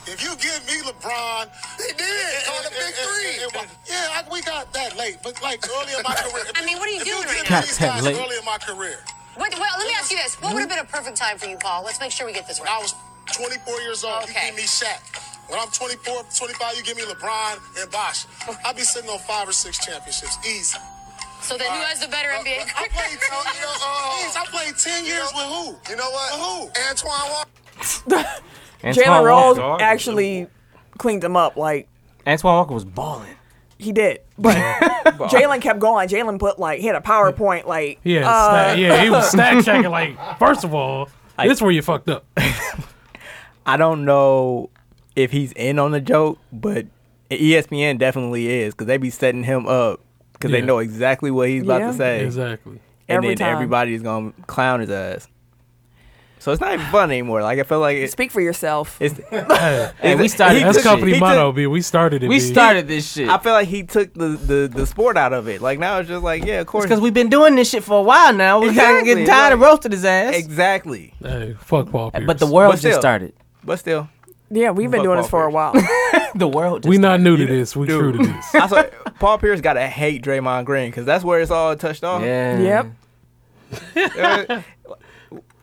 G: if you give me LeBron, they did
H: On the big three.
G: yeah, I, we got that late, but like early in my career.
F: I mean, what are you
G: if you
F: doing
G: give
F: right
G: me
F: now?
G: These
A: Got that
G: guys
A: late.
G: early in my career.
F: What, well, let me ask you this. What
G: Hmm?
F: would have been a perfect time for you, Paul? Let's make sure we get this
G: When I
F: right.
G: was 24 years old,
F: Okay.
G: you give me Shaq. When I'm 24, 25, you give me LeBron and Bosh. I'll be sitting on five or six championships. Easy.
F: So then who has the better NBA
G: I
F: career?
G: played 10
F: uh,
G: years,
F: oh.
G: Jeez, I played 10 years with who?
H: You know what?
G: With who?
H: Antoine Walker.
A: Antoine
B: Jalen Rose
A: Walker.
B: actually cleaned him up. Like
A: Antoine Walker was balling.
B: he did, but Jalen kept going. Jalen put like he had a PowerPoint like
D: Yeah,
B: uh,
D: stack- yeah, he was stack checking. Like, first of all, this where you fucked up.
C: I don't know if he's in on the joke, but E ESPN definitely is because they be setting him up because
D: Yeah.
C: they know exactly what he's about
B: Yeah.
C: to say,
D: Exactly.
C: and
B: Every
C: then
B: time.
C: everybody's gonna clown his ass. So it's not even fun anymore. Like I feel like it,
B: speak for yourself.
C: it's.
A: Hey, we started
D: That's
A: this
D: company
A: shit.
C: He
D: motto, B. We started it.
A: We
D: B.
A: started this shit.
C: I feel like he took the, the the sport out of it. Like now it's just like yeah, of course.
A: Because we've been doing this shit for a while now. We kind of
C: Exactly,
A: getting tired of
C: like-
A: roasting his ass.
C: exactly.
D: Hey, fuck Paul Pierce.
A: But the world
C: But
A: just
C: still.
A: started.
C: But still,
B: Yeah, we've been
C: Fuck
B: doing this for a while.
A: The world just
D: we
A: started.
D: not new to this. We
C: Dude.
D: true to this.
C: I saw Paul Pierce got to hate Draymond Green because that's where it's all touched off.
A: Yeah.
B: yep.
C: Uh,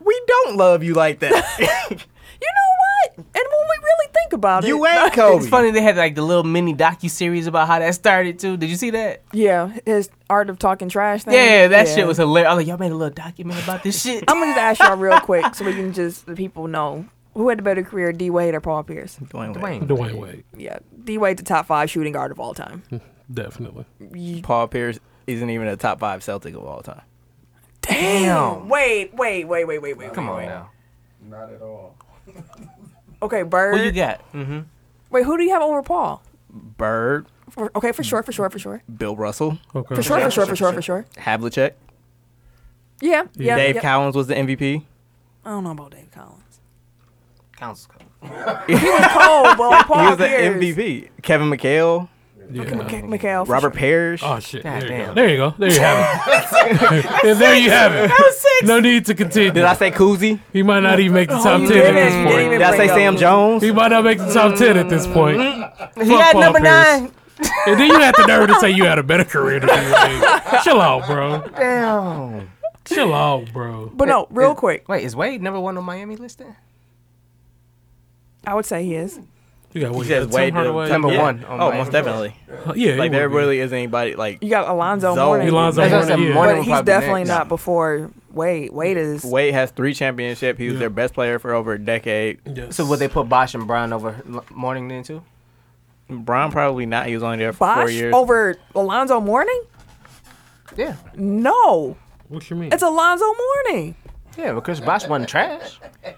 C: we don't love you like that.
B: You know what? And when we really think about it,
C: you ain't Kobe.
A: It's funny they had like the little mini docu series about how that started too. Did you see that?
B: yeah, his art of talking trash thing.
A: Yeah, that shit was hilarious. I was like, y'all made a little document about this shit.
B: I'm gonna just ask y'all real quick so we can just the people know who had the better career, D Wade or Paul Pierce.
C: Dwayne Wade.
A: Dwayne.
D: Dwayne Wade,
B: Yeah, D Wade's the top five shooting guard of all time.
D: definitely.
C: Paul Pierce isn't even a top five Celtic of all time.
B: Damn. Wait, wait, wait, wait, wait, wait.
A: Come
B: wait,
A: on
B: wait.
A: now.
H: Not at all.
B: Okay, Bird.
A: Who you got?
B: Wait, who do you have over Paul?
C: Bird,
B: For, okay, for sure, for sure, for sure,
C: Bill Russell,
D: Okay.
B: for sure, for sure, for sure, for sure.
C: Havlicek,
B: Yeah, yeah.
C: Dave
B: yeah.
C: Cowens was the MVP.
B: I don't know about Dave Collins.
A: Council.
B: Cold, but like
C: He
B: Paul
C: was the
B: Pierce.
C: MVP. Kevin McHale,
D: Yeah.
B: Okay, Mikhail, for
C: Robert
B: sure.
C: Parrish.
D: Oh shit! There you, go.
A: damn.
D: there you go. There you have it. and there you have it. No need to continue.
C: Did I say Kuzi?
D: He might not even make the top
B: you Oh, didn't.
D: ten at
B: You
D: this
B: didn't
D: point.
C: Did I say
B: bring
C: Sam
B: up-
C: Jones?
D: He might not make the top ten at this point.
A: He had
D: Paul
A: number
D: Pierce.
A: nine.
D: And then you have the nerve to say you had a better career than D Wade. Chill out, bro. Damn. Chill out, bro.
B: But no, real quick,
A: Wait, is Wade number one on Miami list then?
B: I would say he is.
D: You got what?
C: He
D: You
C: says
D: got
C: Wade
D: Tim
C: to-
D: Hardaway.
A: Number
C: Yeah.
A: one on
C: Oh,
A: my-
C: most definitely.
D: Yeah,
C: Like
D: he
C: there
D: would be.
C: really isn't anybody like
B: You got Alonzo
C: Zone.
B: Mourning,
D: Alonzo
A: That's what I
D: Mourning,
A: said,
D: yeah.
A: Mourning.
B: but he's
A: Probably
B: definitely
A: next.
B: not before Wade. Wade is.
C: Wade has three championships. He was their best player for over a decade.
D: Yes.
A: So would they put Bosch and Brown over L- Morning then too?
C: Brown probably not. He was only there for four
B: Bosh
C: years.
B: over Alonzo Mourning?
A: Yeah.
B: No,
D: What you mean?
B: it's Alonzo Mourning.
A: Yeah, but Chris Bosch wasn't trash.
D: It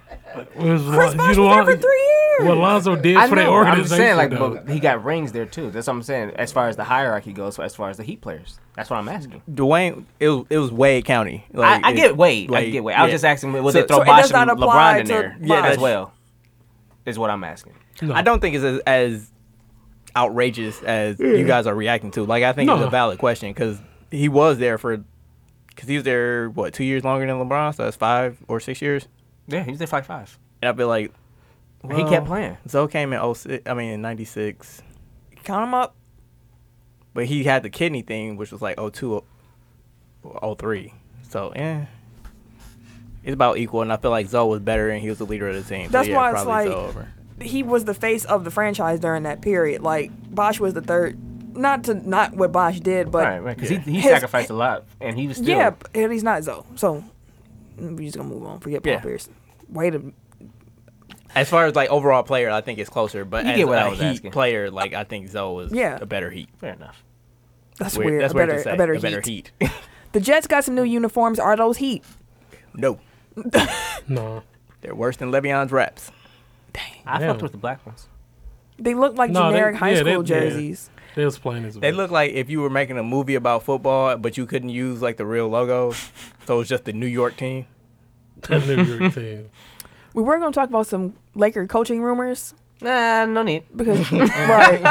D: was Lo-
B: Chris Bosh was
D: you
B: there for
D: Lo-
B: three years.
D: What Lonzo did
A: I
D: for that
A: know. I'm just
D: organization.
A: saying, like,
D: though.
A: but he got rings there too. That's what I'm saying. As far as the hierarchy goes, as far as the Heat players, that's what I'm asking.
C: Dwayne, it was, it was Wade County.
A: I,
C: Like,
A: I
C: it-
A: get Wade. I
C: Wade,
A: get Wade. I was
C: yeah.
A: just asking, would
C: So-
A: they throw
B: so it
A: Bosh
B: does not
A: and
B: apply
A: LeBron in
B: to
A: there
B: Yeah,
A: as
C: that's-
A: well? Is what I'm asking.
D: No.
C: I don't think it's as, as outrageous as you guys are reacting to. Like, I think it's
D: No.
C: a valid question because he was there for, because he was there, what, two years longer than LeBron? So that's five or six years.
A: Yeah, he was there five five.
C: And I feel like
A: he
C: well,
A: kept playing.
C: Zoe came in 06, I mean, in 96,
B: Count him up.
C: but he had the kidney thing, which was like 02, or 03. So, yeah. It's about equal, and I feel like Zoe was better, and he was the leader of the team. So,
B: That's
C: yeah,
B: why it's
C: probably
B: like-
C: Zoe over.
B: He was the face of the franchise during that period. Like Bosh was the third. Not to not what Bosh did, but
A: Right, right. Because he, he
B: His-
A: sacrificed a lot, and he was still.
B: yeah, but he's not Zoe. So we just gonna move on. Forget Paul
C: Yeah.
B: Pierce. Wade. a-
C: As far as like overall player, I think it's closer. But
A: You
C: as
A: get what
C: a
A: I was
C: Heat
A: asking.
C: player, like I think Zoe was
B: Yeah.
C: a better Heat.
A: fair enough.
B: That's weird.
C: That's
B: a
C: weird
B: better,
C: to say.
B: a better, heat.
C: Heat.
B: The Jets got some new uniforms. Are those Heat?
C: no,
D: No.
C: they're worse than Le'Veon's reps.
A: I
D: Damn.
A: fucked with the black ones.
B: They look like
D: No, they-
B: generic high
D: yeah, they-
B: school
D: yeah.
B: jerseys.
D: They was playing as
C: They look like if you were making a movie about football, but you couldn't use like the real logos, so it's just the New York team.
D: a New York team.
B: We were gonna talk about some Laker coaching rumors.
A: Nah, no need.
B: because right,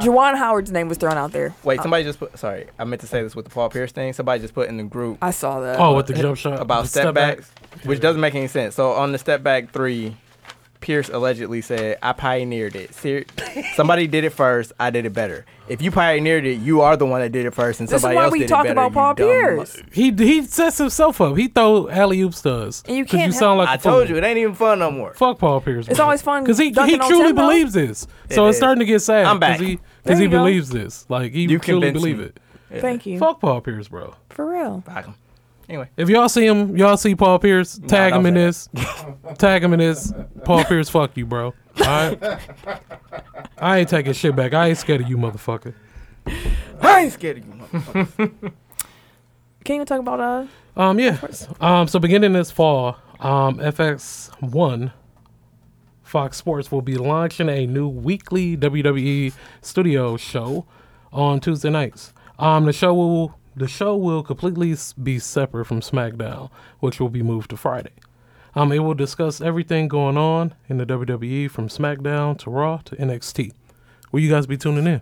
B: Juwan Howard's name was thrown out there.
C: Wait, somebody just put. Sorry, I meant to say this with the Paul Pierce thing. Somebody just put in the group
B: I saw that.
D: Oh, with the jump shot.
C: about
D: the
C: step, backs, which doesn't make any sense. So on the step back three, Pierce allegedly said, "I pioneered it. Ser- somebody did it first. I did it better. If you pioneered it, you are the one that did it first, and
B: this is
C: somebody
B: why
C: else
B: we
C: did
B: talk
C: it better."
B: about
C: you
B: Paul
C: dumb
B: Pierce.
C: mu-
D: He he sets himself up. He throw alley oops to us.
B: And you
D: 'Cause
B: can't
D: sound like
C: I
D: a fool.
C: told you it ain't even fun no more.
D: Fuck Paul Pierce.
B: It's always fun
D: because he he
B: dunking on
D: truly
B: Timbo.
D: believes this. So
C: It
D: it's
C: is.
D: starting to get sad.
C: I'm back.
D: Because he, 'cause
B: There
D: he
B: you go.
D: believes this. Like he
C: You
D: truly
C: convinced
D: believe
C: me.
D: it.
B: Thank you.
D: Fuck Paul Pierce, bro.
B: For real.
C: Fuck 'em. Anyway,
D: If y'all see him, y'all see Paul Pierce, tag
C: don't
D: him in
C: say
D: this. tag him in this. Paul Pierce, fuck you, bro. All right? I ain't taking shit back. I ain't scared of you, motherfucker.
C: I ain't scared of you. motherfucker.
B: Can you talk about uh?
D: Um, yeah. Um, so beginning this fall, um, FX1, Fox Sports will be launching a new weekly WWE studio show on Tuesday nights. Um, the show will the show will completely s- be separate from SmackDown, which will be moved to Friday. Um, it will discuss everything going on in the WWE from SmackDown to Raw to NXT. Will you guys be tuning in?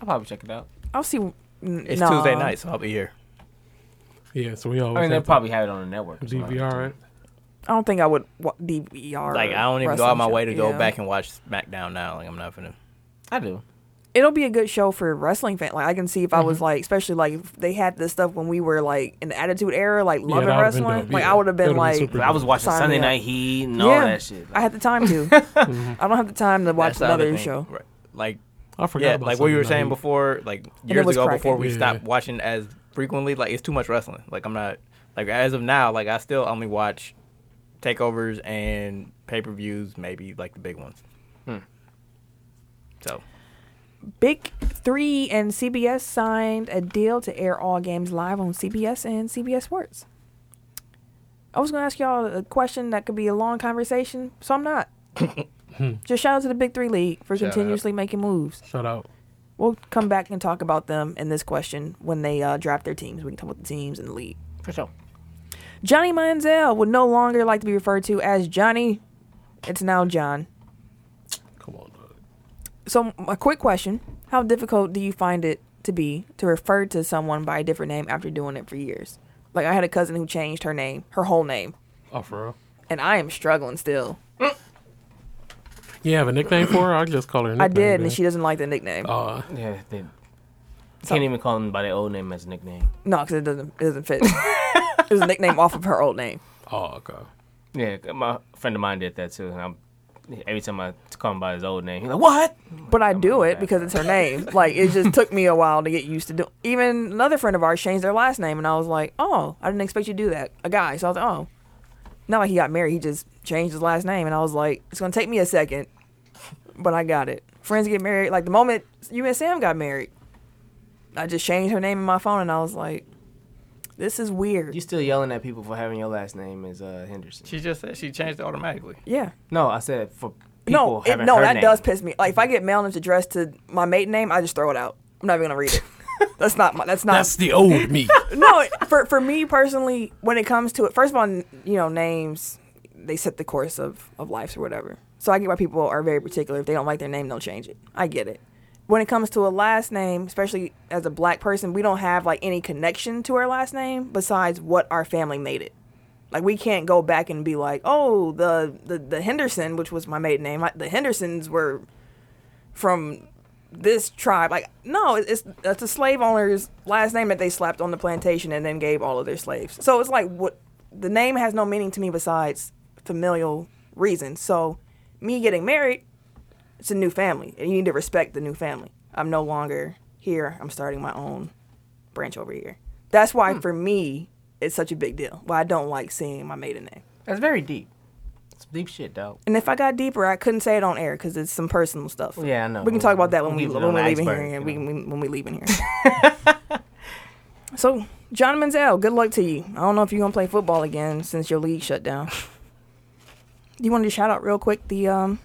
A: I'll probably check it out.
B: I'll see. n-
C: It's
B: nah.
C: Tuesday night, so I'll be here.
D: Yeah, so we always
A: I mean, they'll
D: have to
A: probably have it on the network. or something like
D: DVR it.
B: I don't think I would wa- DVR.
C: Like I don't even go out my
B: wrestling
C: way
B: show-
C: to go
B: yeah.
C: back and watch SmackDown now. Like I'm not finna.
A: that. I do.
B: It'll be a good show for wrestling fans. Like I can see if I was
C: Mm-hmm.
B: like, especially like if they had this stuff when we were like in the Attitude Era, like loving
D: that would've been
B: wrestling.
D: dope,
B: Like
D: yeah.
B: I would have been
D: That would've
B: like,
D: been super
A: But I was watching
B: Sign me
A: Sunday
B: up.
A: Night Heat and all
B: yeah,
A: that shit.
B: I had the time to. I don't have the time to watch
C: That's the other
B: another
C: thing.
B: show.
C: Right. Like
D: I forgot.
C: yeah,
D: about
C: like what you were
D: Sunday Night
C: saying
D: Heat.
C: before, like
B: it
C: years
B: was
C: ago before
B: cracking.
C: we
D: Yeah.
C: stopped watching as frequently. Like it's too much wrestling. Like I'm not like as of now. Like I still only watch takeovers and pay per views, maybe like the big ones. Hmm. So
B: Big Three and CBS signed a deal to air all games live on CBS and CBS Sports. I was gonna ask y'all a question that could be a long conversation, so I'm not. Just shout out to the Big Three League for
C: Shout out.
B: continuously making moves.
D: Shout out.
B: We'll come back and talk about them in this question when they uh, draft their teams. We can talk about the teams and the league.
A: For sure.
B: Johnny Manziel would no longer like to be referred to as Johnny. It's now John.
D: Come on. dog.
B: So, a quick question: How difficult do you find it to be to refer to someone by a different name after doing it for years? Like, I had a cousin who changed her name, her whole name,
D: Oh, for real.
B: and I am struggling still.
D: You have a nickname for her? I just call her. Nickname,
B: I did,
D: man.
B: and she doesn't like the nickname. No, 'cause
D: Uh,
A: Yeah, they can't even call them by their old name as a nickname.
B: no, because it doesn't it doesn't fit. it was a nickname off of her old name.
D: oh, okay.
A: Yeah, my friend of mine did that too, and I'm. Every time I call him by his old name, he's like, "What?"
B: But I do
A: on
B: it
A: that.
B: because it's her name. Like it just took me a while to get used to do. Even another friend of ours changed their last name, and I was like, "Oh, I didn't expect you to do that." A guy, so I was like, "Oh." Not like he got married; he just changed his last name, and I was like, "It's gonna take me a second, but I got it." Friends get married. Like the moment you and Sam got married, I just changed her name in my phone, and I was like, "This is weird."
A: You still yelling at people for having your last name as uh, Henderson?
C: she just said she changed it automatically.
B: Yeah.
A: No, I said for people
B: No, it,
A: having
B: no,
A: her
B: that
A: name.
B: does piss me. Like if I get mail that's addressed to my maiden name, I just throw it out. I'm not even gonna read it. That's not my. That's not.
D: That's the old me.
B: no, for for me personally, when it comes to it, first of all, n- you know, names they set the course of of lives or whatever. So I get why people are very particular. If they don't like their name, they'll change it. I get it. When it comes to a last name, especially as a black person, we don't have like any connection to our last name besides what our family made it. Like we can't go back and be like, oh, the the, the Henderson, which was my maiden name, I, the Hendersons were from this tribe. Like, no, it- it's that's a slave owner's last name that they slapped on the plantation and then gave all of their slaves. So it's like what the name has no meaning to me besides familial reasons. So me getting married, it's a new family, and you need to respect the new family. I'm no longer here. I'm starting my own branch over here. That's why for me it's such a big deal. Why I don't like seeing my maiden name.
A: That's very deep. It's deep shit, dog.
B: And if I got deeper, I couldn't say it on air because it's some personal stuff.
A: Yeah, I know.
B: We can talk about that when we
A: We'll leave it
B: when
A: on
B: we
A: the
B: leave in here.
A: iceberg,
B: and
A: you
B: we,
A: know.
B: we- when we leave in here. so, John Manziel, good luck to you. I don't know if you're gonna play football again since your league shut down. Do you want to shout out real quick the um,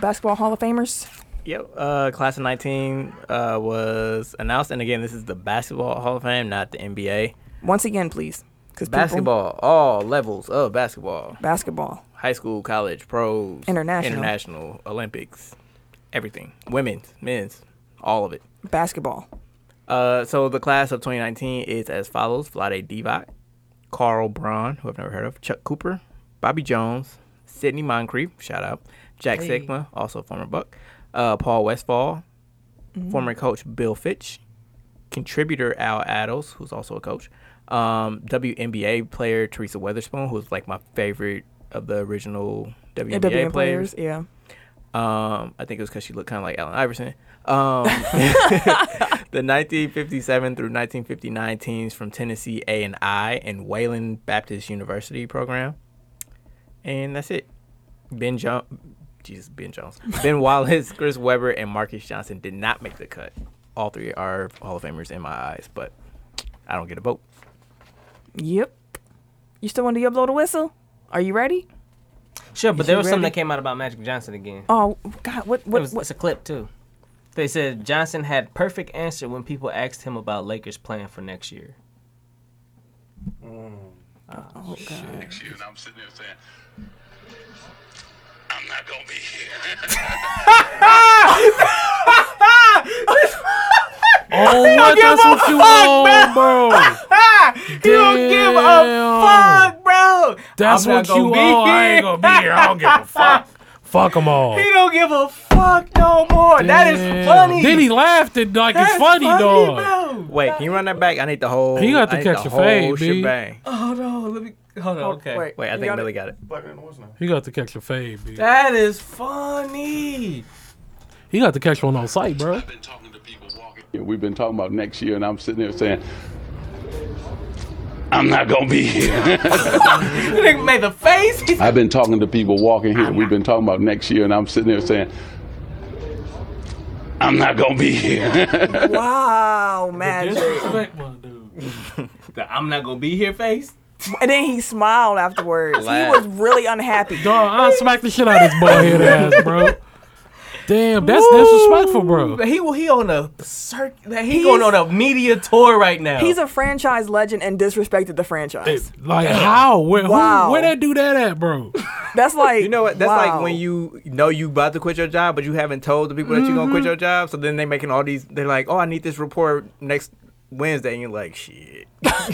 B: basketball Hall of Famers?
C: Yep. Uh, class of 19 uh, was announced, and again, this is the Basketball Hall of Fame, not the NBA.
B: Once again, please. 'cause people-
C: Basketball, all levels of basketball,
B: basketball,
C: high school, college, pros,
B: International.
C: international, Olympics, everything, women's, men's, all of it.
B: basketball.
C: Uh, so the class of 2019 is as follows: Vlade Divac, Carl Braun, who I've never heard of, Chuck Cooper, Bobby Jones, Sidney Moncrief, shout out, Jack Sigma, also former Buck, uh, Paul Westfall, former coach Bill Fitch, contributor Al Addles, who's also a coach, um, WNBA player Teresa Weatherspoon, who's like my favorite of the original WNBA,
B: WNBA
C: players.
B: yeah.
C: Um, I think it was because she looked kind of like Allen Iverson. Um, The 1957 through 1959 teams from Tennessee A and I and Wayland Baptist University program, and that's it. Ben Jones, Jesus, Ben Jones, Ben Wallace, Chris Webber, and Marcus Johnson did not make the cut. All three are Hall of Famers in my eyes, but I don't get a vote.
B: Yep. You still want to blow the whistle? Are you ready?
A: Sure, but there was something
B: ready?
A: that came out about Magic Johnson again.
B: Oh God! What?
A: It
B: What?
A: was,
B: what?
A: It's a clip too. They said Johnson had perfect answer when people asked him about Lakers plan for next year.
B: Oh God!
H: next year, and I'm sitting there saying, I'm not gonna be here.
D: Oh, what? That's what you want, bro.
A: You Ah! don't give a
D: Damn.
A: fuck, bro.
D: That's
A: I'm not
D: what
A: gonna
D: you
A: be
D: want. I
A: here.
D: ain't gonna be here. I don't give a fuck. Fuck them all.
A: He don't give a fuck no more. That
D: Damn.
A: is funny.
D: Then he laughed it like
A: That's
D: it's funny, dog.
A: bro.
C: Wait, can you run that back? I need the whole.
D: He got to
C: I need
D: catch
C: the
D: a fade,
C: whole
D: B.
C: shebang.
A: Hold on, let me. Hold on. Okay.
B: Wait.
C: Wait, I
B: you
C: think
B: got
C: Millie
B: it?
C: got it.
D: He got to catch a fade, B.
A: That is funny.
D: He got to catch one on sight, bro.
H: I've been talking to people walking. Yeah, we've been talking about next year, and I'm sitting there saying, I'm not gonna be here.
A: You nigga made the face. He
H: I've been talking to people walking here. We've been talking about next year, and I'm sitting there saying, I'm not gonna be here.
B: Wow, Oh, magic!
D: Disrespect my dude.
A: said, I'm not gonna be here. Face.
B: and then he smiled afterwards. He
C: Laugh.
B: was really unhappy.
D: Dog, I smack the shit out of this boy head ass, bro. Damn, that's disrespectful, bro.
A: But he he on a circ. He going on a media tour right now.
B: He's a franchise legend and disrespected the franchise.
D: Like how? Where?
B: Wow.
D: Who, where that do that at, bro?
B: That's like
C: You know what? That's
B: wow.
C: like when you know you about to quit your job, but you haven't told the people that you're gonna quit your job. So then they making all these. They're like, "Oh, I need this report next Wednesday," and you're like, "Shit."
A: what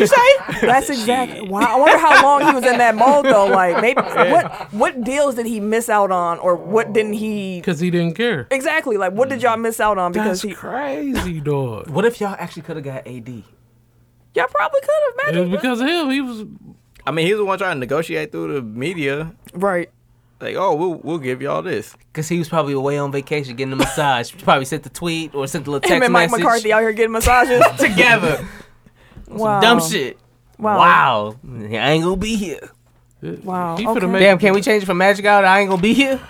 A: you say?
B: That's exactly. Wow. I wonder how long he was in that mode though. Like maybe what what deals did he miss out on, or what didn't he?
D: Because he didn't care.
B: Exactly. Like what did y'all miss out on because
D: That's
B: he?
D: crazy, dog.
A: What if y'all actually could have got AD?
B: Y'all probably could have
D: It was
B: magic.
D: because of him. He was.
C: I mean, he's the one trying to negotiate through the media.
B: right.
C: Like, "Oh, we'll we'll give y'all this."
A: Cause he was probably away on vacation getting a massage. probably sent the tweet or sent a little text
B: Him and Mike
A: message
B: McCarthy out here getting massages.
A: together.
B: wow. Oh.
A: Dumb shit.
B: Wow.
A: Wow. I ain't gonna be here.
B: Wow,
D: He finna
B: okay.
D: make-
A: Damn, can we change it from Magic Hour to I ain't gonna be here?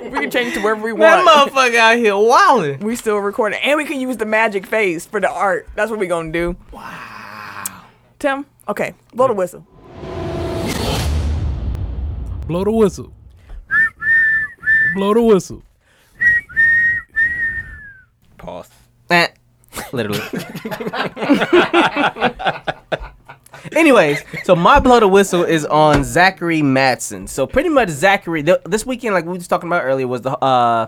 B: We can change it to wherever we
A: That
B: want.
A: motherfucker out here wilding.
B: We still recording, and we can use the magic face for the art. That's what we gonna do. Wow. Tim. Okay. Blow the whistle.
D: blow the whistle? blow the whistle.
C: Pause.
A: Eh, Literally. Anyways, so my blow the whistle is on Zachary Matson. So pretty much Zachary th- this weekend, like we was talking about earlier, was the uh,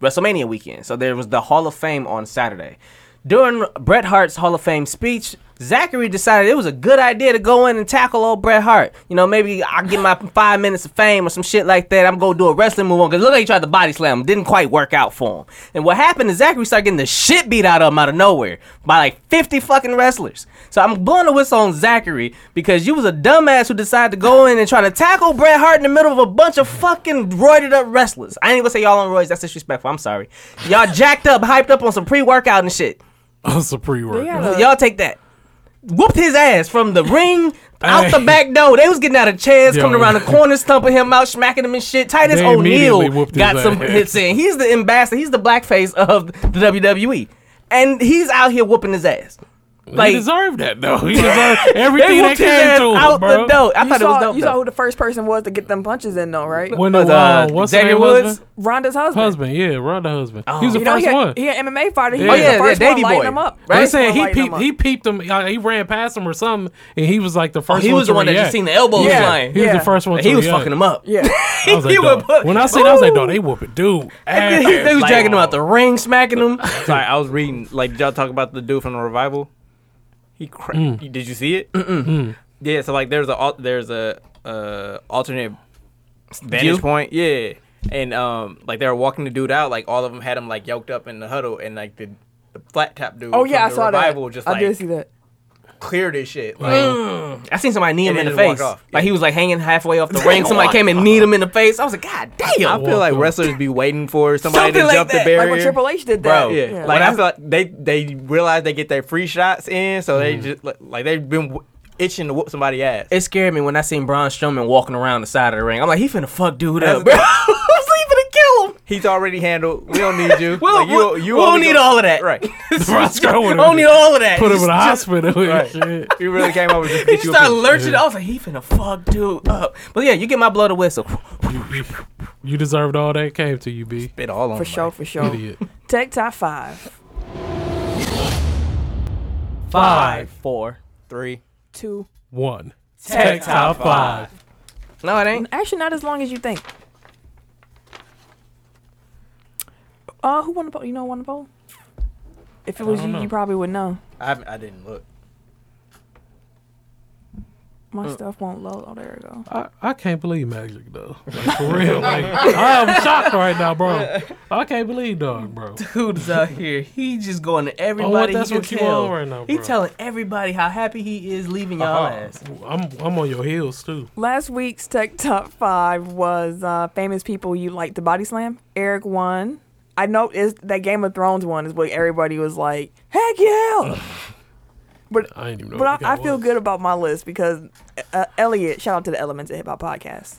A: WrestleMania weekend. So there was the Hall of Fame on Saturday. During Bret Hart's Hall of Fame speech, Zachary decided it was a good idea to go in and tackle old Bret Hart. You know, maybe I'll get my five minutes of fame or some shit like that. I'm going to do a wrestling move on. Because look how he tried to body slam him. Didn't quite work out for him. And what happened is Zachary started getting the shit beat out of him out of nowhere by like 50 fucking wrestlers. So I'm blowing the whistle on Zachary because you was a dumbass who decided to go in and try to tackle Bret Hart in the middle of a bunch of fucking roided up wrestlers. I ain't even gonna say y'all on roids. That's disrespectful. I'm sorry. Y'all jacked up, hyped up on some pre workout and shit.
D: That's a pre-workout.
B: Yeah.
A: Y'all take that. Whooped his ass from the ring out the
D: Hey.
A: back door. They was getting out of chairs,
D: Yo.
A: coming around the corner, stumping him out, smacking him and shit. Titus
D: They
A: O'Neil
D: immediately whooped
A: got
D: his
A: some
D: ass.
A: hits in. He's the ambassador. He's the blackface of the WWE, and he's out here whooping his ass.
D: he
A: Like
D: deserved that though. He deserved everything
A: they
D: that
A: whooped his
D: came
A: ass
D: to him,
A: out
D: bro.
A: the door. I
B: you
A: thought
B: saw,
A: it was dope.
B: you
A: though.
B: saw who the first person was to get them punches in, though, right?
D: When the
A: Was, uh,
D: uh, what's
A: Xavier
D: his name,
A: Woods?
D: husband?
B: Rhonda's husband.
D: Husband, yeah, Ron the husband.
A: Oh.
D: he was the
B: You know,
D: first
B: he, a-
D: one.
B: he an MMA fighter. He
D: Yeah.
B: was
D: Oh,
B: the
D: yeah,
B: first
A: yeah,
B: one
A: Davey
B: lighting
A: Boy.
B: him up.
A: Right?
D: They
B: First
D: said
B: one
D: he
B: lighting him
D: peeped,
B: up.
D: he peeped him. uh, he ran past him or something, and he was like the first.
A: Oh, he
D: one
A: was
D: to
A: the one that
D: react.
A: just seen the elbows
B: Yeah.
A: flying.
D: He was
B: Yeah.
D: the first one.
A: He
D: to
A: was
D: react.
A: fucking him up.
B: Yeah.
D: I was like,
A: He would
D: "Dawg."
A: put-
D: when I said, I was like, "Dog, they whooping dude."
A: And then he- they was
C: Like-
A: dragging him out the ring, smacking him.
C: Sorry, I was reading. Like, did y'all talk about the dude from the revival? He cra- Did you see it? Mm-mm. Yeah. So like, there's a al- there's a uh, alternate vantage
A: View?
C: point. Yeah. And um, like they were walking the dude out. Like all of them had him like yoked up in the huddle, and like the, the flat top dude.
B: Oh
C: from
B: yeah, I
C: the
B: saw that.
C: revival Just
B: I
C: like
B: did see that.
C: clear this shit. Like,
A: I seen somebody knee him
C: And
A: in
C: they
A: the
C: just walk
A: face.
C: off.
A: Like he was like hanging halfway off the ring. Somebody came and kneed him in the face. I was like, God
C: I
A: damn.
C: feel like wrestlers be waiting for somebody
A: Something
C: to
A: like
C: jump
A: that.
C: the barrier.
B: Like when Triple H did that.
C: Bro, yeah.
B: Yeah.
C: like
A: When I-
C: I feel like they they realize they get their free shots in, so they just like, like they've been w- itching to whoop somebody ass.
A: It scared me when I seen Braun Strowman walking around the side of the ring. I'm like, he finna fuck dude
C: That's-
A: up, bro. I was like, he finna kill him.
C: He's already handled. We don't need you.
A: We don't,
C: Like, you,
A: we-
C: you
A: we don't
C: only
A: need
C: go-
A: all of that.
C: Right.
D: Braun Strowman
A: We don't need all of that.
D: Put him in
A: Just-
D: the hospital and
C: Right.
D: shit.
C: You really came over just to
A: He
C: get
A: just
C: you. a
A: started
C: piece.
A: lurching. I was like, he finna fuck dude up. But yeah, you get my blow to whistle.
D: You deserved all that came to you, B.
C: Bit all on
B: For sure, for sure.
D: Idiot.
B: Tech top five,
A: Five, four.
C: Three.
B: two.
D: One. Tech top five.
A: No, it ain't.
B: Actually, not as long as you think. Uh, who won the poll? You know, who won the poll. If it was you,
D: know.
B: you probably would know.
C: I, I didn't look.
B: My stuff won't load. Oh, there we go.
D: I, I can't believe Magic though. Like, for real. Like I am shocked right now, bro. I can't believe dog, bro.
A: Dude's out here. He just going to everybody. he
D: Oh, that's
A: can
D: what you
A: tell.
D: on right now,
A: He
D: bro.
A: telling everybody how happy he is leaving y'all
C: Uh-huh.
A: ass.
D: Uh, I'm I'm on your heels too.
B: Last week's tech top five was uh, famous people you like to body slam. Eric won. I know is that Game of Thrones one is what everybody was like, heck yeah! but
D: I ain't even know.
B: but
D: what the
B: I, I
D: guy
B: feel
D: was.
B: good about my list because uh, Elliot, shout out to the Elements of Hip Hop podcast.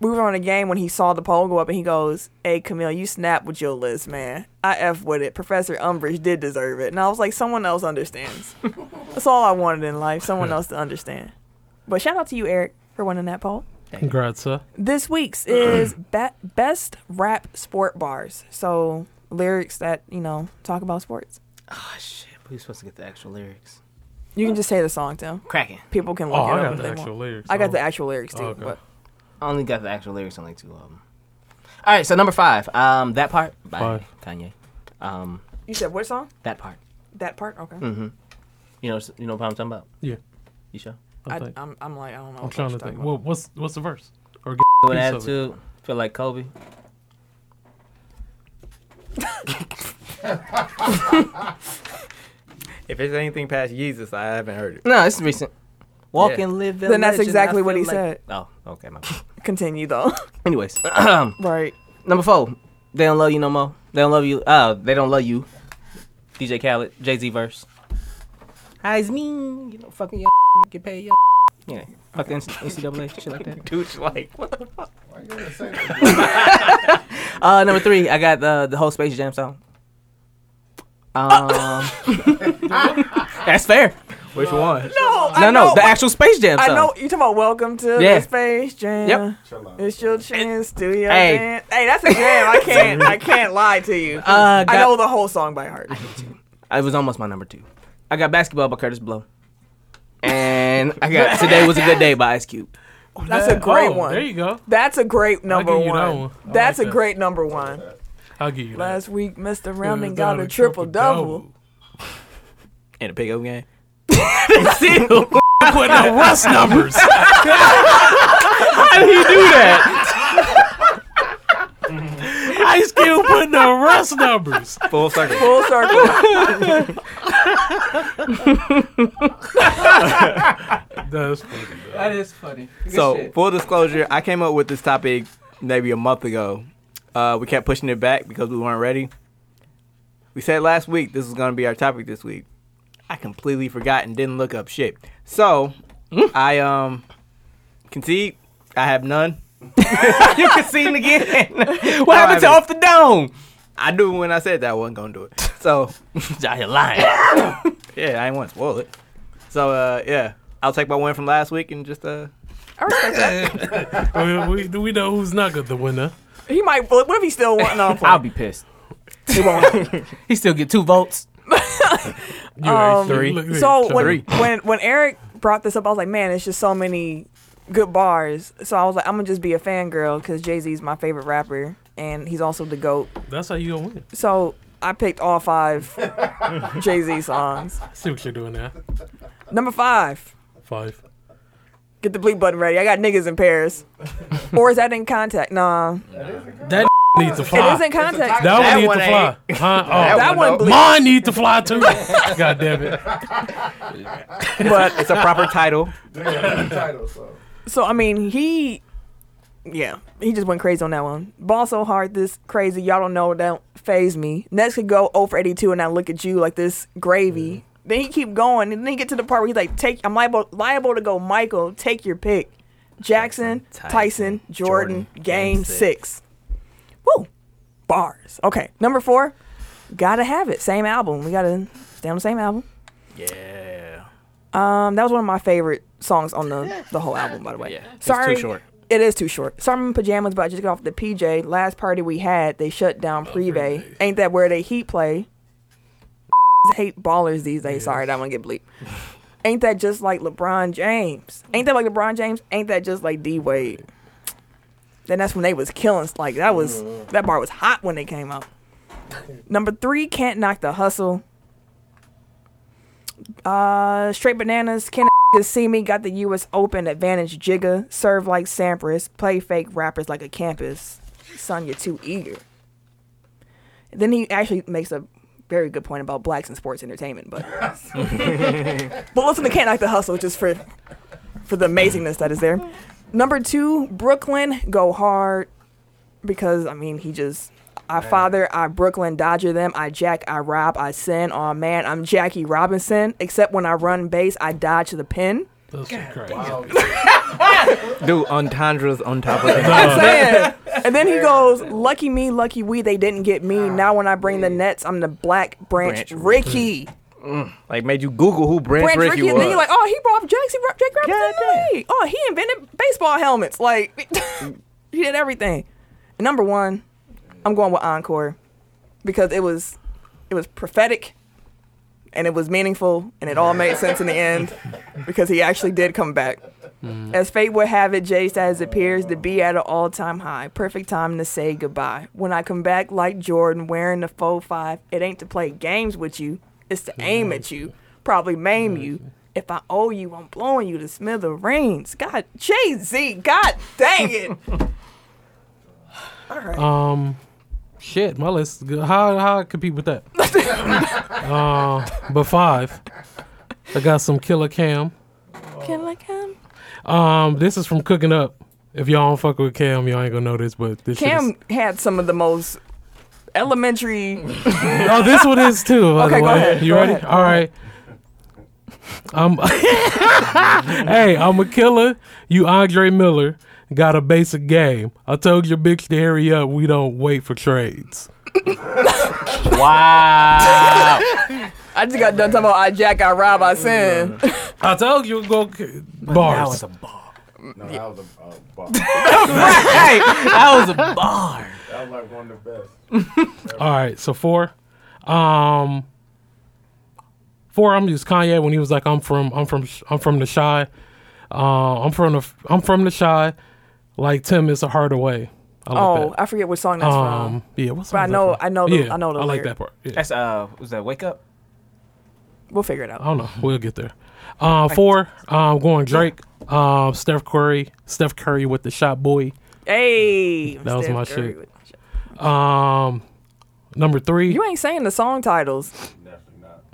B: We were on a game when he saw the poll go up and he goes, "Hey Camille, you snap with your list, man. I f with it. Professor Umbridge did deserve it." And I was like, "Someone else understands. That's all I wanted in life. Someone else to understand." But shout out to you, Eric, for winning that poll.
D: Congrats, sir.
B: This week's
D: Uh-uh.
B: is be- best rap sport bars. So lyrics that you know talk about sports.
A: Oh shit. We supposed to get the actual lyrics.
B: You can just say the song too.
A: Cracking.
B: People can look
D: Oh,
B: it
D: I
B: up
D: got
B: if
D: the
B: they
D: actual
B: want.
D: lyrics.
B: I got the
D: Oh.
B: actual lyrics too.
D: Okay.
B: But
A: I only got the actual lyrics on like two of them. All right, so number five. Um, that part by
D: Five.
A: Kanye. Um,
B: you said what song?
A: that part.
B: That part? Okay.
D: Mm-hmm.
A: You know, you know what I'm talking about.
D: Yeah.
A: You sure?
D: I
B: I,
D: think.
B: I'm, I'm like I don't know.
D: I'm trying to think. Well, what's what's the verse? Or
A: With
D: piece of it.
A: attitude, feel like Kobe.
C: If it's anything past Jesus, I haven't heard it.
A: No, it's recent. Walk
C: Yeah.
A: and live. the
B: Then that's
A: legend, I
B: exactly what
A: feel
B: he
A: like-
B: said.
A: Oh, okay. My bad.
B: Continue though.
A: Anyways,
B: right.
A: number four. They don't love you no more. They don't love you. Uh, they don't love you. DJ Khaled, Jay Z verse. Hi's mean. You know, fucking your get paid your. Yeah, fucking NCAA shit like that.
C: Dude's like, what the fuck?
A: Uh, number three, I got uh, the whole Space Jam song. Um, that's fair.
C: Which one?
B: No,
A: No, no, the actual Space Jam
B: I
A: song.
B: know you talking about Welcome to
A: Yeah.
B: the Space Jam.
A: Yep.
B: It's your chance to your
A: Hey.
B: hey. dance. Hey, that's a jam. I can't. I can't lie to you.
A: Uh,
B: I
A: got-
B: know the whole song by heart.
A: It was almost my number two. I got Basketball by Curtis Blow, and I got Today Was a Good Day by Ice Cube.
B: That's a great
D: oh,
B: one.
D: There you go.
B: That's a great number
D: give you that
B: one.
D: one. I
B: That's
D: like
B: a
D: that.
B: great number one.
D: I'll give you
B: Last week, Mr.
D: that.
B: Rounding got a triple double.
C: In a pickup game?
D: Put the rust numbers. Ice Cube putting the rust numbers.
C: Full circle.
B: Full circle.
D: That's funny. though.
A: That is funny.
C: so full disclosure, I came up with this topic maybe a month ago. Uh, we kept pushing it back because we weren't ready. We said last week this was going to be our topic this week. I completely forgot and didn't look up shit. So
B: Hmm?
C: I um concede. I have none.
A: you can see it again. what
C: No,
A: happened to
C: I
A: off the dome?
C: I knew when I said that I wasn't gonna do it. So
A: Y'all here lying.
C: yeah, I didn't want to spoil it. So uh, yeah, I'll take my win from last week and just uh,
B: I respect that.
D: we, we, we know who's not good, the winner.
B: He might. What if he still won? No, I'm playing.
A: I'll be pissed. He won't. he still get two votes.
D: You um,
C: three.
B: So when,
C: Three.
B: when when Eric brought this up, I was like, man, it's just so many good bars. So I was like, I'm gonna just be a fangirl because Jay Z's my favorite rapper, and he's also the goat.
D: that's how you gonna win.
B: So I picked all five Jay Z songs.
D: I see what you're doing now.
B: Number five,
D: Five.
B: get the bleep button ready. I got niggas in Paris, or is that in contact? Nah,
D: needs to
B: It
D: fly.
B: is in context.
D: That,
C: That
D: one
C: one
D: needs to fly. Huh? Oh,
B: eh? That one blew.
D: mine need to fly too. God damn it.
C: but it's a proper title.
I: title, so.
B: So I mean, he, yeah, he just went crazy on that one. Ball so hard, this crazy. Y'all don't know. Don't phase me. Nets could go over eighty two, and I look at you like this gravy. Then he keep going, and then he get to the part where he's like, "Take, I'm liable, liable to go, Michael. Take your pick, Jackson, Tyson, Jordan, Game, six. Woo, bars. Okay, number four, gotta have it. Same album. We gotta stay on the same album.
C: Yeah.
B: Um, that was one of my favorite songs on the the whole album, by the way.
C: Yeah, it's too
B: Sorry,
C: short.
B: It is too short. Sorry, I'm in pajamas, but I just got off the PJ. Last party we had, they shut down
C: Oh,
B: Privé. Ain't that where they heat play? hate ballers these days. Sorry, that one get bleeped. Ain't that just like LeBron James? Ain't that like LeBron James? Ain't that just like D Wade? Then that's when they was killing. Like that was
C: Mm.
B: that bar was hot when they came out. Number three, can't knock the hustle. Uh, straight bananas. Can not see me got the U.S. Open advantage. Jigga serve like Sampras. Play fake rappers like a campus. Son, you're too eager. Then he actually makes a very good point about blacks in sports entertainment, but but listen to Can't Knock the Hustle just for for the amazingness that is there. Number two, Brooklyn, go hard because I mean he just I father, I Brooklyn Dodger them, I Jack, I rob, I sin. Oh man, I'm Jackie Robinson. Except when I run base, I dodge the pin.
D: That's crazy.
C: Dude, entendres on top of it.
B: saying. And then he goes, "Lucky me, lucky we, they didn't get me. Now when I bring the nets, I'm the black branch,
C: Branch
B: Ricky."
C: Like made you Google who Branch,
B: Branch Ricky,
C: Ricky
B: and then you're like,
C: was.
B: oh, he brought up Jackson, Jake Robinson.
C: God damn.
B: Lee. Oh, he invented baseball helmets. Like, he did everything. And number one, I'm going with Encore because it was, it was prophetic, and it was meaningful, and it all made sense in the end because he actually did come back. As fate would have it, Jay as appears to be at an all-time high. Perfect time to say goodbye. When I come back like Jordan, wearing the faux five, it ain't to play games with you. It's to aim at you, probably maim you. If I owe you, I'm blowing you to smithereens. God, Jay Z, God dang it!
D: Um, shit, my list is good. How how I compete with that? uh, but five, I got some killer cam.
B: Can I come?
D: Um, this is from cooking up. If y'all don't fuck with Cam, y'all ain't gonna know this, but this shit
B: Cam had some of the most elementary.
D: is, oh, this one is too. By
B: Okay,
D: the
B: go
D: way.
B: ahead,
D: You
B: go
D: ready?
B: ahead, go
D: All right. I'm hey, I'm a killer. You Andre Miller got a basic game. I told your bitch to hurry up. We don't wait for trades.
A: Wow.
B: I just got done talking about I Jack, I Rob, I Sin.
D: I told you go bars.
A: that was a bar.
I: No, that was a uh, bar.
A: hey, that was a bar.
I: that was like one of the best.
D: All right, so four, um, four. I'm just Kanye when he was like, "I'm from, I'm from, I'm from the shy, uh, I'm from the, I'm from the shy." Like Tim is a harder way. I like
B: Oh, I forget which song
D: that.
B: that's from.
D: Um, yeah. What's
B: But I know- I know the-
D: Yeah,
B: I know the
D: I like
B: lyric.
D: that part. Yeah.
A: That's uh, was that wake up?
B: We'll figure it out.
D: I don't know. We'll get there. Uh, four. Um, going Drake. Um, Steph Curry. Steph Curry with the shot boy.
B: Hey,
D: That was
B: Steph
D: my
B: Curry
D: shit.
B: with-
D: Um, number three.
B: You ain't saying the song titles.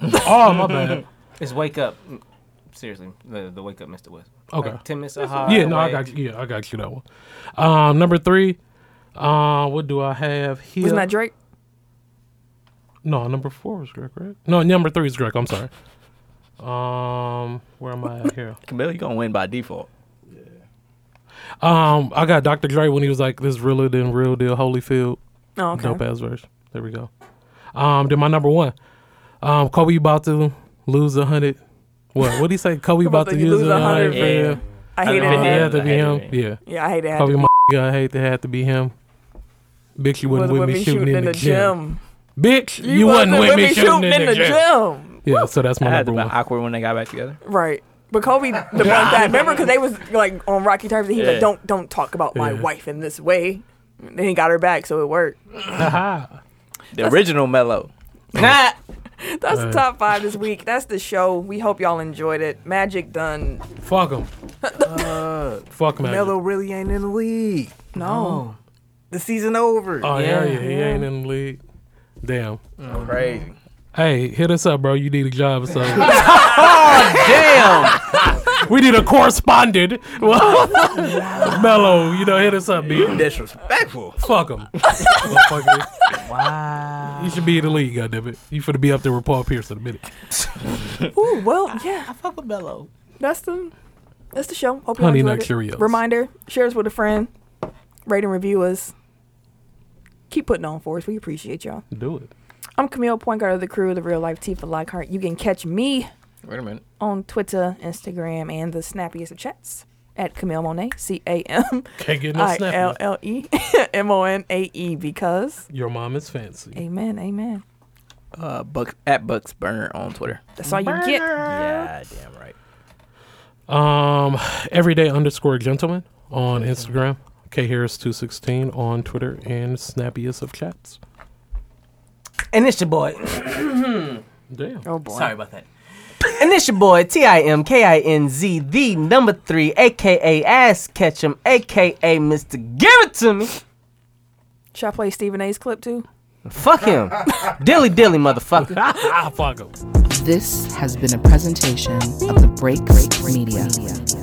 D: Oh my bad.
A: It's wake up. Mm, Seriously, the, the wake up, Mr. West.
D: Okay.
A: Like, Tim is
D: Yeah, no, I got you. Yeah, I got you that one. Um, number three. Uh, what do I have here?
B: Wasn't that Drake?
D: no, number four is Greg, right? No, number three is Greg. I'm sorry. Um, where am I at here?
C: Camille, you gonna win by default.
D: Um, I got Dr. Dre when he was like, "This realer than real deal, Holyfield."
B: Oh, okay.
D: Dope ass verse. There we go. Um, then my number one. Um, Kobe about to lose a hundred. What? What would he say? Kobe
B: About
D: about to
B: to
D: use
B: lose
D: a
B: 100
D: hundred.
B: for
D: Yeah,
B: him. I hate
D: Uh,
B: it.
D: it had to be
C: Yeah.
D: him. Yeah.
B: Yeah, I hate it.
D: Kobe,
B: After
D: my I hate to have to be him. Bitch, you
B: with
D: wouldn't with me shooting in the gym. Bitch, you,
B: You
D: wasn't, with me shooting, in, the, gym.
B: gym.
D: Yeah, so that's my
C: That had to
D: number
C: be
D: one.
C: awkward when they got back together.
B: Right. But Kobe debunked that. Remember, because they was like on rocky terms, and he was
C: Yeah.
B: like, "Don't, don't talk about my
D: Yeah.
B: wife in this way." And then he got her back, so it worked.
C: The original Mello.
A: Nah.
B: That's the top five this week. That's the show. We hope y'all enjoyed it. Magic done.
D: Fuck him. Fuck man.
B: really ain't in the league. No.
C: The season over.
D: Oh yeah, yeah,
A: Yeah.
D: he ain't in the league. Damn.
C: Crazy.
D: Hey, hit us up, bro. You need a job or something.
A: Damn.
D: we need a correspondent. Mellow, you know, hit us up, man.
C: Disrespectful.
D: Fuck him. Motherfucker.
A: wow.
D: You should be in the league, goddammit. You finna be up there with Paul Pierce in a minute.
B: Ooh, well, yeah,
A: Fuck with Bello.
B: that's the that's the show. Hope you
D: Honey
B: enjoyed
D: Nut
B: it.
D: Cheerios.
B: Reminder: share us with a friend. Rate and review us. Keep putting on for us. We appreciate y'all.
D: Do it.
B: I'm Camille, point guard of the crew, the real life Tifa Lockhart. You can catch me
C: Wait a minute.
B: on Twitter, Instagram, and the snappiest of chats at Camille Monet, C A M
D: Can't get no
B: I L
D: snap.
B: L E M O N A E, because
D: Your mom is fancy.
B: amen, amen.
C: Uh, Bucks at Bucks Burner on Twitter.
B: That's all you get.
C: Yeah, damn right.
D: Um, everyday underscore gentleman on Instagram. K Harris two sixteen on Twitter and snappiest of chats.
A: And it's your boy.
D: Damn.
B: Oh boy.
A: Sorry about that. And it's your boy T I M K I N Z the number three, aka Ass Ketchum, aka Mister Give It To Me.
B: Should I play Stephen A's clip too?
A: Fuck him, dilly dilly, motherfucker.
D: Ah, fuck 'em.
J: This has been a presentation of the Break Break Media.